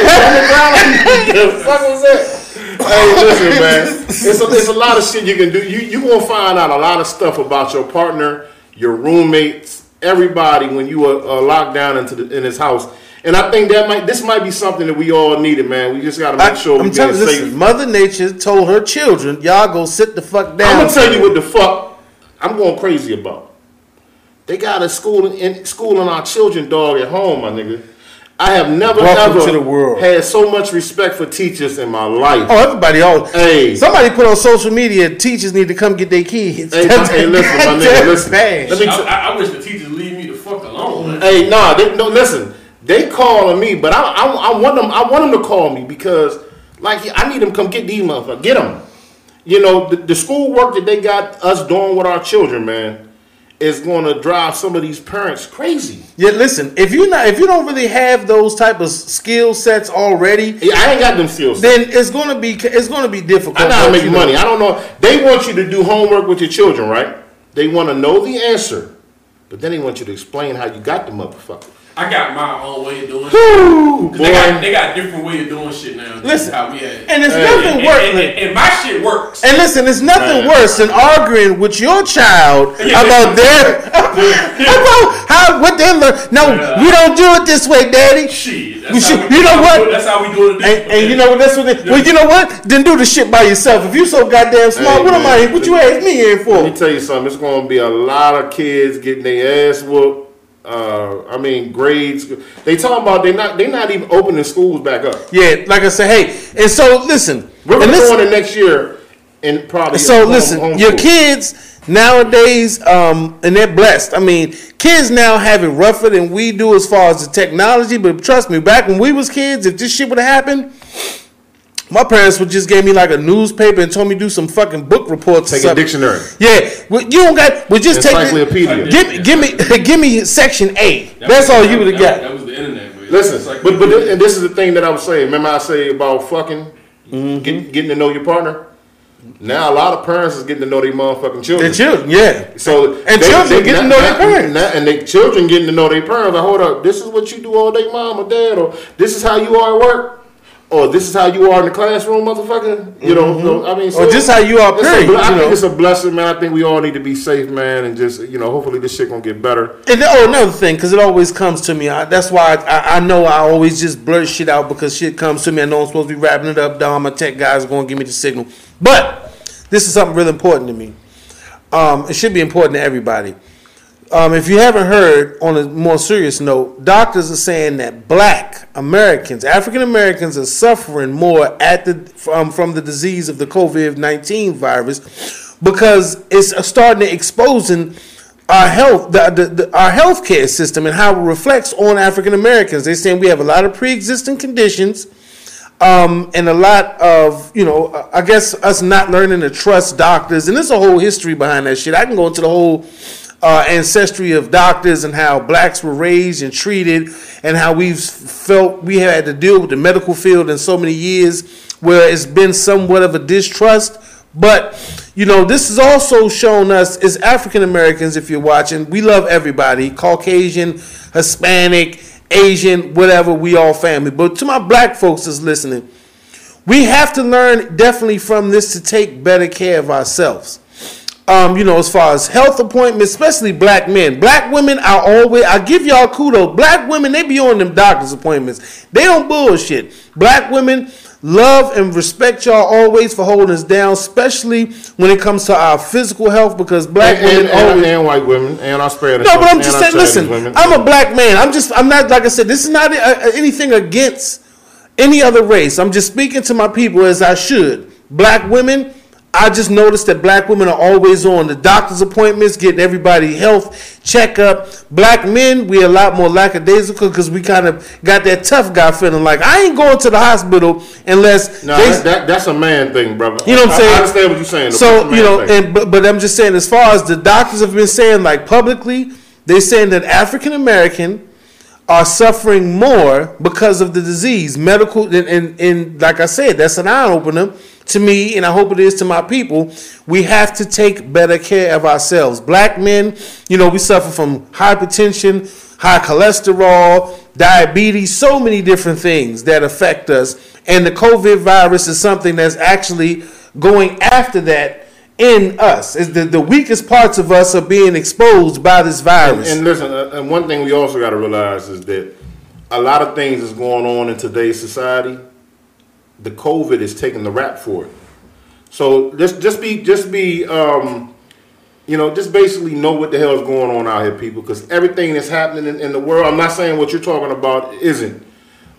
S8: your stomach growling. The fuck was that? Hey, listen, man. It's a, it's a lot of shit you can do. You you gonna find out a lot of stuff about your partner, your roommates, everybody when you are, are locked down into the, in his house, And I think that might this might be something that we all needed, man. We just got to
S1: I,
S8: make sure
S1: am
S8: we
S1: telling
S8: get
S1: you, listen,
S8: safe.
S1: Mother Nature told her children, y'all go sit the fuck
S8: I'm
S1: down.
S8: gonna tell you what the fuck I'm going crazy about. They got a school in schooling our children, dog, at home, my nigga. I have never
S1: Welcome
S8: ever
S1: to the world.
S8: had so much respect for teachers in my life.
S1: Oh, everybody always.
S8: Hey.
S1: Somebody put on social media, teachers need to come get their kids.
S8: Hey, my- hey, listen, my nigga, listen.
S1: Bad.
S8: Let me t-
S7: I, I, I wish the teachers leave me the fuck alone.
S8: Hey, nah, they, no, listen. They calling me, but I, I, I want them. I want them to call me because, like, I need them to come get these motherfuckers. Get them. You know, the, the school work that they got us doing with our children, man, is going to drive some of these parents crazy.
S1: Yeah, listen. If you not, if you don't really have those type of skill sets already,
S8: Yeah, I ain't got them skills.
S1: then it's gonna be it's gonna be difficult.
S8: I gotta
S1: but,
S8: make
S1: you know,
S8: money. I don't know. They want you to do homework with your children, right? They want to know the answer, but then they want you to explain how you got the motherfucker.
S7: I got my own way of doing shit.
S8: Woo,
S7: They got,
S8: boy.
S7: they got different way of doing shit now. than
S1: Listen,
S7: how we had.
S1: And it's
S8: Hey.
S1: nothing
S7: and,
S1: worse.
S7: and- and- and my shit works.
S1: And listen, it's nothing worse than arguing with your child
S7: Yeah.
S1: about their about how what they learn. No,
S7: Yeah.
S1: we don't do it this way, Daddy.
S7: Shit,
S1: You
S7: that's
S1: should-
S7: how we,
S1: you know
S7: that's
S1: what?
S7: That's how we doing it. this
S1: And, and
S7: way.
S1: you know what? That's what. They, Well, you know what? Then do the shit by yourself. If you so goddamn smart,
S8: Hey,
S1: what am I?
S8: man.
S1: here? What you ask me here
S8: Let
S1: for?
S8: me tell you something. It's going to be a lot of kids getting their ass whooped. Uh, I mean, grades. They talking about they not they not even opening schools back up.
S1: Yeah, like I said, hey. And so listen,
S8: We're
S1: and
S8: going
S1: listen,
S8: to next year and probably.
S1: So
S8: home-
S1: listen,
S8: home
S1: your
S8: school.
S1: kids nowadays, um, and they're blessed. I mean, kids now have it rougher than we do as far as the technology. But trust me, back when we was kids, if this shit would have happened, my parents would just gave me like a newspaper and told me do some fucking book reports. or
S8: Take a
S1: something.
S8: dictionary.
S1: Yeah, well, you don't got. Well, just take
S8: Encyclopedia.
S1: the, give, give me, give me section A. That's all you would have
S7: That,
S1: got.
S7: that was the internet. Man.
S8: Listen,
S7: It's like-
S8: but but th- and this is the thing that I was saying. Remember I say about fucking
S1: Mm-hmm.
S8: get- getting to know your partner. Now a lot of parents is getting to know their motherfucking children.
S1: The children, yeah.
S8: So
S1: And children getting to know their parents.
S8: not- and they children getting to know their parents. Like, hold up, this is what you do all day, mom or dad, or this is how you are at work, or this is how you are in the classroom, motherfucker. You know, so, I mean, so
S1: Mm-hmm. Or just how you are,
S8: it's a
S1: period,
S8: ble-
S1: you
S8: I
S1: know.
S8: think it's a blessing, man. I think we all need to be safe, man, and just you know, hopefully this shit gonna get better.
S1: And then- oh, another thing, because it always comes to me. I, that's why I, I, I know I always just blurt shit out because shit comes to me. I know I'm supposed to be wrapping it up. Dom, my tech guy's going to give me the signal. But this is something really important to me. Um, it should be important to everybody. Um, if you haven't heard, on a more serious note, doctors are saying that black Americans, African Americans, are suffering more at the from, from the disease of the COVID 19 virus because it's starting to exposing our health, the, the, the, our healthcare system, and how it reflects on African Americans. They're saying we have a lot of pre existing conditions um, and a lot of you know, I guess us not learning to trust doctors, and there's a whole history behind that shit. I can go into the whole uh, ancestry of doctors and how blacks were raised and treated, and how we've felt we had to deal with the medical field in so many years where it's been somewhat of a distrust. But you know, this has also shown us as African Americans, if you're watching, we love everybody, Caucasian, Hispanic, Asian, whatever, we all family. But to my black folks that's listening, we have to learn definitely from this to take better care of ourselves. Um, you know, as far as health appointments, especially black men, black women are always. I give y'all kudos. Black women, they be on them doctor's appointments. They don't bullshit. Black women love and respect y'all always for holding us down, especially when it comes to our physical health, because black
S8: And,
S1: women
S8: and, and,
S1: always.
S8: and white women and our Spanish.
S1: No, but
S8: women,
S1: I'm
S8: and
S1: just
S8: our
S1: saying.
S8: Chinese
S1: Listen,
S8: women.
S1: I'm a black man. I'm just. I'm not like I said. This is not uh, anything against any other race. I'm just speaking to my people as I should. Black women. I just noticed that black women are always on the doctor's appointments, getting everybody health checkup. Black men, we a lot more lackadaisical because we kind of got that tough guy feeling. Like I ain't going to the hospital unless
S8: No,
S1: they-
S8: that, that, that's a man thing, brother.
S1: you know what I'm
S8: I-
S1: saying?
S8: I understand what you're saying. though,
S1: So
S8: but it's a
S1: you
S8: man
S1: know,
S8: thing.
S1: and but, but I'm just saying, as far as the doctors have been saying, like publicly, they're saying that African American are suffering more because of the disease, medical, and, and and like I said, that's an eye opener to me, and I hope it is to my people. We have to take better care of ourselves. Black men, you know, we suffer from hypertension, high cholesterol, diabetes, so many different things that affect us. And the COVID virus is something that's actually going after that in us. Is the, the weakest parts of us are being exposed by this virus.
S8: And listen, uh, and one thing we also got to realize is that a lot of things is going on in today's society. The COVID is taking the rap for it. So just just be just be um, you know just basically know what the hell is going on out here, people, because everything that's happening in, in the world. I'm not saying what you're talking about isn't,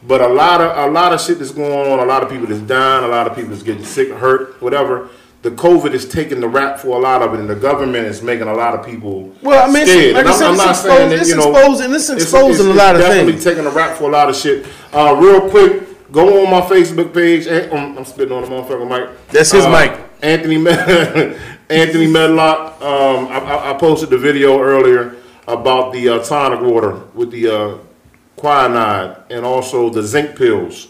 S8: but a lot of a lot of shit that's going on. A lot of people that's dying. A lot of people that's getting sick, hurt, whatever. The COVID is taking the rap for a lot of it, and the government is making a lot of people
S1: Well, I mean, it's-
S8: scared.
S1: like I
S8: And I'm-
S1: said,
S8: I'm
S1: it's
S8: not
S1: exposed-
S8: saying that,
S1: it's
S8: you know,
S1: exposing- it's exposing a lot of
S8: definitely
S1: things.
S8: taking a rap for a lot of shit. Uh, real quick, go on my Facebook page. and- um, I'm spitting on the motherfucker mic.
S1: That's his
S8: Uh,
S1: mic.
S8: Anthony Med- Anthony Medlock. Um, I, I, I posted the video earlier about the uh, tonic water with the uh, quinine and also the zinc pills.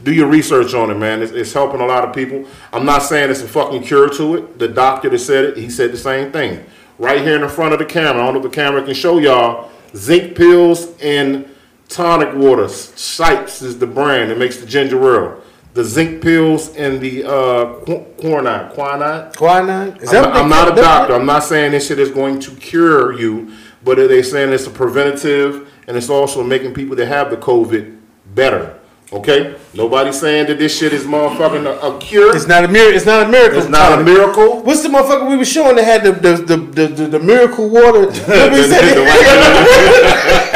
S8: Do your research on it, man. It's, it's helping a lot of people. I'm not saying it's a fucking cure to it. The doctor that said it, he said the same thing. Right here in the front of the camera. I don't know if the camera can show y'all. Zinc pills and tonic water. Sipes is the brand that makes the ginger ale. The zinc pills and the uh, qu- quinine. Quinine?
S1: Quinine? Is
S8: I'm,
S1: what they
S8: I'm not a
S1: call that?
S8: doctor. I'm not saying this shit is going to cure you, but they're saying it's a preventative and it's also making people that have the COVID better. Okay? Nobody's saying that this shit is motherfucking a, a cure.
S1: It's not a miracle. It's not a miracle.
S8: It's not a miracle.
S1: What's the motherfucker we were showing that had the the the, the, the, the miracle water? Remember he said
S8: The
S1: that?
S8: white guy.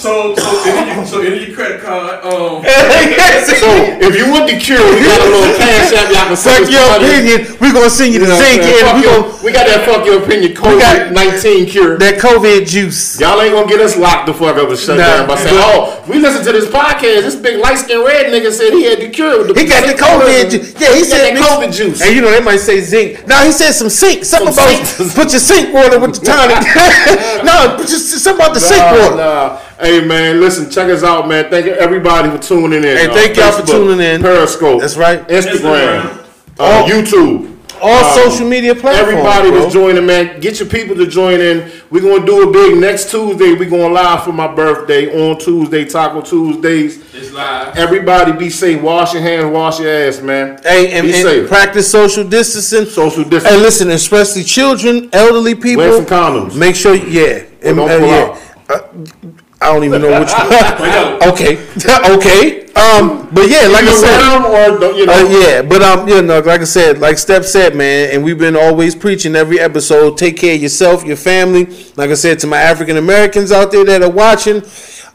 S7: So, so, enter your, so enter your credit card. Um,
S1: Yes.
S8: So if you want the cure, we got a little cash app y'all can
S1: Fuck
S8: send us
S1: your
S8: money.
S1: opinion. We're gonna send you the
S8: You know what
S1: zinc
S8: I'm saying?
S1: and
S8: Fuck
S1: we
S8: your-
S1: gonna
S8: we got that fuck your opinion COVID nineteen cure.
S1: that COVID juice.
S8: Y'all ain't gonna get us locked the fuck up and shut
S1: Nah.
S8: down by saying, "Oh, we listened to this podcast. This big light skinned red nigga said he had the cure." With the
S1: He got the COVID juice. Yeah, he
S8: got
S1: said
S8: that COVID juice.
S1: And you know they might say zinc. Now he said some sink. Something
S8: Some
S1: about
S8: zinc.
S1: put your sink water with the tonic. no, but just something about the sink water.
S8: Nah, nah. Hey man, listen, check us out, man. Thank everybody for tuning in.
S1: Hey, thank y'all for tuning in.
S8: Periscope.
S1: That's right.
S8: Instagram,
S7: Instagram.
S8: Uh, YouTube.
S1: All social media platforms.
S8: Everybody
S1: bro.
S8: that's joining, man, get your people to join in. We're gonna do a big next Tuesday. We're going live for my birthday on Tuesday, Taco Tuesdays.
S7: it's live.
S8: Everybody be safe. Wash your hands, wash your ass, man.
S1: Hey, and,
S8: be
S1: and
S8: safe.
S1: practice social distancing.
S8: Social
S1: Hey,
S8: distancing.
S1: listen, especially children, elderly people.
S8: Wear some condoms.
S1: Make sure, yeah. And,
S8: don't
S1: uh,
S8: pull
S1: yeah. Uh, I don't even know which. okay, okay. Um, but yeah, like I
S8: Either
S1: said,
S8: round or don't- you know,
S1: uh, yeah, but um, you know, like I said, like Steph said, man, and we've been always preaching every episode. Take care of yourself, your family. Like I said to my African Americans out there that are watching,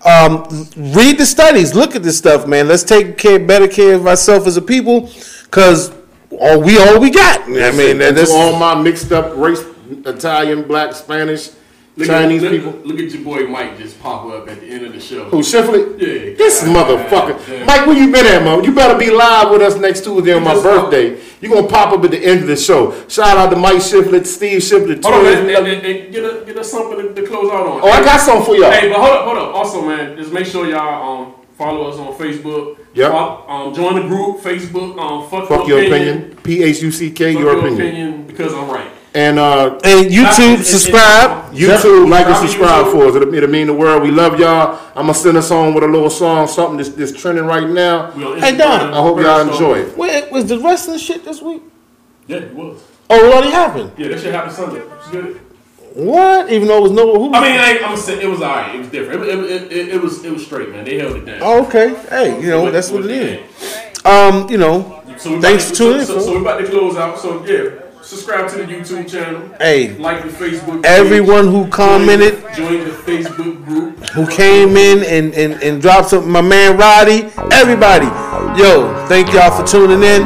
S1: um, read the studies, look at this stuff, man. Let's take care, better care of ourselves as a people, cause all we all we got. I mean,
S8: and
S1: that's
S8: to all my mixed up race, Italian, black, Spanish,
S7: Look at-
S8: Chinese
S7: look-
S8: people.
S7: Look at your boy Mike just pop up at the end of the show.
S8: Who Shifley?
S7: Yeah.
S8: This
S7: God
S8: motherfucker.
S7: damn.
S8: Mike, where you been at, man? You better be live with us next Tuesday on my
S7: Just-
S8: birthday. you gonna pop up at the end of the show. Shout out to Mike Shifley, Steve Shifley,
S7: Hold on, man.
S8: Tori.
S7: And, and, and get, us, get us something to, to close out on.
S8: Oh, I got something for y'all.
S7: Hey, but hold up, hold up. Also, man, just make sure y'all um follow us on Facebook.
S8: Yep.
S7: Fo- Um, join the group Facebook. Um, fuck,
S8: Fuck your opinion. P H U C K,
S7: Fuck
S8: your opinion.
S7: because I'm right. Um,
S8: And uh
S1: and
S7: It's-
S1: YouTube
S7: it's-
S1: subscribe.
S8: YouTube, like
S7: Subscribe to
S8: and subscribe
S7: YouTube.
S8: for us. It'll, it'll mean the world. We love y'all. I'm gonna send us on with a little song, something that's, that's trending right now.
S7: We on
S1: Hey,
S7: Instagram,
S1: Don.
S8: I hope y'all
S7: Periscope.
S8: enjoy it.
S1: Wait, was the wrestling shit this week?
S7: Yeah, it was.
S1: Oh, it already happened.
S7: Yeah, that shit happened Sunday. It's good.
S1: What? Even though it was no who?
S7: I mean, I, I'm saying it was alright. It was different. It, it, it, it, it was it was straight, man. They held it down.
S1: oh, okay. Hey, you know that's what it is. Um, you know,
S7: So we about
S1: Thanks
S7: to-
S1: for tuning in,
S7: so, So,
S1: folks.
S7: so we're about to close out. So yeah, subscribe to the YouTube channel.
S1: Hey.
S7: like the Facebook. page.
S1: everyone who
S7: Join
S1: commented,
S7: the- join the Facebook group.
S1: who came in and and and dropped something, my man Roddy, everybody, yo, thank y'all for tuning in.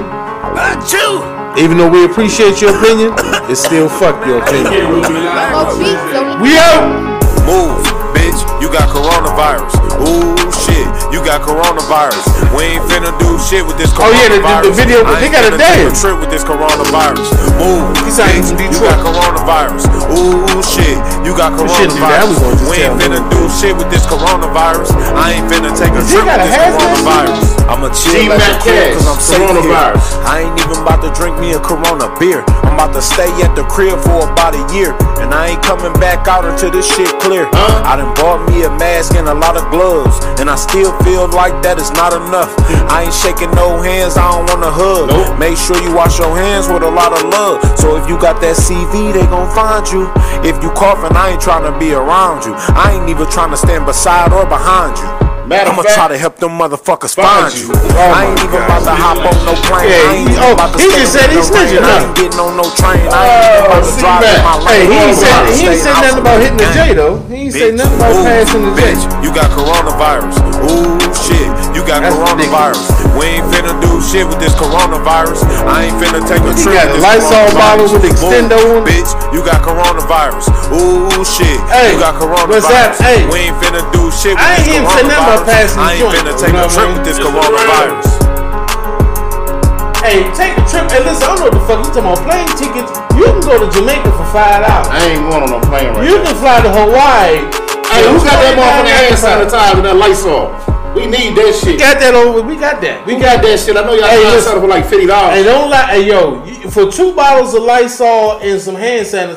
S1: Even though we appreciate your opinion, it's still fuck your opinion.
S7: Yeah, we'll be live.
S1: We out.
S3: Move, bitch, you got coronavirus. Ooh, shit, you got coronavirus. We ain't finna do shit with this
S1: Oh, yeah, the-
S3: coronavirus.
S1: the- the video-
S3: I
S1: they
S3: ain't
S1: got a
S3: finna take
S1: dance.
S3: trip with this coronavirus. Move,
S1: He sound like from
S3: bitch, you got coronavirus. Ooh, shit, you got
S1: shouldn't do that. We gonna
S3: coronavirus.
S1: just
S3: We ain't
S1: tell
S3: finna do shit with this coronavirus. I ain't finna take a
S1: Does he
S3: trip
S1: got
S3: with
S1: a
S3: this
S1: hazmat?
S3: coronavirus. I'ma chill at the
S8: G-Mac
S3: crib cause I'm
S8: Cash,
S3: safe here.
S8: coronavirus.
S3: I ain't even about to drink me a Corona beer. I'm about to stay at the crib for about a year. And I ain't coming back out until this shit clear. I done bought me a mask and a lot of gloves. And I still feel like that is not enough. I ain't shaking no hands, I don't wanna hug. Make sure you wash your hands with a lot of love. So if you got that CV, they gon' find you. If you coughing, I ain't trying to be around you. I ain't even trying to stand beside or behind you.
S8: Matter of
S4: I'ma
S8: fact-
S4: try to help them motherfuckers
S8: Find
S4: find you.
S8: you. Oh
S4: I
S8: my
S4: ain't even
S8: God.
S4: about to hop on no plane.
S8: Yeah,
S4: I ain't
S8: he-
S4: even
S8: oh,
S4: about to
S1: he
S4: stay
S1: just said
S4: in
S1: he's
S4: no rain.
S1: snitching,
S4: I
S1: huh?
S4: ain't getting on no train. I ain't even about to
S8: see
S4: drive
S8: that.
S4: in my life.
S1: Oh, Hey, he ain't
S4: I'm
S1: say, he ain't
S4: staying
S1: say nothing
S4: outside
S1: about
S4: the
S1: hitting the
S4: game.
S1: J though. He ain't say
S4: Bitch,
S1: nothing about
S4: ooh,
S1: passing the J.
S4: bitch, You got coronavirus. Ooh, shit. You got
S1: That's
S4: coronavirus. We ain't finna do shit with this coronavirus. I ain't finna take a
S1: He
S4: trip.
S1: got a
S4: with this
S1: Lysol bottle
S4: coronavirus.
S1: with Extendo on
S4: Ooh,
S1: it.
S4: Bitch, you got coronavirus. Ooh, shit.
S1: Hey,
S4: you got coronavirus.
S1: what's that? Hey.
S4: We ain't finna do shit with
S1: I
S4: this
S1: ain't even said nothing about
S4: coronavirus.
S1: passing
S4: I
S1: the
S4: ain't
S1: joint,
S4: finna
S1: you
S4: take
S1: know
S4: a
S1: what I
S4: trip
S1: mean?
S4: with this coronavirus.
S1: Hey, take a trip. Hey, listen, I don't know what the fuck you talking about. Plane tickets. You can go to Jamaica for five dollars.
S8: I ain't going on no plane right
S1: You
S8: now.
S1: can fly to Hawaii.
S8: Hey, who got that motherfucking hand sanitizer with that Lysol? We need that shit.
S1: We got that over. We got that.
S8: We
S1: We
S8: got that shit. I know y'all
S1: Hey,
S8: trying to
S1: listen.
S8: settle for like fifty dollars.
S1: Hey, don't lie. Hey, yo, you- for two bottles of Lysol and some hand sanitizer.